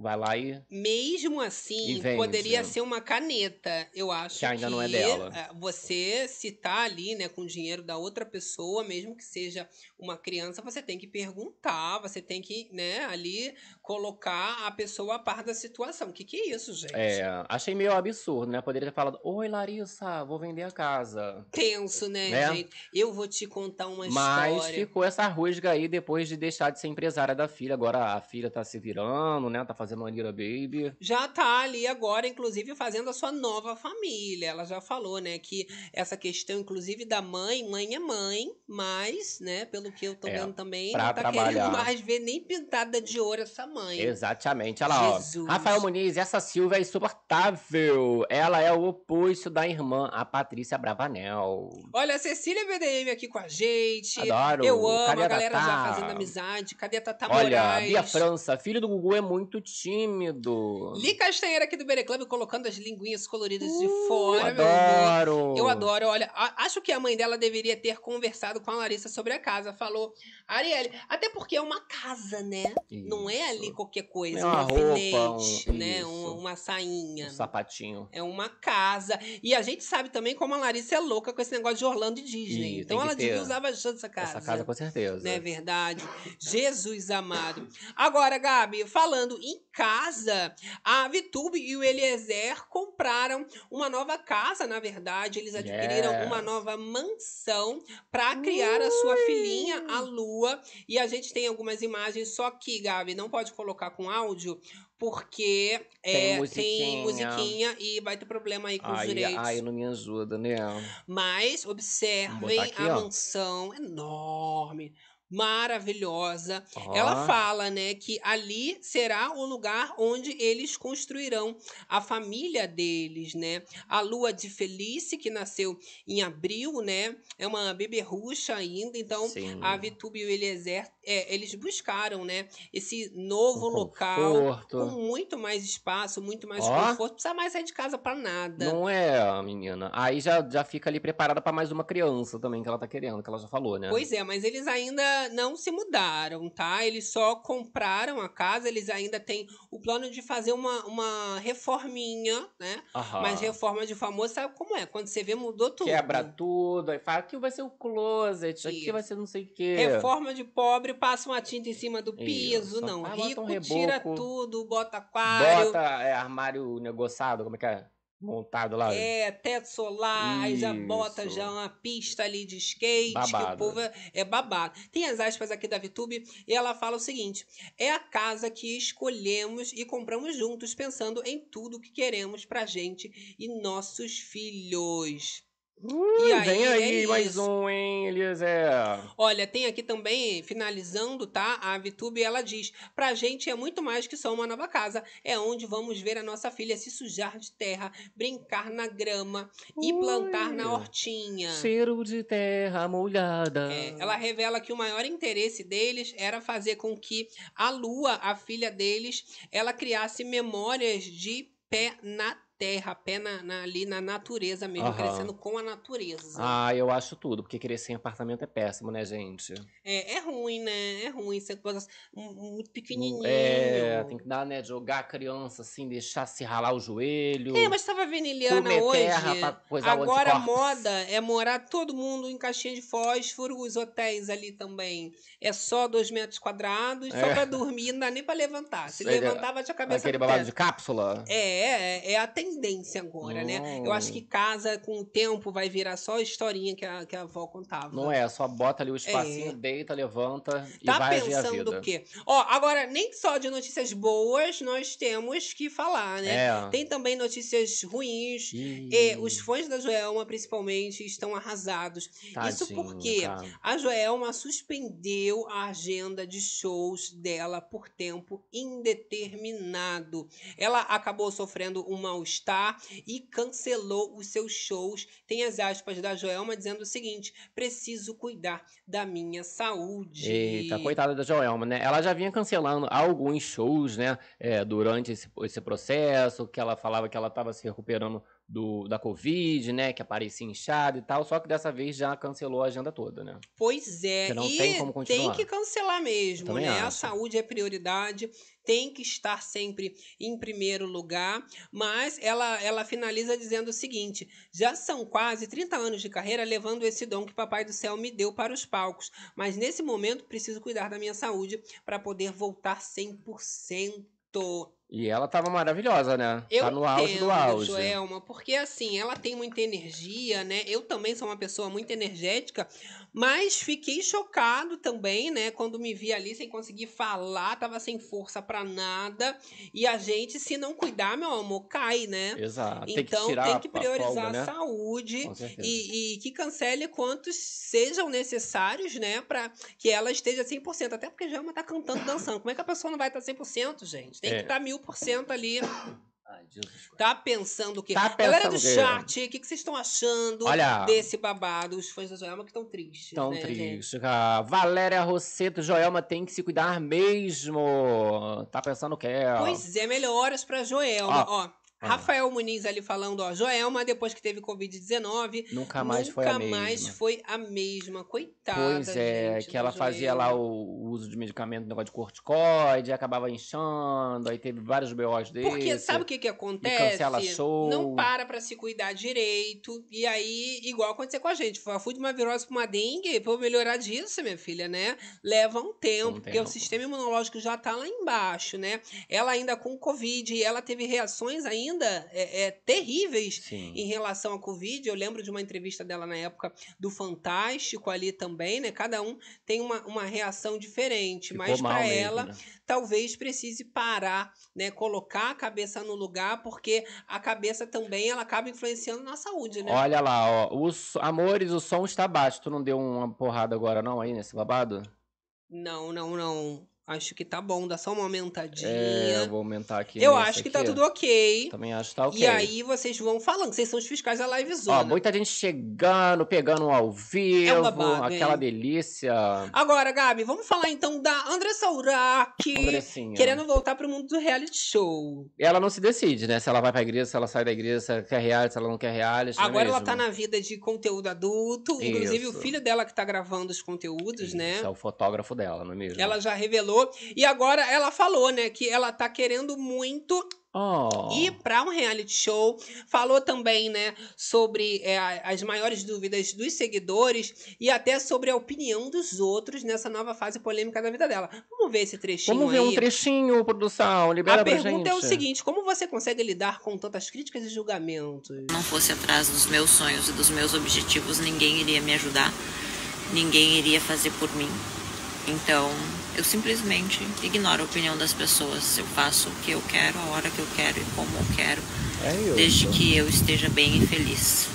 [SPEAKER 2] vai lá e.
[SPEAKER 1] Mesmo
[SPEAKER 2] E
[SPEAKER 1] assim,
[SPEAKER 2] vende.
[SPEAKER 1] poderia ser uma caneta, eu acho.
[SPEAKER 2] Que ainda não é dela.
[SPEAKER 1] eh, Você citar ali, né, com o dinheiro da outra pessoa, mesmo que seja uma criança, você tem que perguntar, você tem que, né, ali colocar a pessoa a par da situação. O que, que é isso, gente?
[SPEAKER 2] É, achei meio absurdo, né? Poderia ter falado: Oi, Larissa, vou vender a casa.
[SPEAKER 1] Tenso, né,
[SPEAKER 2] Né?
[SPEAKER 1] gente? Eu vou te contar uma
[SPEAKER 2] Mas
[SPEAKER 1] história.
[SPEAKER 2] ficou essa rusga aí depois de deixar de ser empresária da filha. Agora a filha tá se virando, né? Tá fazendo uma Lira Baby.
[SPEAKER 1] já tá ali agora, inclusive, fazendo a sua nova família. Ela já falou, né, que essa questão, inclusive, da mãe, mãe é mãe, mas, né, pelo que eu tô
[SPEAKER 2] É,
[SPEAKER 1] vendo também,
[SPEAKER 2] pra
[SPEAKER 1] não tá
[SPEAKER 2] trabalhar.
[SPEAKER 1] querendo mais ver nem pintada de ouro essa mãe.
[SPEAKER 2] Exatamente. Olha lá, ó.
[SPEAKER 1] Jesus.
[SPEAKER 2] Rafael Muniz, essa Silvia é insuportável. Ela é o oposto da irmã, a Patrícia Bravanel.
[SPEAKER 1] Olha, a Cecília BDM aqui com a gente.
[SPEAKER 2] Adoro.
[SPEAKER 1] Eu amo,
[SPEAKER 2] Cadê
[SPEAKER 1] a
[SPEAKER 2] a
[SPEAKER 1] galera já Tá
[SPEAKER 2] Tatá?
[SPEAKER 1] fazendo amizade. Cadê a Tata
[SPEAKER 2] Olha,
[SPEAKER 1] Moraes?
[SPEAKER 2] Bia França, filho do Gugu é muito tímido.
[SPEAKER 1] Li Castanheira aqui do Bere Club colocando as linguinhas coloridas de
[SPEAKER 2] Eu
[SPEAKER 1] fora, meu amor.
[SPEAKER 2] Uh, adoro.
[SPEAKER 1] Eu adoro, olha, a- acho que a mãe dela deveria ter conversado com a Larissa sobre a casa. Falou, Arielle, até porque é uma casa, né? Não é ali qualquer coisa,
[SPEAKER 2] É
[SPEAKER 1] um
[SPEAKER 2] uma
[SPEAKER 1] alfinete,
[SPEAKER 2] roupa, um-
[SPEAKER 1] né?
[SPEAKER 2] isso.
[SPEAKER 1] Um- uma
[SPEAKER 2] Um
[SPEAKER 1] sainha.
[SPEAKER 2] sapatinho.
[SPEAKER 1] É uma casa. E a gente sabe também como a Larissa é louca com esse negócio de Orlando e Disney.
[SPEAKER 2] Ih, tem
[SPEAKER 1] então
[SPEAKER 2] que
[SPEAKER 1] ela
[SPEAKER 2] ter
[SPEAKER 1] devia usar bastante essa casa.
[SPEAKER 2] Essa casa, com certeza.
[SPEAKER 1] Não é verdade? Jesus amado. Agora, Gabi, falando em casa, a Vitube e o Eliezer compraram uma nova casa, na verdade. Eles adquiriram
[SPEAKER 2] Yes.
[SPEAKER 1] uma nova mansão para criar a sua filhinha, a Lua. E a gente tem algumas imagens, só que, Gabi, não pode colocar com áudio, porque
[SPEAKER 2] Tem
[SPEAKER 1] é, tem
[SPEAKER 2] musiquinha.
[SPEAKER 1] musiquinha e vai ter problema aí com os
[SPEAKER 2] Ai,
[SPEAKER 1] direitos.
[SPEAKER 2] ai, não me ajuda, né?
[SPEAKER 1] Mas
[SPEAKER 2] Vou
[SPEAKER 1] observem
[SPEAKER 2] botar aqui,
[SPEAKER 1] a
[SPEAKER 2] ó.
[SPEAKER 1] mansão enorme, maravilhosa.
[SPEAKER 2] Ó.
[SPEAKER 1] Ela fala, né, que ali será o lugar onde eles construirão a família deles, né? A Lua de Felice, que nasceu em abril, né? É uma beberruxa ainda, então
[SPEAKER 2] Sim.
[SPEAKER 1] a Vitube e o Eliezer, é, eles buscaram, né, esse novo
[SPEAKER 2] Um
[SPEAKER 1] local
[SPEAKER 2] conforto.
[SPEAKER 1] com muito mais espaço, muito mais
[SPEAKER 2] Ó.
[SPEAKER 1] conforto, não precisa mais sair de casa pra nada.
[SPEAKER 2] Não é, menina. Aí já, já fica ali preparada pra mais uma criança também que ela tá querendo, que ela já falou, né?
[SPEAKER 1] Pois é, mas eles ainda não se mudaram, tá? Eles só compraram a casa, eles ainda têm o plano de fazer uma, uma reforminha, né?
[SPEAKER 2] Aham.
[SPEAKER 1] Mas reforma de famoso, sabe como é? Quando você vê, mudou tudo.
[SPEAKER 2] Quebra tudo, aí fala, aqui vai ser o closet, aqui
[SPEAKER 1] Isso.
[SPEAKER 2] vai ser não sei o quê.
[SPEAKER 1] Reforma de pobre, passa uma tinta em cima do piso,
[SPEAKER 2] Isso.
[SPEAKER 1] não.
[SPEAKER 2] Ah, bota
[SPEAKER 1] Rico
[SPEAKER 2] um
[SPEAKER 1] tira
[SPEAKER 2] reboco.
[SPEAKER 1] tudo, bota aquário,
[SPEAKER 2] Bota é, armário negociado, como é que é? Montado lá.
[SPEAKER 1] é, teto solar, aí já bota
[SPEAKER 2] Isso.
[SPEAKER 1] já uma pista ali de skate, que o
[SPEAKER 2] Babado.
[SPEAKER 1] povo é, é babado. Tem as aspas aqui da VTube e ela fala o seguinte: é a casa que escolhemos e compramos juntos, pensando em tudo que queremos pra gente e nossos filhos.
[SPEAKER 2] Hum,
[SPEAKER 1] e aí,
[SPEAKER 2] vem aí
[SPEAKER 1] é
[SPEAKER 2] mais
[SPEAKER 1] isso.
[SPEAKER 2] um, hein, Elias? É.
[SPEAKER 1] Olha, tem aqui também, finalizando, tá? A Vitube, ela diz: pra gente é muito mais que só uma nova casa. É onde vamos ver a nossa filha se sujar de terra, brincar na grama e
[SPEAKER 2] Ui.
[SPEAKER 1] plantar na hortinha.
[SPEAKER 2] Cheiro de terra molhada.
[SPEAKER 1] É, ela revela que o maior interesse deles era fazer com que a Lua, a filha deles, ela criasse memórias de pé na terra, pé na- na- ali na natureza mesmo,
[SPEAKER 2] Aham.
[SPEAKER 1] crescendo com a natureza.
[SPEAKER 2] Ah, eu acho tudo, porque crescer em apartamento é péssimo, né, gente?
[SPEAKER 1] É, é ruim, né? É ruim. Você coisa mu- muito pequenininho.
[SPEAKER 2] É, tem que dar, né, jogar a criança assim, deixar se ralar o é joelho.
[SPEAKER 1] É, mas tava vendo Eliana
[SPEAKER 2] comer
[SPEAKER 1] hoje.
[SPEAKER 2] terra pra coisar o
[SPEAKER 1] Agora a
[SPEAKER 2] anticorpos.
[SPEAKER 1] moda é morar todo mundo em caixinha de fósforo, os hotéis ali também. É só dois metros quadrados, só
[SPEAKER 2] É.
[SPEAKER 1] pra dormir, não dá nem pra levantar. Se
[SPEAKER 2] Sei que-
[SPEAKER 1] levantar, bate a cabeça no
[SPEAKER 2] Aquele babado
[SPEAKER 1] teto.
[SPEAKER 2] de cápsula.
[SPEAKER 1] É, é, é a tendência agora, né? Eu
[SPEAKER 2] Hum.
[SPEAKER 1] acho que casa com o tempo vai virar só a historinha que a, que a avó contava.
[SPEAKER 2] Não é, só bota ali o espacinho,
[SPEAKER 1] É.
[SPEAKER 2] deita, levanta e
[SPEAKER 1] Tá
[SPEAKER 2] vai agir a
[SPEAKER 1] pensando
[SPEAKER 2] vida.
[SPEAKER 1] o quê? Ó, agora, nem só de notícias boas nós temos que falar, né?
[SPEAKER 2] É.
[SPEAKER 1] Tem também notícias ruins.
[SPEAKER 2] Ih,
[SPEAKER 1] E os fãs da Joelma, principalmente, estão arrasados. isso
[SPEAKER 2] tadinho,
[SPEAKER 1] porque
[SPEAKER 2] tá.
[SPEAKER 1] A Joelma suspendeu a agenda de shows dela por tempo indeterminado. Ela acabou sofrendo um mal-estar e cancelou os seus shows. Tem as aspas da Joelma dizendo o seguinte: preciso cuidar da minha saúde.
[SPEAKER 2] Eita, coitada da Joelma, né? Ela já vinha cancelando alguns shows, né? é, durante esse, esse processo, que ela falava que ela estava se recuperando do, da Covid, né? Que aparecia inchada e tal. Só que dessa vez já cancelou a agenda toda, né?
[SPEAKER 1] Pois é,
[SPEAKER 2] Que não
[SPEAKER 1] e
[SPEAKER 2] tem como continuar.
[SPEAKER 1] que cancelar mesmo,
[SPEAKER 2] Também
[SPEAKER 1] né? A
[SPEAKER 2] acho.
[SPEAKER 1] saúde é prioridade, tem que estar sempre em primeiro lugar, mas ela, ela finaliza dizendo o seguinte: já são quase 30 anos de carreira levando esse dom que Papai do Céu me deu para os palcos, mas nesse momento preciso cuidar da minha saúde para poder voltar 100%.
[SPEAKER 2] E ela tava maravilhosa, né?
[SPEAKER 1] Eu
[SPEAKER 2] tá no auge do
[SPEAKER 1] entendo,
[SPEAKER 2] auge.
[SPEAKER 1] Joelma, porque assim, ela tem muita energia, né? Eu também sou uma pessoa muito energética, mas fiquei chocado também, né? Quando me vi ali sem conseguir falar, tava sem força pra nada. E a gente, se não cuidar, meu amor, cai, né?
[SPEAKER 2] Exato. Ah, tem que
[SPEAKER 1] então
[SPEAKER 2] tirar
[SPEAKER 1] tem que
[SPEAKER 2] a- a
[SPEAKER 1] priorizar
[SPEAKER 2] folga,
[SPEAKER 1] a
[SPEAKER 2] né?
[SPEAKER 1] saúde
[SPEAKER 2] Com certeza.
[SPEAKER 1] e, e que cancele quantos sejam necessários, né? Pra que ela esteja 100%. Até porque a tá Joelma tá cantando, dançando. Como é que a pessoa não vai estar 100%, gente? Tem que
[SPEAKER 2] É.
[SPEAKER 1] estar 1000% ali.
[SPEAKER 2] Ai, Jesus Christ.
[SPEAKER 1] Tá pensando o quê?
[SPEAKER 2] Tá
[SPEAKER 1] Galera
[SPEAKER 2] pensando
[SPEAKER 1] do
[SPEAKER 2] o quê?
[SPEAKER 1] chat, o que, que vocês estão achando
[SPEAKER 2] Olha.
[SPEAKER 1] desse babado? Os fãs da Joelma que estão tristes.
[SPEAKER 2] Tão
[SPEAKER 1] né, gente?
[SPEAKER 2] triste, cara. Valéria Rosseto, Joelma tem que se cuidar mesmo. Tá pensando o que é?
[SPEAKER 1] Pois é, melhoras pra Joelma. Ó,
[SPEAKER 2] Ah.
[SPEAKER 1] Rafael Muniz ali falando, ó, Joelma, depois que teve Covid-19,
[SPEAKER 2] Nunca mais foi a
[SPEAKER 1] nunca
[SPEAKER 2] mesma.
[SPEAKER 1] mais foi a mesma. Coitada.
[SPEAKER 2] Pois é,
[SPEAKER 1] gente,
[SPEAKER 2] que
[SPEAKER 1] da
[SPEAKER 2] ela fazia lá
[SPEAKER 1] Joelma.
[SPEAKER 2] o, o uso de medicamento, negócio de corticoide, acabava inchando, aí teve vários BOs dele.
[SPEAKER 1] Porque sabe o que, que acontece?
[SPEAKER 2] cancela show.
[SPEAKER 1] Não para pra se cuidar direito. E aí, igual aconteceu com a gente. Foi- Eu fui de uma virose pra uma dengue. Pra eu melhorar disso, minha filha, né? Leva um tempo,
[SPEAKER 2] Um
[SPEAKER 1] porque o
[SPEAKER 2] tempo.
[SPEAKER 1] sistema imunológico já tá lá embaixo, né? Ela ainda com Covid, e ela teve reações ainda é, é, terríveis
[SPEAKER 2] Sim.
[SPEAKER 1] em relação à Covid. Eu lembro de uma entrevista dela na época do Fantástico ali também, né? Cada um tem uma, uma reação diferente.
[SPEAKER 2] Ficou
[SPEAKER 1] mas
[SPEAKER 2] mal
[SPEAKER 1] pra
[SPEAKER 2] mesmo,
[SPEAKER 1] ela,
[SPEAKER 2] né?
[SPEAKER 1] talvez precise parar, né? Colocar a cabeça no lugar, porque a cabeça também ela acaba influenciando na saúde, né?
[SPEAKER 2] Olha lá, ó. Os amores, o som está baixo. Tu não deu uma porrada agora, não, aí, nesse babado?
[SPEAKER 1] Não, não, não. Acho que tá bom, dá só uma aumentadinha.
[SPEAKER 2] É, eu vou aumentar aqui.
[SPEAKER 1] eu
[SPEAKER 2] nesse
[SPEAKER 1] acho que tá
[SPEAKER 2] aqui.
[SPEAKER 1] tudo ok.
[SPEAKER 2] Também acho que tá ok.
[SPEAKER 1] E aí vocês vão falando, vocês são os fiscais da live
[SPEAKER 2] Ó,
[SPEAKER 1] zona. É um
[SPEAKER 2] muita gente chegando, pegando um ao vivo,
[SPEAKER 1] babado,
[SPEAKER 2] aquela
[SPEAKER 1] hein?
[SPEAKER 2] delícia.
[SPEAKER 1] Agora, Gabi, vamos falar então da Andressa Urach,
[SPEAKER 2] Andressinha.
[SPEAKER 1] querendo voltar pro mundo do reality show.
[SPEAKER 2] Ela não se decide, né? Se ela vai pra igreja, se ela sai da igreja, se ela quer reality, se ela não quer reality. não é
[SPEAKER 1] Agora ela
[SPEAKER 2] mesmo?
[SPEAKER 1] tá na vida de conteúdo adulto, inclusive o
[SPEAKER 2] Isso.
[SPEAKER 1] filho dela que tá gravando os conteúdos,
[SPEAKER 2] Isso,
[SPEAKER 1] né?
[SPEAKER 2] É o fotógrafo dela, não é mesmo?
[SPEAKER 1] Ela já revelou. E agora ela falou, né, que ela tá querendo muito
[SPEAKER 2] Oh.
[SPEAKER 1] ir pra um reality show. Falou também, né, sobre é, a- as maiores dúvidas dos seguidores e até sobre a opinião dos outros nessa nova fase polêmica da vida dela. Vamos ver esse trechinho
[SPEAKER 2] Vamos ver
[SPEAKER 1] aí.
[SPEAKER 2] um trechinho, produção. Libera
[SPEAKER 1] a
[SPEAKER 2] pra
[SPEAKER 1] pergunta é o
[SPEAKER 2] gente.
[SPEAKER 1] seguinte: como você consegue lidar com tantas críticas e julgamentos?
[SPEAKER 8] não fosse atrás dos meus sonhos e dos meus objetivos, ninguém iria me ajudar, ninguém iria fazer por mim. Então, eu simplesmente ignoro a opinião das pessoas. Eu faço o que eu quero, a hora que eu quero e como eu quero,
[SPEAKER 2] É isso.
[SPEAKER 8] desde que eu esteja bem e feliz.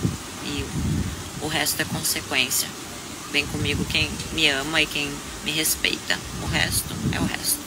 [SPEAKER 8] E o resto é consequência. Vem comigo quem me ama e quem me respeita. O resto é o resto.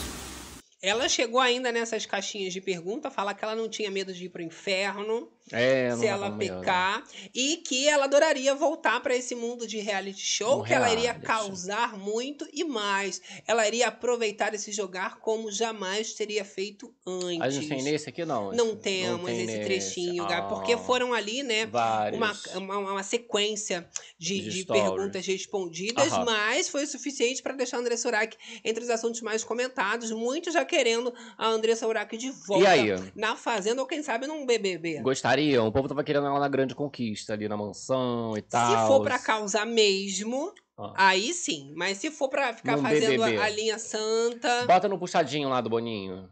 [SPEAKER 1] Ela chegou ainda nessas caixinhas de pergunta, falar que ela não tinha medo de ir pro inferno.
[SPEAKER 2] É, não
[SPEAKER 1] se
[SPEAKER 2] dá
[SPEAKER 1] ela
[SPEAKER 2] pra melhorar.
[SPEAKER 1] pecar e que ela adoraria voltar pra esse mundo de reality show,
[SPEAKER 2] Um
[SPEAKER 1] que ela iria
[SPEAKER 2] reality.
[SPEAKER 1] causar muito e mais. Ela iria aproveitar esse jogar como jamais teria feito antes.
[SPEAKER 2] A gente tem nesse aqui, não?
[SPEAKER 1] Não temos
[SPEAKER 2] tem
[SPEAKER 1] esse
[SPEAKER 2] nesse.
[SPEAKER 1] trechinho, Gabi, porque
[SPEAKER 2] Ah,
[SPEAKER 1] foram ali, né?
[SPEAKER 2] Vários.
[SPEAKER 1] Uma, uma, uma sequência de,
[SPEAKER 2] De
[SPEAKER 1] de
[SPEAKER 2] stories.
[SPEAKER 1] perguntas respondidas,
[SPEAKER 2] Aham.
[SPEAKER 1] mas foi o suficiente para deixar a Andressa Urach entre os assuntos mais comentados. Muitos já querendo a Andressa Urach de volta
[SPEAKER 2] E aí?
[SPEAKER 1] na Fazenda, ou quem sabe num BBB.
[SPEAKER 2] Gostariam? O povo tava querendo ela na grande conquista, ali na mansão e tal.
[SPEAKER 1] Se for pra causar mesmo,
[SPEAKER 2] Ah.
[SPEAKER 1] aí sim. Mas se for pra ficar
[SPEAKER 2] Num
[SPEAKER 1] fazendo a,
[SPEAKER 2] BBB.
[SPEAKER 1] a linha santa.
[SPEAKER 2] Bota no puxadinho lá do Boninho.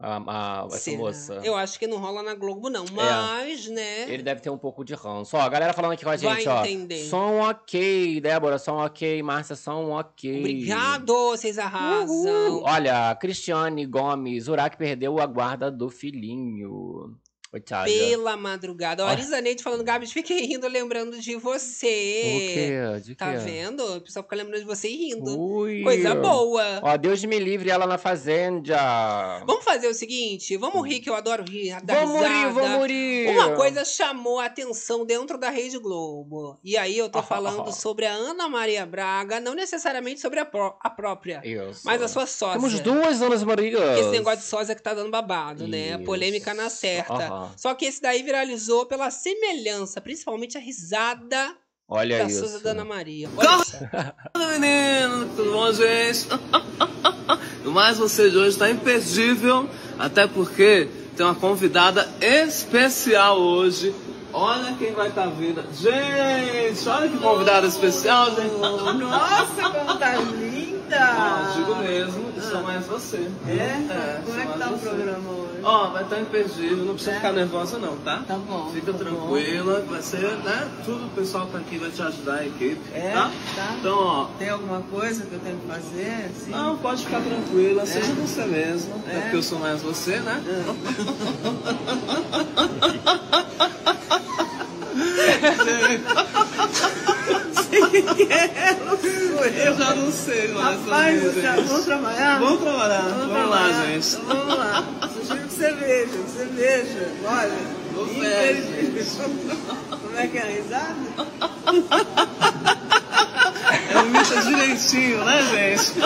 [SPEAKER 2] A, a- essa
[SPEAKER 1] será?
[SPEAKER 2] moça. É.
[SPEAKER 1] Eu acho que não rola na Globo, não. Mas, né?
[SPEAKER 2] Ele deve ter um pouco de ranço. Ó, a galera falando aqui com a
[SPEAKER 1] Vai
[SPEAKER 2] gente, ó.
[SPEAKER 1] entender.
[SPEAKER 2] Som ok, Débora, som ok, Márcia, som ok.
[SPEAKER 1] Obrigado, vocês arrasam.
[SPEAKER 2] Uhul. Olha, Cristiane Gomes, Urac perdeu a guarda do filhinho. Oi, Tchada.
[SPEAKER 1] Pela madrugada. Ó, a
[SPEAKER 2] Ah.
[SPEAKER 1] Arisa Neide falando, Gabs, fiquei rindo lembrando de você.
[SPEAKER 2] O quê? é? De quê?
[SPEAKER 1] Tá vendo? O pessoal fica lembrando de você e rindo.
[SPEAKER 2] Ui.
[SPEAKER 1] Coisa boa.
[SPEAKER 2] Ó, Deus me livre ela na fazenda.
[SPEAKER 1] Vamos fazer o seguinte? Vamos rir, que eu adoro rir. dar
[SPEAKER 2] Hum. Vamos rir,
[SPEAKER 1] risada.
[SPEAKER 2] vamos rir.
[SPEAKER 1] Uma coisa chamou a atenção dentro da Rede Globo. E aí eu
[SPEAKER 2] Ah,
[SPEAKER 1] tô falando sobre a Ana Maria Braga, não necessariamente sobre a, pró- a própria,
[SPEAKER 2] Isso.
[SPEAKER 1] mas a sua sócia.
[SPEAKER 2] Temos duas Anas Maria.
[SPEAKER 1] Esse negócio de sósia que tá dando babado, né?
[SPEAKER 2] Isso.
[SPEAKER 1] Polêmica na certa.
[SPEAKER 2] Aham.
[SPEAKER 1] Só que esse daí viralizou pela semelhança, principalmente a risada
[SPEAKER 2] Olha
[SPEAKER 1] da
[SPEAKER 2] isso.
[SPEAKER 1] Souza da Ana Maria. Olha isso.
[SPEAKER 9] Fala menino, tudo bom, gente? Mas você de hoje tá imperdível, até porque tem uma convidada especial hoje. Olha quem vai estar vindo. Gente, olha que convidada especial, gente.
[SPEAKER 10] Nossa, como tá
[SPEAKER 9] Ó, digo
[SPEAKER 10] linda!
[SPEAKER 9] mesmo, isso é mais você.
[SPEAKER 10] É? Como é
[SPEAKER 9] isso
[SPEAKER 10] que tá o
[SPEAKER 9] mais você.
[SPEAKER 10] programa hoje? É?
[SPEAKER 9] Ó, vai estar imperdível, não precisa ficar nervosa não, tá?
[SPEAKER 10] Tá bom,
[SPEAKER 9] Fica
[SPEAKER 10] tá
[SPEAKER 9] tranquila, vai ser, né? Tudo o pessoal que tá aqui vai te ajudar, a equipe,
[SPEAKER 10] É?
[SPEAKER 9] tá?
[SPEAKER 10] Tá.
[SPEAKER 9] Então, ó,
[SPEAKER 10] Tem alguma coisa que eu tenho que fazer? assim?
[SPEAKER 9] Não, pode ficar tranquila, seja você mesmo. É
[SPEAKER 10] É.
[SPEAKER 9] porque eu sou mais você, né? eu já não sei mais.
[SPEAKER 10] Rapaz,
[SPEAKER 9] também,
[SPEAKER 10] você- é
[SPEAKER 9] gente.
[SPEAKER 10] vamos trabalhar?
[SPEAKER 9] Vamos trabalhar. Vamos, lá,
[SPEAKER 10] trabalhar.
[SPEAKER 9] gente.
[SPEAKER 10] Vamos lá. Sugiro que cerveja, cerveja. Olha, infelizmente. Como é que é a risada?
[SPEAKER 9] É um mista direitinho, né, gente?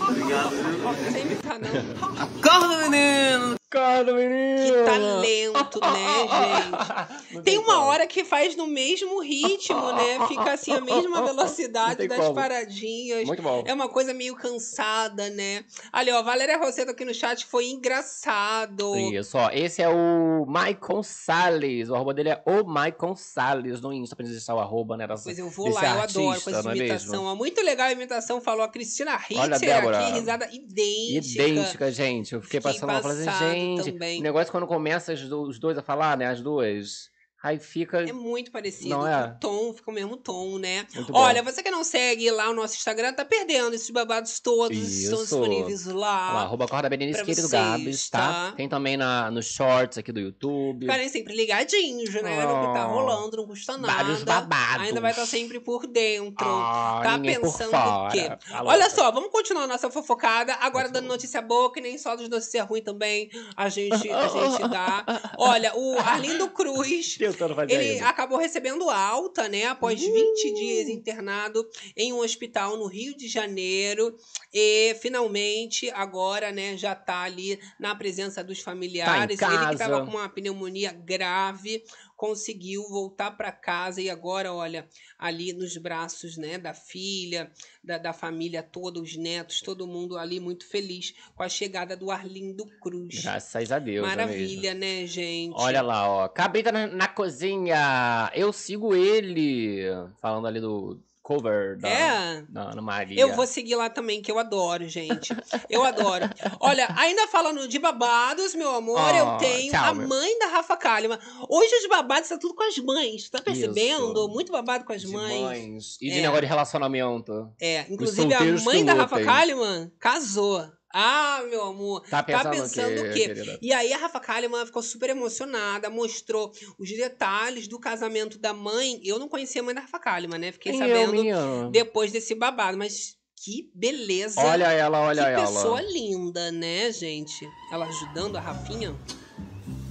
[SPEAKER 9] Obrigado.
[SPEAKER 1] tá
[SPEAKER 9] Acorda, menino!
[SPEAKER 2] Cara, menino!
[SPEAKER 1] Que talento, né, gente? Tem uma hora que faz no mesmo ritmo, né? Fica assim, a mesma
[SPEAKER 2] Não
[SPEAKER 1] velocidade
[SPEAKER 2] tem
[SPEAKER 1] das
[SPEAKER 2] como.
[SPEAKER 1] paradinhas.
[SPEAKER 2] Muito bom.
[SPEAKER 1] É uma coisa meio cansada, né? Ali, ó, Valéria Rosseto aqui no chat foi engraçado.
[SPEAKER 2] Isso, ó. Esse é o Maicon Salles. O arroba dele é o Maicon Salles no Insta, pra gente deixar o arroba, né? dessa-
[SPEAKER 1] Pois eu vou
[SPEAKER 2] desse
[SPEAKER 1] lá, eu
[SPEAKER 2] artista,
[SPEAKER 1] adoro com essa
[SPEAKER 2] não é mesmo?
[SPEAKER 1] imitação. ó. Muito legal a imitação, falou a Cristina
[SPEAKER 2] Olha,
[SPEAKER 1] Ritter
[SPEAKER 2] Débora.
[SPEAKER 1] aqui, risada idêntica.
[SPEAKER 2] Idêntica, gente. Eu fiquei
[SPEAKER 1] Fiquei
[SPEAKER 2] passando lá falando
[SPEAKER 1] passado
[SPEAKER 2] assim, gente.
[SPEAKER 1] também.
[SPEAKER 2] O negócio é quando começa as do- os dois a falar, né? As duas. Aí fica.
[SPEAKER 1] É muito parecido.
[SPEAKER 2] Não é?
[SPEAKER 1] O tom fica o mesmo tom, né?
[SPEAKER 2] Muito bom.
[SPEAKER 1] Olha, você que não segue lá o nosso Instagram, tá perdendo esses babados todos. Estão
[SPEAKER 2] Isso.
[SPEAKER 1] disponíveis
[SPEAKER 2] Olha lá,
[SPEAKER 1] lá.
[SPEAKER 2] arroba Corda Berenice,
[SPEAKER 1] pra
[SPEAKER 2] querido
[SPEAKER 1] vocês,
[SPEAKER 2] Gabs, tá?
[SPEAKER 1] tá?
[SPEAKER 2] Tem também na, nos shorts aqui do YouTube.
[SPEAKER 1] Ficarem sempre ligadinhos, né? No que tá
[SPEAKER 2] Oh.
[SPEAKER 1] rolando, não custa
[SPEAKER 2] Vários
[SPEAKER 1] nada.
[SPEAKER 2] babados.
[SPEAKER 1] Ainda vai estar sempre por dentro.
[SPEAKER 2] Ah,
[SPEAKER 1] tá
[SPEAKER 2] ninguém
[SPEAKER 1] pensando
[SPEAKER 2] por fora.
[SPEAKER 1] que-
[SPEAKER 2] Tá louca.
[SPEAKER 1] Olha só, vamos continuar nossa fofocada, agora dando notícia boa, que nem só dos notícias ruins também a gente, a gente dá. Olha, o Arlindo Cruz,
[SPEAKER 2] Tentando fazer
[SPEAKER 1] ele
[SPEAKER 2] isso.
[SPEAKER 1] acabou recebendo alta, né, após
[SPEAKER 2] Uhum.
[SPEAKER 1] 20 dias internado em um hospital no Rio de Janeiro e finalmente agora, né, já tá ali na presença dos familiares. Ele que
[SPEAKER 2] Tá casa.
[SPEAKER 1] tava com uma pneumonia grave conseguiu voltar para casa e agora, olha, ali nos braços, né, da filha, da, da família toda, os netos, todo mundo ali muito feliz com a chegada do Arlindo Cruz.
[SPEAKER 2] Graças a Deus. é mesmo.
[SPEAKER 1] Maravilha, né, gente?
[SPEAKER 2] Olha lá, ó. Cabrita na, na cozinha. Eu sigo ele. Falando ali do cover da,
[SPEAKER 1] É.
[SPEAKER 2] da Ana Maria.
[SPEAKER 1] Eu vou seguir lá também, que eu adoro, gente. Eu adoro. Olha, ainda falando de babados, meu amor,
[SPEAKER 2] Ah,
[SPEAKER 1] eu tenho
[SPEAKER 2] tchau,
[SPEAKER 1] a
[SPEAKER 2] meu.
[SPEAKER 1] mãe da Rafa Kalimann. Hoje os babados tá tudo com as mães, tá percebendo?
[SPEAKER 2] Isso.
[SPEAKER 1] Muito babado com as
[SPEAKER 2] de
[SPEAKER 1] mães.
[SPEAKER 2] mães. E de
[SPEAKER 1] É.
[SPEAKER 2] negócio de relacionamento.
[SPEAKER 1] É, inclusive a
[SPEAKER 2] solteiros
[SPEAKER 1] mãe
[SPEAKER 2] que
[SPEAKER 1] da Rafa
[SPEAKER 2] lutem.
[SPEAKER 1] Kalimann casou. Ah, meu amor.
[SPEAKER 2] Tá pensando,
[SPEAKER 1] Tá pensando
[SPEAKER 2] o
[SPEAKER 1] o
[SPEAKER 2] quê?
[SPEAKER 1] quê?
[SPEAKER 2] querida?
[SPEAKER 1] E aí a Rafa Kalimann ficou super emocionada, mostrou os detalhes do casamento da mãe. Eu não conhecia a mãe da Rafa Kalimann, né? Fiquei
[SPEAKER 2] Quem é o
[SPEAKER 1] sabendo
[SPEAKER 2] menino?
[SPEAKER 1] depois desse babado, mas que beleza.
[SPEAKER 2] Olha ela, olha
[SPEAKER 1] que
[SPEAKER 2] ela.
[SPEAKER 1] pessoa linda, né, gente? Ela ajudando a Rafinha.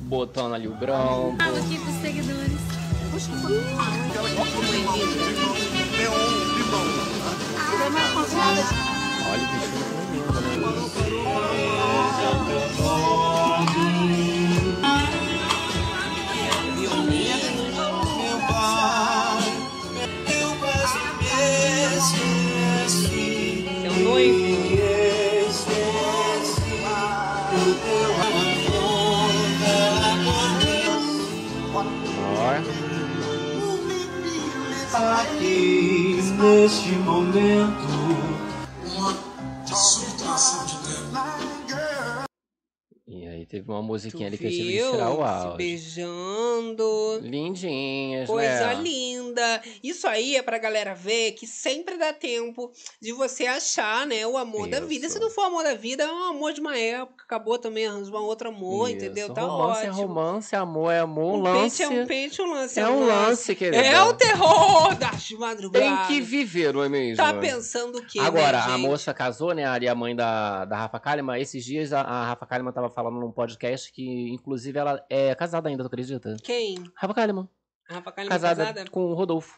[SPEAKER 2] Botando ali o branco.
[SPEAKER 1] Ah,
[SPEAKER 6] Fala aqui pros seguidores.
[SPEAKER 2] Olha o bichinho que lindo, né?
[SPEAKER 1] Seu noivo.
[SPEAKER 2] Ó.
[SPEAKER 3] Aqui, neste momento.
[SPEAKER 2] E aí teve uma musiquinha ali
[SPEAKER 1] Tu
[SPEAKER 2] é que eu tive que tirar
[SPEAKER 1] viu?
[SPEAKER 2] o
[SPEAKER 1] Se
[SPEAKER 2] áudio.
[SPEAKER 1] beijando.
[SPEAKER 2] Lindinhas,
[SPEAKER 1] Coisa
[SPEAKER 2] né?
[SPEAKER 1] linda. Isso aí é pra galera ver que sempre dá tempo de você achar, né, o amor da
[SPEAKER 2] Isso.
[SPEAKER 1] vida. Se não for amor da vida, é um amor de uma época, acabou também, arranja um outro amor,
[SPEAKER 2] Isso.
[SPEAKER 1] entendeu? Tá
[SPEAKER 2] romance
[SPEAKER 1] ótimo.
[SPEAKER 2] é romance, amor é amor,
[SPEAKER 1] um
[SPEAKER 2] lance.
[SPEAKER 1] pente é um pente, um lance
[SPEAKER 2] é um lance, querida.
[SPEAKER 1] É o terror das
[SPEAKER 2] Tem
[SPEAKER 1] madrugadas.
[SPEAKER 2] que viver, não é mesmo?
[SPEAKER 1] Tá pensando o quê,
[SPEAKER 2] Agora,
[SPEAKER 1] né,
[SPEAKER 2] a
[SPEAKER 1] gente?
[SPEAKER 2] moça casou, né? Ali a mãe da, da Rafa Kalimann. Esses dias a, a Rafa Kalimann tava falando num podcast que, inclusive, ela é casada ainda, tu acredita?
[SPEAKER 1] Quem?
[SPEAKER 2] Rafa Kalimann.
[SPEAKER 1] A Rafa Kalimann
[SPEAKER 2] Casada,
[SPEAKER 1] é casada?
[SPEAKER 2] com o Rodolfo.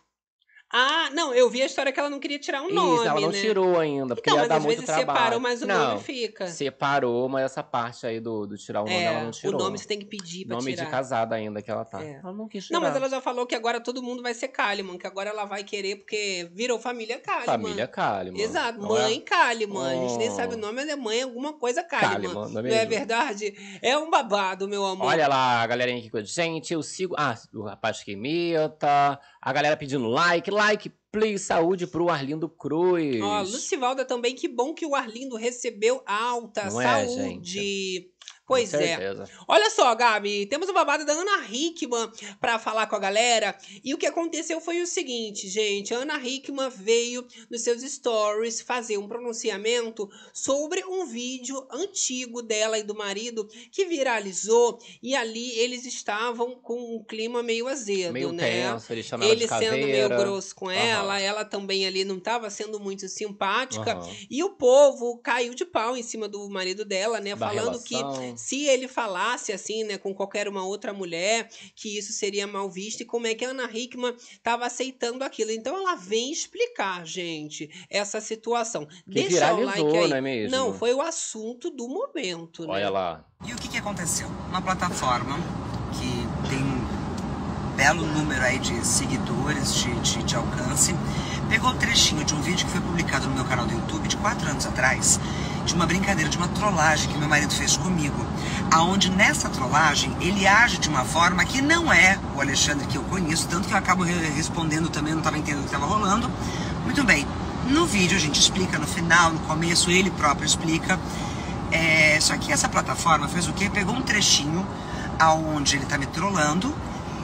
[SPEAKER 1] Ah, não, eu vi a história que ela não queria tirar o
[SPEAKER 2] Isso,
[SPEAKER 1] nome,
[SPEAKER 2] ela não
[SPEAKER 1] né?
[SPEAKER 2] tirou ainda, porque
[SPEAKER 1] então,
[SPEAKER 2] ia
[SPEAKER 1] mas
[SPEAKER 2] dar
[SPEAKER 1] às
[SPEAKER 2] muito
[SPEAKER 1] vezes
[SPEAKER 2] trabalho.
[SPEAKER 1] separou, mas o
[SPEAKER 2] não,
[SPEAKER 1] nome fica. É,
[SPEAKER 2] Separou, mas essa parte aí do, do tirar o nome ela não tirou.
[SPEAKER 1] o nome você tem que pedir pra
[SPEAKER 2] Nome
[SPEAKER 1] tirar.
[SPEAKER 2] de casada ainda que ela tá.
[SPEAKER 1] É.
[SPEAKER 2] Ela não quis tirar.
[SPEAKER 1] Não, mas ela já falou que agora todo mundo vai ser Kalimann, que agora ela vai querer, porque virou família Kalimann.
[SPEAKER 2] Família Kalimann.
[SPEAKER 1] Exato,
[SPEAKER 2] não é?
[SPEAKER 1] mãe Kalimann. A gente nem
[SPEAKER 2] Oh.
[SPEAKER 1] sabe o nome, mas é mãe alguma coisa Kalimann.
[SPEAKER 2] Kalimann, não é
[SPEAKER 1] não, é
[SPEAKER 2] mesmo?
[SPEAKER 1] verdade? É um babado, meu amor.
[SPEAKER 2] Olha lá, a galerinha aqui com a gente. Eu sigo. Ah, o rapaz que imita. A galera pedindo like, like, please. Saúde pro Arlindo Cruz.
[SPEAKER 1] Ó, Lucivalda também, que bom que o Arlindo recebeu alta,
[SPEAKER 2] Não é,
[SPEAKER 1] saúde. Pois é.
[SPEAKER 2] certeza.
[SPEAKER 1] Olha só, Gabi, temos o babado da Ana Hickman pra falar com a galera. E o que aconteceu foi o seguinte, gente. A Ana Hickman veio nos seus stories fazer um pronunciamento sobre um vídeo antigo dela e do marido que viralizou. E ali eles estavam com um clima meio azedo,
[SPEAKER 2] Meio
[SPEAKER 1] né?
[SPEAKER 2] tenso, ele chama ela
[SPEAKER 1] Ele
[SPEAKER 2] de caveira.
[SPEAKER 1] sendo meio grosso com
[SPEAKER 2] Aham.
[SPEAKER 1] ela, ela também ali não estava sendo muito simpática.
[SPEAKER 2] Aham.
[SPEAKER 1] E o povo caiu de pau em cima do marido dela, né?
[SPEAKER 2] Da
[SPEAKER 1] falando
[SPEAKER 2] relação.
[SPEAKER 1] que se ele falasse assim, né, com qualquer uma outra mulher, que isso seria mal visto e como é que a Ana Hickman estava aceitando aquilo. Então ela vem explicar, gente, essa situação.
[SPEAKER 2] Que
[SPEAKER 1] Deixa o
[SPEAKER 2] viralizou,
[SPEAKER 1] like aí.
[SPEAKER 2] não é mesmo?
[SPEAKER 1] Não, foi o assunto do momento, né?
[SPEAKER 2] Olha lá.
[SPEAKER 11] E o que, que aconteceu? Uma plataforma que tem um belo número aí de seguidores, de, de, de alcance, pegou o trechinho de um vídeo que foi publicado no meu canal do YouTube de quatro anos atrás, de uma brincadeira, de uma trollagem que meu marido fez comigo, aonde nessa trollagem ele age de uma forma que não é o Alexandre que eu conheço, tanto que eu acabo re- respondendo também, eu não estava entendendo o que estava rolando. Muito bem, no vídeo a gente explica no final, no começo, ele próprio explica é, só que essa plataforma fez o quê? Pegou um trechinho aonde ele tá me trollando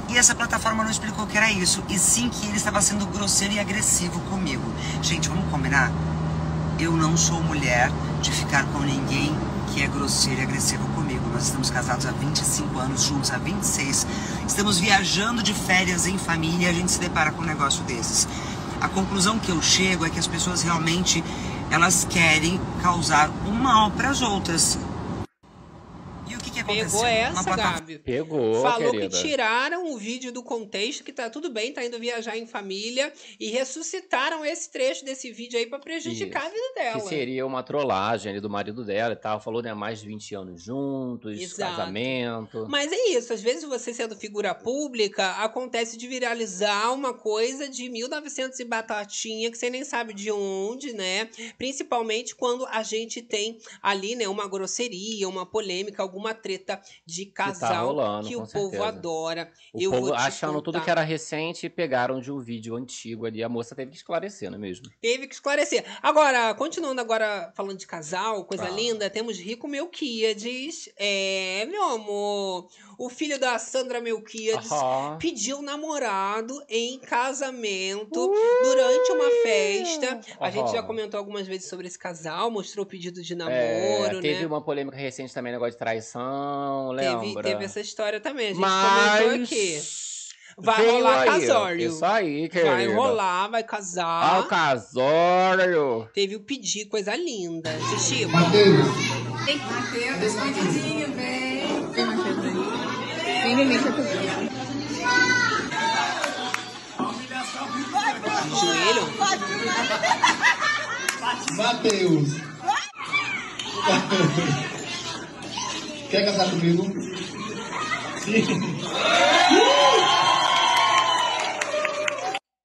[SPEAKER 11] e essa plataforma não explicou que era isso, e sim que ele estava sendo grosseiro e agressivo comigo. Gente, vamos combinar? Eu não sou mulher de ficar com ninguém que é grosseiro e agressivo comigo. Nós estamos casados há 25 anos, juntos há 26. Estamos viajando de férias em família e a gente se depara com um negócio desses. A conclusão que eu chego é que as pessoas realmente elas querem causar um mal para as outras. E o que, que aconteceu?
[SPEAKER 1] Pegou essa,
[SPEAKER 11] Uma plataforma-
[SPEAKER 1] Gabi.
[SPEAKER 2] Pegou,
[SPEAKER 1] Falou
[SPEAKER 2] querida.
[SPEAKER 1] que tiraram o vídeo do contexto, que tá tudo bem, tá indo viajar em família, e ressuscitaram esse trecho desse vídeo aí pra prejudicar a vida dela.
[SPEAKER 2] Que seria uma trollagem ali do marido dela e tal. Falou, né, mais de 20 anos juntos,
[SPEAKER 1] Exato.
[SPEAKER 2] casamento.
[SPEAKER 1] Mas é isso, às vezes você sendo figura pública, acontece de viralizar uma coisa de 1900 e batatinha, que você nem sabe de onde, né? Principalmente quando a gente tem ali, né, uma grosseria, uma polêmica, alguma treta de casal
[SPEAKER 2] tá rolando,
[SPEAKER 1] que
[SPEAKER 2] com
[SPEAKER 1] o povo
[SPEAKER 2] certeza.
[SPEAKER 1] adora.
[SPEAKER 2] O
[SPEAKER 1] Eu
[SPEAKER 2] povo
[SPEAKER 1] vou te
[SPEAKER 2] achando tudo
[SPEAKER 1] contar.
[SPEAKER 2] que era recente e pegaram de um vídeo antigo ali. A moça teve que esclarecer, não é mesmo?
[SPEAKER 1] Teve que esclarecer. Agora, continuando agora falando de casal, coisa
[SPEAKER 2] Ah.
[SPEAKER 1] linda, temos Rico Melquiades. É, meu amor, o filho da Sandra Melquiades
[SPEAKER 2] Aham.
[SPEAKER 1] pediu namorado em casamento durante uma festa. A gente já
[SPEAKER 2] Aham.
[SPEAKER 1] comentou algumas vezes sobre esse casal, mostrou o pedido de namoro,
[SPEAKER 2] É, teve
[SPEAKER 1] né?
[SPEAKER 2] uma polêmica recente também, negócio de traição,
[SPEAKER 1] Teve,
[SPEAKER 2] lembra?
[SPEAKER 1] teve essa história também, a gente
[SPEAKER 2] Mas
[SPEAKER 1] comentou aqui. Vai
[SPEAKER 2] Veio
[SPEAKER 1] rolar
[SPEAKER 2] aí,
[SPEAKER 1] casório.
[SPEAKER 2] Isso aí, querida. Ah,
[SPEAKER 1] Vai rolar, vai casar.
[SPEAKER 2] Ao casório.
[SPEAKER 1] Teve o pedir, coisa linda. Xixi.
[SPEAKER 6] Tem Matheus, bandidinho, vem. Tem Matheus aí. Tem neném que eu tô vendo.
[SPEAKER 12] Mateus. Quer casar comigo?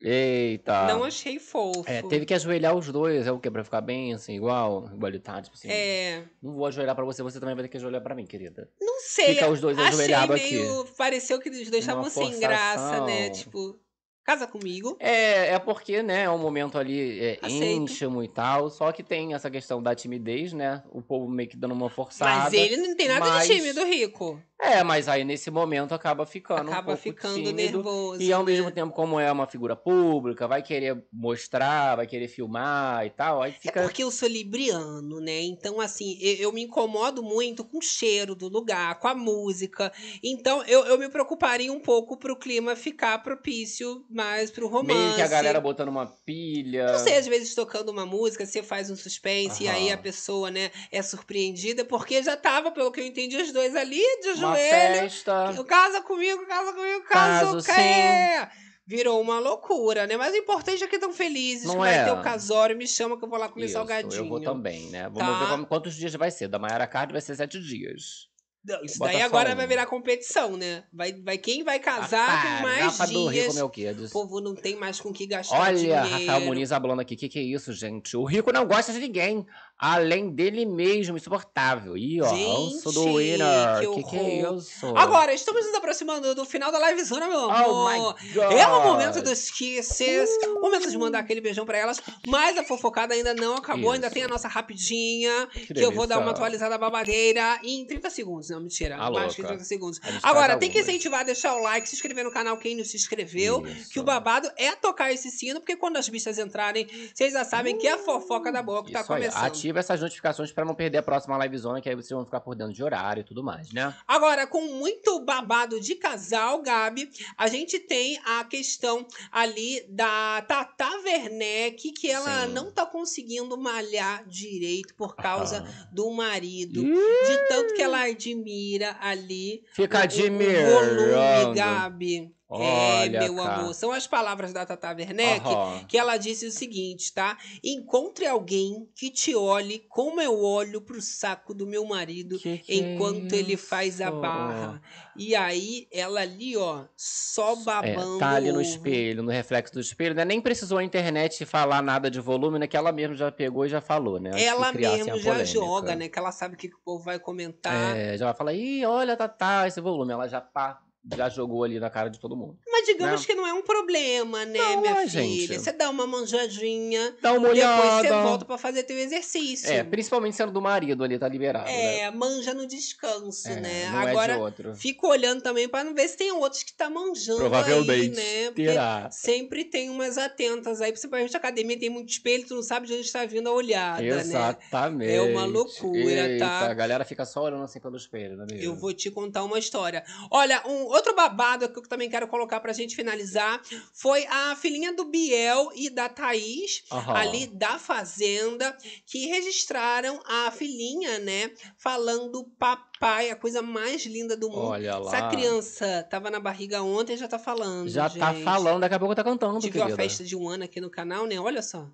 [SPEAKER 2] Eita.
[SPEAKER 1] Não achei fofo.
[SPEAKER 2] Ah. É, teve que ajoelhar os dois, é o quê? Pra ficar bem, assim, igual, igualitário, tipo assim.
[SPEAKER 1] É.
[SPEAKER 2] Não vou ajoelhar pra você, você também vai ter que ajoelhar pra mim, querida.
[SPEAKER 1] Não sei.
[SPEAKER 2] Fica os dois
[SPEAKER 1] achei
[SPEAKER 2] ajoelhados
[SPEAKER 1] meio. Pareceu que eles deixavam
[SPEAKER 2] Uma
[SPEAKER 1] sem graça, né?
[SPEAKER 2] forçação.
[SPEAKER 1] Tipo, casa comigo.
[SPEAKER 2] É, é porque, né, é um momento ali é,
[SPEAKER 1] Aceito.
[SPEAKER 2] íntimo e tal, só que tem essa questão da timidez, né? O povo meio que dando uma forçada.
[SPEAKER 1] Mas ele não tem nada
[SPEAKER 2] mas-
[SPEAKER 1] de time do rico.
[SPEAKER 2] É, mas aí nesse momento acaba ficando um
[SPEAKER 1] Acaba
[SPEAKER 2] pouco
[SPEAKER 1] ficando
[SPEAKER 2] tímido.
[SPEAKER 1] nervoso. né?
[SPEAKER 2] E ao mesmo tempo, como é uma figura pública, vai querer mostrar, vai querer filmar e tal,
[SPEAKER 1] É
[SPEAKER 2] aí fica...
[SPEAKER 1] Porque eu sou libriano, né? Então, assim, eu, eu me incomodo muito com o cheiro do lugar, com a música. Então, eu, eu me preocuparia um pouco pro clima ficar propício mais pro é romance.
[SPEAKER 2] meio que a galera botando uma pilha.
[SPEAKER 1] Não sei, às vezes tocando uma música, você faz um suspense e
[SPEAKER 2] Aham.
[SPEAKER 1] aí a pessoa, né, é surpreendida, porque já tava, pelo que eu entendi, os dois ali de
[SPEAKER 2] uma
[SPEAKER 1] joelho.
[SPEAKER 2] festa.
[SPEAKER 1] Eu Casa comigo, casa comigo, caso,
[SPEAKER 2] Caso,
[SPEAKER 1] que é. Virou uma loucura, né? Mas o importante é que estão felizes,
[SPEAKER 2] Não
[SPEAKER 1] que vai
[SPEAKER 2] é?
[SPEAKER 1] ter o casório, me chama que eu vou lá comer
[SPEAKER 2] Isso,
[SPEAKER 1] salgadinho.
[SPEAKER 2] Eu vou também, né? Vamos
[SPEAKER 1] Tá.
[SPEAKER 2] ver como- quantos dias vai ser. Da Mayara Card vai ser sete dias.
[SPEAKER 1] Não, isso
[SPEAKER 2] Bota
[SPEAKER 1] daí
[SPEAKER 2] só
[SPEAKER 1] agora
[SPEAKER 2] um.
[SPEAKER 1] vai virar competição, né? Vai, vai quem vai casar com mais
[SPEAKER 2] Garapa do Rico
[SPEAKER 1] dias.
[SPEAKER 2] Melquiades.
[SPEAKER 1] O povo não tem mais com que gastar
[SPEAKER 2] Olha,
[SPEAKER 1] dinheiro.
[SPEAKER 2] Rafael Muniz abalando aqui. O que, que é isso, gente? O rico não gosta de ninguém. Além dele mesmo, insuportável. Ih, ó, eu sou do winner.
[SPEAKER 1] que
[SPEAKER 2] Que que é
[SPEAKER 1] horror.
[SPEAKER 2] isso?
[SPEAKER 1] Agora, estamos nos aproximando do final da livezona, meu amor.
[SPEAKER 2] Oh my God.
[SPEAKER 1] É o momento dos kisses, momento de mandar aquele beijão pra elas. Mas a fofocada ainda não acabou, ainda tem a nossa rapidinha, que, eu vou
[SPEAKER 2] delícia.
[SPEAKER 1] dar uma atualizada babadeira em 30 segundos. Não, mentira,
[SPEAKER 2] Ah,
[SPEAKER 1] mais que
[SPEAKER 2] louca.
[SPEAKER 1] 30 segundos.
[SPEAKER 2] A gente tá faz
[SPEAKER 1] Agora, tem que
[SPEAKER 2] algumas.
[SPEAKER 1] incentivar, deixar o like, se inscrever no canal quem não se inscreveu, que o babado é tocar esse sino, porque quando as bichas entrarem, vocês já sabem que é a fofoca da boa que tá
[SPEAKER 2] Isso aí,
[SPEAKER 1] começando.
[SPEAKER 2] Ativa essas notificações pra não perder a próxima livezona, que aí vocês vão ficar por dentro de horário e tudo mais, né?
[SPEAKER 1] Agora, com muito babado de casal, Gabi, a gente tem a questão ali da Tata Werneck, que ela não tá conseguindo malhar direito por
[SPEAKER 2] Ah.
[SPEAKER 1] causa do marido. De tanto que ela admira ali.
[SPEAKER 2] Fica
[SPEAKER 1] o- o- O volume,
[SPEAKER 2] admirando.
[SPEAKER 1] Gabi.
[SPEAKER 2] Olha,
[SPEAKER 1] é, meu
[SPEAKER 2] cara.
[SPEAKER 1] amor. né, São as palavras da Tata Werneck
[SPEAKER 2] Aham.
[SPEAKER 1] que ela disse o seguinte, tá? Encontre alguém que te olhe como eu olho pro saco do meu marido
[SPEAKER 2] que é
[SPEAKER 1] enquanto ele faz a barra. E aí ela ali, ó, só
[SPEAKER 2] É,
[SPEAKER 1] babando.
[SPEAKER 2] tá ali
[SPEAKER 1] o
[SPEAKER 2] no
[SPEAKER 1] ovo.
[SPEAKER 2] espelho, no reflexo do espelho, né? Nem precisou a internet falar nada de volume, né? Que ela mesma já pegou e já falou, né? Antes que
[SPEAKER 1] Ela
[SPEAKER 2] criassem
[SPEAKER 1] mesmo
[SPEAKER 2] a
[SPEAKER 1] já
[SPEAKER 2] polêmica.
[SPEAKER 1] joga, né? Tá. Que ela sabe o que, que o povo vai comentar.
[SPEAKER 2] É, já vai falar, ih, olha, tá, tá, esse volume. Ela já pá, já jogou ali na cara de todo mundo.
[SPEAKER 1] Mas digamos
[SPEAKER 2] Não.
[SPEAKER 1] que não é um problema, né,
[SPEAKER 2] Não,
[SPEAKER 1] minha
[SPEAKER 2] né,
[SPEAKER 1] filha?
[SPEAKER 2] gente?
[SPEAKER 1] Você dá uma manjadinha,
[SPEAKER 2] Dá uma
[SPEAKER 1] depois você
[SPEAKER 2] olhada.
[SPEAKER 1] volta pra fazer teu exercício.
[SPEAKER 2] É, principalmente sendo do marido ali, tá liberado, né?
[SPEAKER 1] É, manja no descanso,
[SPEAKER 2] É,
[SPEAKER 1] né?
[SPEAKER 2] não é de
[SPEAKER 1] Agora,
[SPEAKER 2] outro.
[SPEAKER 1] fica olhando também pra não ver se tem outros que tá manjando aí,
[SPEAKER 2] Provavelmente
[SPEAKER 1] né? Porque
[SPEAKER 2] terá.
[SPEAKER 1] sempre tem umas atentas aí, principalmente a academia tem muito espelho, tu não sabe de onde tá vindo a olhada, né?
[SPEAKER 2] Exatamente.
[SPEAKER 1] É uma loucura,
[SPEAKER 2] Eita,
[SPEAKER 1] tá?
[SPEAKER 2] A galera fica só olhando assim pelo espelho, né, mesmo?
[SPEAKER 1] Eu vou te contar uma história. Olha, um outro babado que eu também quero colocar pra gente finalizar foi a filhinha do Biel e da Thaís,
[SPEAKER 2] Aham.
[SPEAKER 1] ali da Fazenda, que registraram a filhinha, né? Falando papai, a coisa mais linda do mundo.
[SPEAKER 2] Olha lá.
[SPEAKER 1] Essa criança tava na barriga ontem e já tá falando.
[SPEAKER 2] Já tá
[SPEAKER 1] gente.
[SPEAKER 2] falando, daqui a pouco tá cantando,
[SPEAKER 1] Tive
[SPEAKER 2] querida.
[SPEAKER 1] uma festa de um ano aqui no canal, né? Olha só.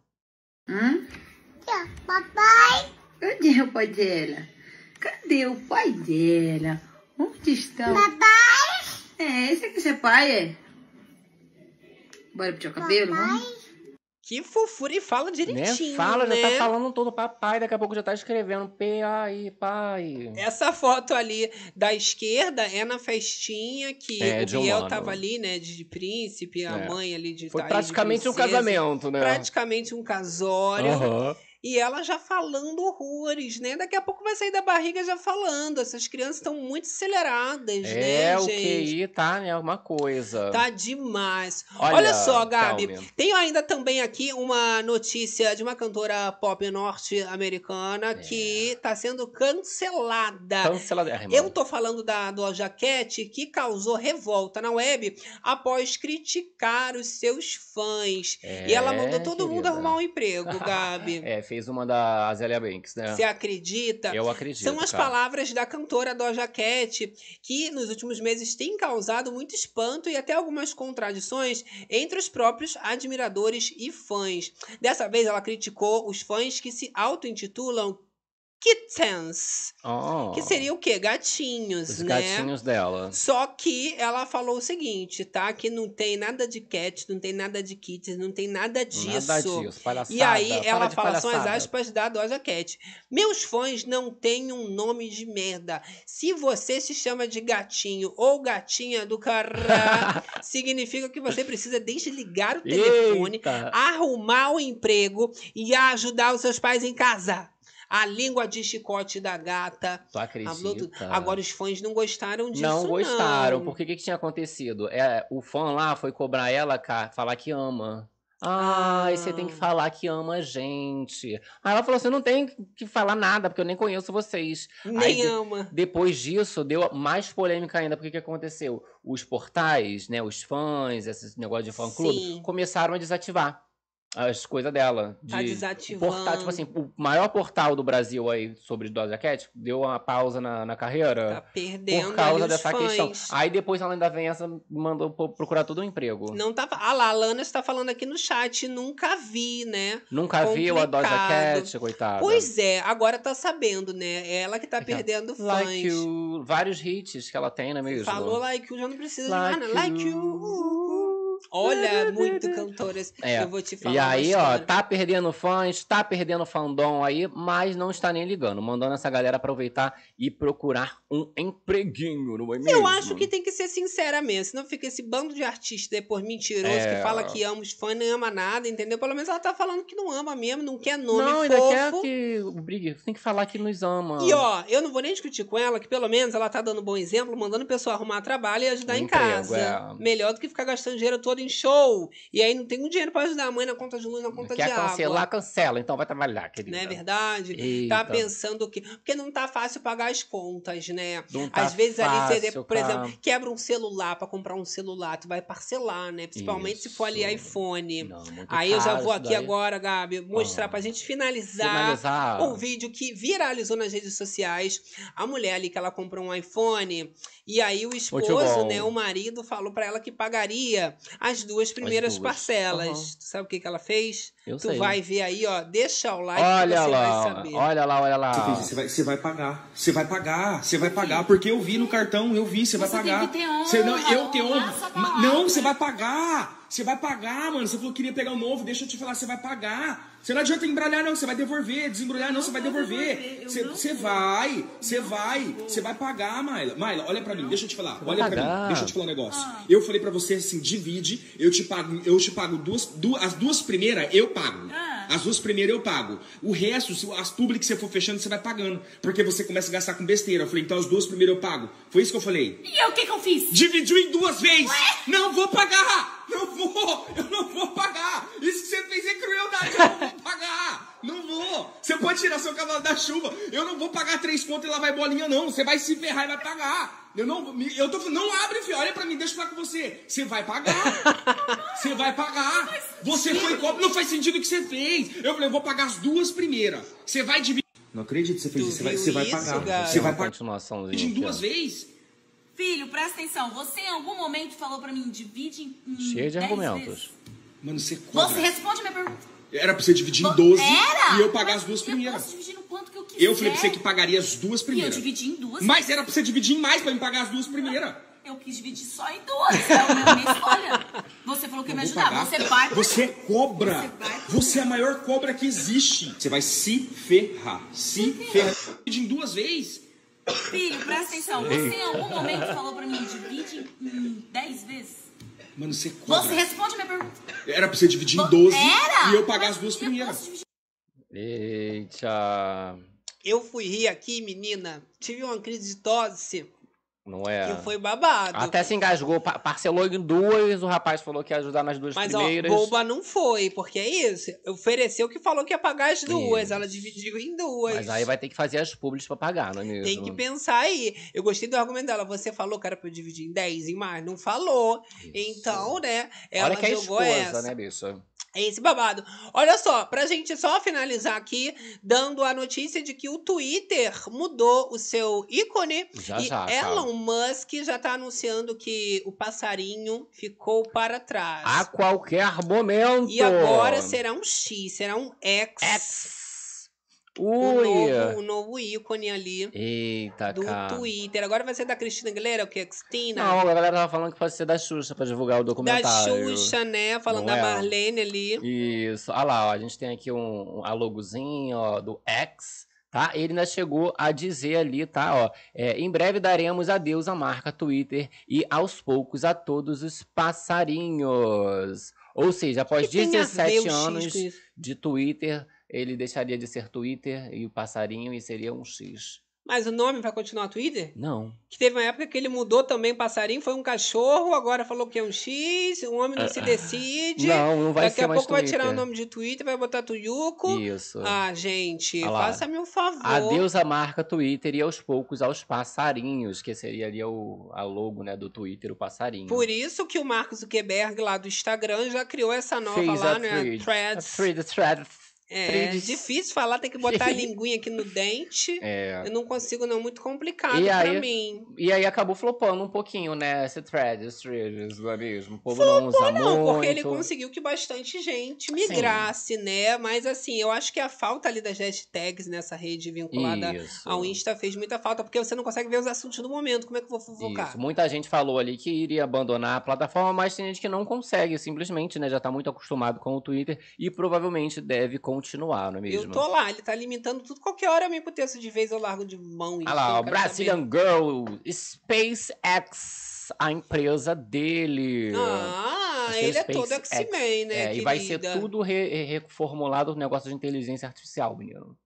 [SPEAKER 13] Papai! Cadê o pai dela? Cadê o pai dela? Onde estão? Papai! É, esse aqui é seu pai, é? Bora puxar o cabelo, vamos?
[SPEAKER 1] Que fofura e fala direitinho,
[SPEAKER 2] né? Fala, já
[SPEAKER 1] né?
[SPEAKER 2] tá falando todo papai, daqui a pouco já tá escrevendo pai, pai.
[SPEAKER 1] Essa foto ali da esquerda é na festinha que
[SPEAKER 2] É,
[SPEAKER 1] o
[SPEAKER 2] de um
[SPEAKER 1] Biel
[SPEAKER 2] ano.
[SPEAKER 1] tava ali, né? De, de príncipe, a
[SPEAKER 2] É.
[SPEAKER 1] mãe ali de
[SPEAKER 2] Foi
[SPEAKER 1] Thaís tá de
[SPEAKER 2] praticamente um
[SPEAKER 1] princesa.
[SPEAKER 2] casamento, né?
[SPEAKER 1] Praticamente um casório.
[SPEAKER 2] Aham.
[SPEAKER 1] E ela já falando horrores, né? Daqui a pouco vai sair da barriga já falando. Essas crianças estão muito aceleradas, né,
[SPEAKER 2] É, o
[SPEAKER 1] gente?
[SPEAKER 2] QI tá, né? Alguma coisa.
[SPEAKER 1] Tá demais. Olha,
[SPEAKER 2] Olha,
[SPEAKER 1] só, Gabi.
[SPEAKER 2] Thelmy.
[SPEAKER 1] Tem ainda também aqui uma notícia de uma cantora pop norte-americana que tá sendo cancelada.
[SPEAKER 2] Cancelada. Ah, É. irmão.
[SPEAKER 1] Eu tô falando da do Jaquete que causou revolta na web após criticar os seus fãs.
[SPEAKER 2] É,
[SPEAKER 1] e ela mandou todo mundo
[SPEAKER 2] querida.
[SPEAKER 1] arrumar um emprego, Gabi.
[SPEAKER 2] É, fez uma da Azalea Banks, né?
[SPEAKER 1] Você acredita?
[SPEAKER 2] Eu acredito,
[SPEAKER 1] São as
[SPEAKER 2] cara.
[SPEAKER 1] palavras da cantora Doja Cat que nos últimos meses tem causado muito espanto e até algumas contradições entre os próprios admiradores e fãs. Dessa vez ela criticou os fãs que se auto-intitulam kittens,
[SPEAKER 2] Oh,
[SPEAKER 1] que seria o quê? Gatinhos,
[SPEAKER 2] os
[SPEAKER 1] né?
[SPEAKER 2] gatinhos dela.
[SPEAKER 1] Só que ela falou o seguinte, tá? Que não tem nada de cat, não tem nada de kittens, não tem nada disso.
[SPEAKER 2] Nada disso, palhaçada.
[SPEAKER 1] E aí
[SPEAKER 2] para
[SPEAKER 1] ela
[SPEAKER 2] de
[SPEAKER 1] fala, são as
[SPEAKER 2] palhaçada.
[SPEAKER 1] aspas da Doja Cat. Meus fãs não têm um nome de merda. Se você se chama de gatinho ou gatinha do caralho, significa que você precisa desligar o telefone,
[SPEAKER 2] Eita.
[SPEAKER 1] arrumar o emprego e ajudar os seus pais em casa. A língua de chicote da gata.
[SPEAKER 2] Tu
[SPEAKER 1] Falou tudo.
[SPEAKER 2] acredita?
[SPEAKER 1] Agora os fãs não gostaram disso.
[SPEAKER 2] não gostaram,
[SPEAKER 1] não.
[SPEAKER 2] porque o que, que tinha acontecido? É, o fã lá foi cobrar ela, cara, falar que ama. Ai, você
[SPEAKER 1] Ah.
[SPEAKER 2] tem que falar que ama a gente. Aí ela falou assim: não tem que falar nada, porque eu nem conheço vocês.
[SPEAKER 1] Nem
[SPEAKER 2] Aí, de-
[SPEAKER 1] ama.
[SPEAKER 2] Depois disso, deu mais polêmica ainda, porque o que aconteceu? Os portais, né, os fãs, esse negócio de
[SPEAKER 1] Sim.
[SPEAKER 2] fã-clube, começaram a desativar as coisas dela.
[SPEAKER 1] Tá
[SPEAKER 2] de-
[SPEAKER 1] desativando.
[SPEAKER 2] Portal, tipo assim, o maior portal do Brasil aí sobre Doja Cat deu uma pausa na, na carreira.
[SPEAKER 1] Tá perdendo
[SPEAKER 2] Por causa
[SPEAKER 1] ali os
[SPEAKER 2] dessa
[SPEAKER 1] fãs.
[SPEAKER 2] questão. Aí depois ela ainda vem essa, mandou pro- procurar todo um emprego.
[SPEAKER 1] Não tá. Ah lá, a Lana está falando aqui no chat, nunca vi, né?
[SPEAKER 2] Nunca viu a Doja
[SPEAKER 1] Complicado.
[SPEAKER 2] Cat, coitada.
[SPEAKER 1] Pois é, agora tá sabendo, né? Ela que tá perdendo fãs.
[SPEAKER 2] Like you, vários hits que ela tem, né mesmo?
[SPEAKER 1] Falou like you, já não precisa de
[SPEAKER 2] Like
[SPEAKER 1] mais nada. Like you. Olha, muito cantoras.
[SPEAKER 2] É.
[SPEAKER 1] Eu vou te falar.
[SPEAKER 2] E
[SPEAKER 1] uma
[SPEAKER 2] aí, ó,
[SPEAKER 1] história.
[SPEAKER 2] tá perdendo fãs, tá perdendo fandom aí, mas não está nem ligando, mandando essa galera aproveitar e procurar um empreguinho, não é mesmo?
[SPEAKER 1] Eu acho que tem que ser sincera mesmo, senão fica esse bando de artistas depois mentiroso
[SPEAKER 2] É.
[SPEAKER 1] que fala que ama os fãs, não ama nada, entendeu? Pelo menos ela tá falando que não ama mesmo, não quer nome
[SPEAKER 2] Não, ainda quer
[SPEAKER 1] fofo.
[SPEAKER 2] que o Brigue tem que falar que nos ama.
[SPEAKER 1] E ó, eu não vou nem discutir com ela, que pelo menos ela tá dando bom exemplo, mandando o pessoal arrumar trabalho e ajudar
[SPEAKER 2] Um
[SPEAKER 1] em
[SPEAKER 2] emprego,
[SPEAKER 1] casa.
[SPEAKER 2] é.
[SPEAKER 1] Melhor do que ficar gastando dinheiro todo em show. E aí não tem um dinheiro pra ajudar a mãe na conta de luz, na conta
[SPEAKER 2] quer
[SPEAKER 1] de
[SPEAKER 2] cancelar,
[SPEAKER 1] água.
[SPEAKER 2] cancela, então vai trabalhar, querida.
[SPEAKER 1] Não é verdade?
[SPEAKER 2] Eita.
[SPEAKER 1] Tá pensando o quê? Porque não tá fácil pagar as contas, né?
[SPEAKER 2] Não tá
[SPEAKER 1] Às vezes ali você,
[SPEAKER 2] fácil,
[SPEAKER 1] por
[SPEAKER 2] cara.
[SPEAKER 1] exemplo, quebra um celular pra comprar um celular, tu vai parcelar, né? Principalmente se for ali iPhone. Aí eu já
[SPEAKER 2] é caro
[SPEAKER 1] vou
[SPEAKER 2] isso
[SPEAKER 1] aqui
[SPEAKER 2] daí.
[SPEAKER 1] agora, Gabi, mostrar pra gente finalizar,
[SPEAKER 2] Finalizar.
[SPEAKER 1] um vídeo que viralizou nas redes sociais. A mulher ali que ela comprou um iPhone e aí o esposo,
[SPEAKER 2] bom.
[SPEAKER 1] né, o marido falou pra ela que pagaria as duas primeiras
[SPEAKER 2] duas.
[SPEAKER 1] parcelas.
[SPEAKER 2] Aham.
[SPEAKER 1] Tu sabe o que que ela fez?
[SPEAKER 2] Eu
[SPEAKER 1] tu
[SPEAKER 2] sei.
[SPEAKER 1] vai ver aí, ó, deixa o like que
[SPEAKER 2] Olha
[SPEAKER 1] você vai
[SPEAKER 2] lá,
[SPEAKER 1] saber.
[SPEAKER 2] olha lá, olha lá.
[SPEAKER 3] Você, fez isso, você vai, você vai pagar. Você vai pagar. Você vai pagar. Porque eu vi no cartão, eu vi, você vai
[SPEAKER 14] Você tem
[SPEAKER 3] pagar.
[SPEAKER 14] que ter honra,
[SPEAKER 3] Você não, eu tenho
[SPEAKER 14] honra
[SPEAKER 3] honra.
[SPEAKER 14] essa
[SPEAKER 3] Ma-
[SPEAKER 14] palavra.
[SPEAKER 3] Não, você vai pagar. Você vai pagar, mano. Você falou que queria pegar o novo, deixa eu te falar, você vai pagar. Você não adianta embralhar, não. Você vai devolver. Desembrulhar, não, você vai devolver. Você, você vai, você vai. Você vai pagar, Mayla. Mayla, olha pra mim, deixa eu te falar.
[SPEAKER 2] vai
[SPEAKER 3] Olha pra
[SPEAKER 2] pagar.
[SPEAKER 3] mim, deixa eu te falar um negócio.
[SPEAKER 14] Ah.
[SPEAKER 3] Eu falei pra você assim, divide, eu te pago, eu te pago duas, duas as duas primeiras eu pago.
[SPEAKER 10] Ah.
[SPEAKER 3] As duas primeiras eu pago. O resto, se- as públicas que você for fechando, você vai pagando. Porque você começa a gastar com besteira. Eu falei, então as duas primeiras eu pago. Foi isso que eu falei.
[SPEAKER 14] E eu, o que que eu fiz?
[SPEAKER 3] Dividiu em duas vezes! Não vou pagar! Não vou! Eu não vou pagar! Isso que você fez é crueldade, eu não vou pagar! Não vou! Você pode tirar seu cavalo da chuva! Eu não vou pagar três contas e lá vai bolinha, não! Você vai se ferrar e vai pagar! Eu não. me- Eu tô falando, não abre, filho! Olha pra mim, deixa eu falar com você! Você vai pagar! Você vai pagar! Você foi cobre, não faz sentido o que você fez! Eu falei, eu vou pagar as duas primeiras! Você vai dividir. Não acredito que você fez isso, você vai, você vai pagar! Você vai pagar em duas vezes!
[SPEAKER 14] Filho, presta atenção. Você em algum momento falou pra mim, divide em em
[SPEAKER 3] Cheio
[SPEAKER 14] dez
[SPEAKER 3] de
[SPEAKER 14] vezes.
[SPEAKER 3] argumentos. Mano, você cobra.
[SPEAKER 14] Você responde minha pergunta.
[SPEAKER 3] Era pra você dividir em 12
[SPEAKER 14] Era?
[SPEAKER 3] e eu pagar as duas
[SPEAKER 14] Eu posso
[SPEAKER 3] primeiras.
[SPEAKER 14] dividir no quanto que eu quiser.
[SPEAKER 3] Eu falei pra você que pagaria as duas primeiras.
[SPEAKER 14] E eu dividi em duas.
[SPEAKER 3] Mas era pra você dividir em mais pra me pagar as duas primeiras.
[SPEAKER 14] Eu quis dividir só em duas. É uma minha escolha. Você falou que ia me
[SPEAKER 3] Vou
[SPEAKER 14] ajudar.
[SPEAKER 3] pagar.
[SPEAKER 14] Você vai.
[SPEAKER 3] Você é cobra. Você é a maior cobra que existe. Você vai se ferrar. Se ferrar. Dividir em duas vezes.
[SPEAKER 14] Filho, presta atenção. Você em algum
[SPEAKER 3] Eita.
[SPEAKER 14] momento falou pra mim, divide em dez vezes.
[SPEAKER 3] Mano, você é
[SPEAKER 14] Você
[SPEAKER 3] cobra.
[SPEAKER 14] responde minha pergunta.
[SPEAKER 3] Era pra você dividir em
[SPEAKER 14] Vo-
[SPEAKER 3] 12
[SPEAKER 14] Era?
[SPEAKER 3] e eu pagar as duas primeiras.
[SPEAKER 2] Eita,
[SPEAKER 1] Eu fui rir aqui, menina. Tive uma crise de tosse
[SPEAKER 2] não é?
[SPEAKER 1] que foi babado.
[SPEAKER 2] Até se engasgou, pa- parcelou em duas, o rapaz falou que ia ajudar nas duas
[SPEAKER 1] Mas
[SPEAKER 2] primeiras.
[SPEAKER 1] ó, boba não foi, porque é isso. Ofereceu que falou que ia pagar as duas, ela dividiu em duas.
[SPEAKER 2] Mas aí vai ter que fazer as públicas pra pagar, não é mesmo?
[SPEAKER 1] Tem que pensar aí. Eu gostei do argumento dela. Você falou que era pra eu dividir em 10 em mais? Não falou. Então, né? Ela
[SPEAKER 2] Olha que é
[SPEAKER 1] jogou
[SPEAKER 2] esposa,
[SPEAKER 1] essa.
[SPEAKER 2] né, bicha?
[SPEAKER 1] É esse babado. Olha só, pra gente só finalizar aqui, dando a notícia de que o Twitter mudou o seu ícone.
[SPEAKER 2] Já,
[SPEAKER 1] e é
[SPEAKER 2] já, tá.
[SPEAKER 1] Elon Musk já tá anunciando que o passarinho ficou para trás.
[SPEAKER 2] A qualquer momento. É
[SPEAKER 1] E agora será um X, será um X. O,
[SPEAKER 2] Ui.
[SPEAKER 1] novo, o novo ícone ali
[SPEAKER 2] Eita,
[SPEAKER 1] do
[SPEAKER 2] cara.
[SPEAKER 1] Twitter. Agora vai ser da Cristina Aguilera, o que? Cristina?
[SPEAKER 2] É, Não, a galera tava falando que pode ser da Xuxa pra divulgar o
[SPEAKER 1] da
[SPEAKER 2] documentário.
[SPEAKER 1] Xuxa, né? Falando
[SPEAKER 2] Não
[SPEAKER 1] da
[SPEAKER 2] é?
[SPEAKER 1] Marlene ali.
[SPEAKER 2] Isso. Olha lá, ó, a gente tem aqui um, um a logozinho ó, do X, tá? Ele ainda chegou a dizer ali, tá? Ó, é, em breve daremos adeus à marca Twitter e aos poucos a todos os passarinhos. Ou seja, após
[SPEAKER 1] que tem a ver o
[SPEAKER 2] 17
[SPEAKER 1] X com
[SPEAKER 2] anos
[SPEAKER 1] isso?
[SPEAKER 2] de Twitter, ele deixaria de ser Twitter e o passarinho e seria um X.
[SPEAKER 1] Mas o nome vai continuar Twitter?
[SPEAKER 2] Não.
[SPEAKER 1] Que teve uma época que ele mudou também passarinho, foi um cachorro, agora falou que é um X, o homem não se
[SPEAKER 2] Ah.
[SPEAKER 1] decide.
[SPEAKER 2] Não, não vai
[SPEAKER 1] Daqui
[SPEAKER 2] ser
[SPEAKER 1] a
[SPEAKER 2] mais
[SPEAKER 1] pouco vai tirar o
[SPEAKER 2] Twitter.
[SPEAKER 1] nome de Twitter, vai botar Tuyuco.
[SPEAKER 2] Isso.
[SPEAKER 1] Ah, gente,
[SPEAKER 2] Ah lá.
[SPEAKER 1] faça-me um favor.
[SPEAKER 2] Adeus à marca Twitter e aos poucos aos passarinhos, que seria ali o, a logo né, do Twitter, o passarinho.
[SPEAKER 1] Por isso que o Marcos Zuckerberg lá do Instagram já criou essa nova
[SPEAKER 2] Fez
[SPEAKER 1] lá,
[SPEAKER 2] a
[SPEAKER 1] né?
[SPEAKER 2] thread.
[SPEAKER 1] Threads.
[SPEAKER 2] A thread, thread.
[SPEAKER 1] É
[SPEAKER 2] Frides.
[SPEAKER 1] difícil falar, tem que botar a linguinha aqui no dente.
[SPEAKER 2] É.
[SPEAKER 1] Eu não consigo, não. Muito complicado
[SPEAKER 2] E
[SPEAKER 1] pra
[SPEAKER 2] aí-
[SPEAKER 1] mim.
[SPEAKER 2] E aí acabou flopando um pouquinho, né? Esse thread, esse thread, não é mesmo? O povo não
[SPEAKER 1] Flopou,
[SPEAKER 2] usa
[SPEAKER 1] não,
[SPEAKER 2] muito.
[SPEAKER 1] porque ele conseguiu que bastante gente migrasse, né? Mas assim, eu acho que a falta ali das hashtags nessa rede vinculada
[SPEAKER 2] Isso.
[SPEAKER 1] ao Insta fez muita falta, porque você não consegue ver os assuntos do momento. Como é que eu vou fofocar?
[SPEAKER 2] Isso, muita gente falou ali que iria abandonar a plataforma, mas tem gente que não consegue, simplesmente, né? Já tá muito acostumado com o Twitter e provavelmente deve continuar, não é mesmo?
[SPEAKER 1] Eu tô lá, ele tá limitando tudo. Qualquer hora eu me aconteço de vez, eu largo de mão.
[SPEAKER 2] Olha Ah
[SPEAKER 1] eu
[SPEAKER 2] lá, ó,
[SPEAKER 1] quero saber.
[SPEAKER 2] Brazilian Girl, SpaceX, a empresa dele.
[SPEAKER 1] Ah,
[SPEAKER 2] Acho que
[SPEAKER 1] ele é todo
[SPEAKER 2] SpaceX.
[SPEAKER 1] X-Men, né,
[SPEAKER 2] É, e vai ser
[SPEAKER 1] querida?
[SPEAKER 2] tudo re- re- reformulado no negócio de inteligência artificial, menino.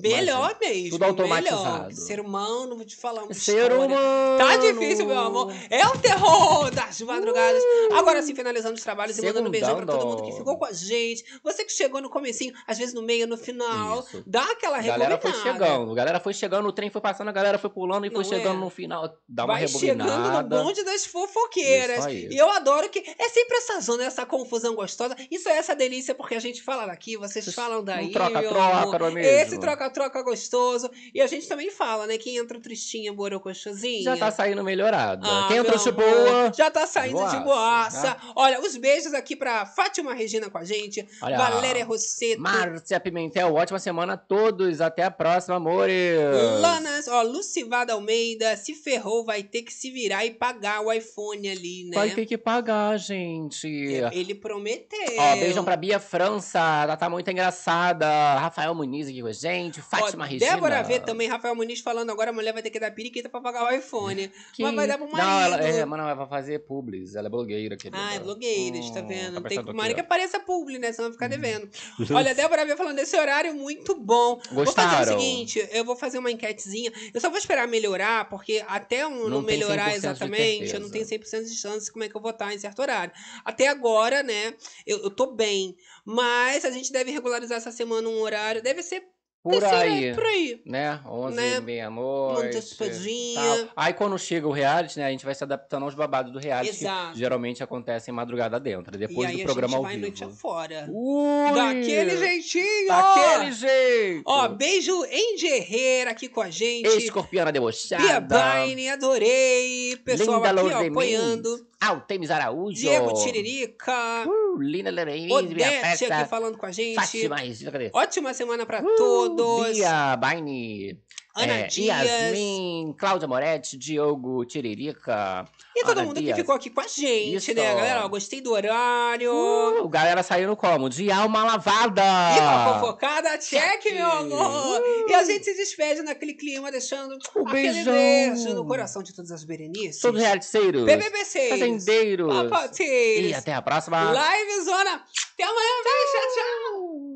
[SPEAKER 1] Melhor mesmo.
[SPEAKER 2] Tudo automatizado.
[SPEAKER 1] Melhor. Ser humano, vou te falar um uma
[SPEAKER 2] Ser
[SPEAKER 1] história.
[SPEAKER 2] humano.
[SPEAKER 1] Tá difícil, meu amor. É o terror das madrugadas. Agora sim, finalizando os trabalhos e mandando um beijão pra todo mundo que
[SPEAKER 2] Segundando.
[SPEAKER 1] ficou com a gente. Você que chegou no comecinho, às vezes no meio, no final.
[SPEAKER 2] Isso.
[SPEAKER 1] Dá aquela
[SPEAKER 2] A galera
[SPEAKER 1] rebobinada.
[SPEAKER 2] foi chegando, a galera foi chegando, o trem foi passando, a galera foi pulando e foi
[SPEAKER 1] Não é?
[SPEAKER 2] chegando no final. Dá uma
[SPEAKER 1] Vai chegando no
[SPEAKER 2] rebobinada.
[SPEAKER 1] bonde das fofoqueiras.
[SPEAKER 2] Isso aí.
[SPEAKER 1] E eu adoro que é sempre essa zona, essa confusão gostosa. Isso é essa delícia, porque a gente fala daqui, vocês falam daí. meu
[SPEAKER 2] troca-troca,
[SPEAKER 1] amor.
[SPEAKER 2] não é mesmo?
[SPEAKER 1] Esse troca-troca gostoso. E a gente também fala, né? Quem entra tristinha, borocochosinha.
[SPEAKER 2] Já tá saindo melhorada.
[SPEAKER 1] Ah,
[SPEAKER 2] Quem entrou
[SPEAKER 1] meu
[SPEAKER 2] de
[SPEAKER 1] amor,
[SPEAKER 2] boa.
[SPEAKER 1] Já tá saindo de
[SPEAKER 2] boaça,
[SPEAKER 1] boaça.
[SPEAKER 2] tá?
[SPEAKER 1] Olha, os beijos aqui pra Fátima Regina com a gente.
[SPEAKER 2] Olha,
[SPEAKER 1] Valéria Rosseto.
[SPEAKER 2] Márcia Pimentel, ótima semana a todos. Até a próxima, amores.
[SPEAKER 1] Lanas, ó, Lucivada Almeida, se ferrou, vai ter que se virar e pagar o iPhone ali, né? É
[SPEAKER 2] Vai ter que pagar, gente.
[SPEAKER 1] Ele prometeu.
[SPEAKER 2] Ó, beijão pra Bia França, ela tá muito engraçada. Rafael Muniz aqui com a gente, Fátima
[SPEAKER 1] Ó,
[SPEAKER 2] Regina.
[SPEAKER 1] Débora V também, Rafael Muniz falando agora, a mulher vai ter que dar periquita pra pagar o iPhone.
[SPEAKER 2] Que-
[SPEAKER 1] Mas vai dar pro marido.
[SPEAKER 2] Não, ela, é, mas não, ela vai fazer publis, ela é blogueira. Querida.
[SPEAKER 1] Ah, é blogueiras, tá vendo? Não
[SPEAKER 2] tá
[SPEAKER 1] tem
[SPEAKER 2] pensando o
[SPEAKER 1] tomara
[SPEAKER 2] quê?
[SPEAKER 1] que apareça publi, né? Senão vai ficar devendo. Olha, a Débora veio falando desse horário muito bom. Vou fazer o
[SPEAKER 2] Gostaram?
[SPEAKER 1] seguinte, eu vou fazer uma enquetezinha. Eu só vou esperar melhorar, porque até um não,
[SPEAKER 2] Não tem
[SPEAKER 1] melhorar
[SPEAKER 2] 100% de
[SPEAKER 1] exatamente, eu não tenho 100% de chance de como é que eu vou estar em certo horário. Até agora, né, eu, eu tô bem. Mas a gente deve regularizar essa semana um horário. Deve ser
[SPEAKER 2] Por
[SPEAKER 1] terceira,
[SPEAKER 2] aí.
[SPEAKER 1] Por aí.
[SPEAKER 2] Né? 11
[SPEAKER 1] Né?
[SPEAKER 2] h meia-noite.
[SPEAKER 1] antecipadinha.
[SPEAKER 2] tal. Aí quando chega o reality, né, a gente vai se adaptando aos babados do reality,
[SPEAKER 1] Exato.
[SPEAKER 2] que geralmente acontecem madrugada dentro,
[SPEAKER 1] E
[SPEAKER 2] Tá depois
[SPEAKER 1] aí
[SPEAKER 2] do
[SPEAKER 1] a
[SPEAKER 2] programa
[SPEAKER 1] gente
[SPEAKER 2] ao
[SPEAKER 1] vai
[SPEAKER 2] vivo.
[SPEAKER 1] noite afora.
[SPEAKER 2] Ui!
[SPEAKER 1] Daquele jeitinho!
[SPEAKER 2] Daquele jeito!
[SPEAKER 1] Ó, beijo Andy Herrera aqui com a gente.
[SPEAKER 2] Escorpiana
[SPEAKER 1] Bia
[SPEAKER 2] debochada.
[SPEAKER 1] Baine, adorei. Pessoal
[SPEAKER 2] Linda
[SPEAKER 1] aqui, ó,
[SPEAKER 2] Lourdes
[SPEAKER 1] apoiando.
[SPEAKER 2] Altemis Araújo.
[SPEAKER 1] Diego Tiririca.
[SPEAKER 2] Uh, Lina Lereniz, minha
[SPEAKER 1] Odete
[SPEAKER 2] festa.
[SPEAKER 1] aqui falando com a gente.
[SPEAKER 2] Fátima Regina, cadê?
[SPEAKER 1] Ótima semana pra todos.
[SPEAKER 2] Bia Baine.
[SPEAKER 1] Ana
[SPEAKER 2] é,
[SPEAKER 1] Dias.
[SPEAKER 2] Yasmin, Cláudia Moretti, Diogo Tiririca.
[SPEAKER 1] E todo
[SPEAKER 2] Ana
[SPEAKER 1] mundo
[SPEAKER 2] Dias.
[SPEAKER 1] que ficou aqui com a gente,
[SPEAKER 2] Isso.
[SPEAKER 1] né, galera? Ó, gostei do horário.
[SPEAKER 2] Uh, galera saindo como? De alma lavada.
[SPEAKER 1] E com a fofocada, check, meu amor! E a gente se despede naquele clima, deixando
[SPEAKER 2] Uh. Um
[SPEAKER 1] aquele
[SPEAKER 2] beijão.
[SPEAKER 1] beijo no coração de todas as Berenices.
[SPEAKER 2] Todos realiticeiros.
[SPEAKER 1] BBB6.
[SPEAKER 2] Fazendeiros.
[SPEAKER 1] Papateiros.
[SPEAKER 2] E até a próxima.
[SPEAKER 1] Live Zona. Até amanhã, beijo, tchau, tchau!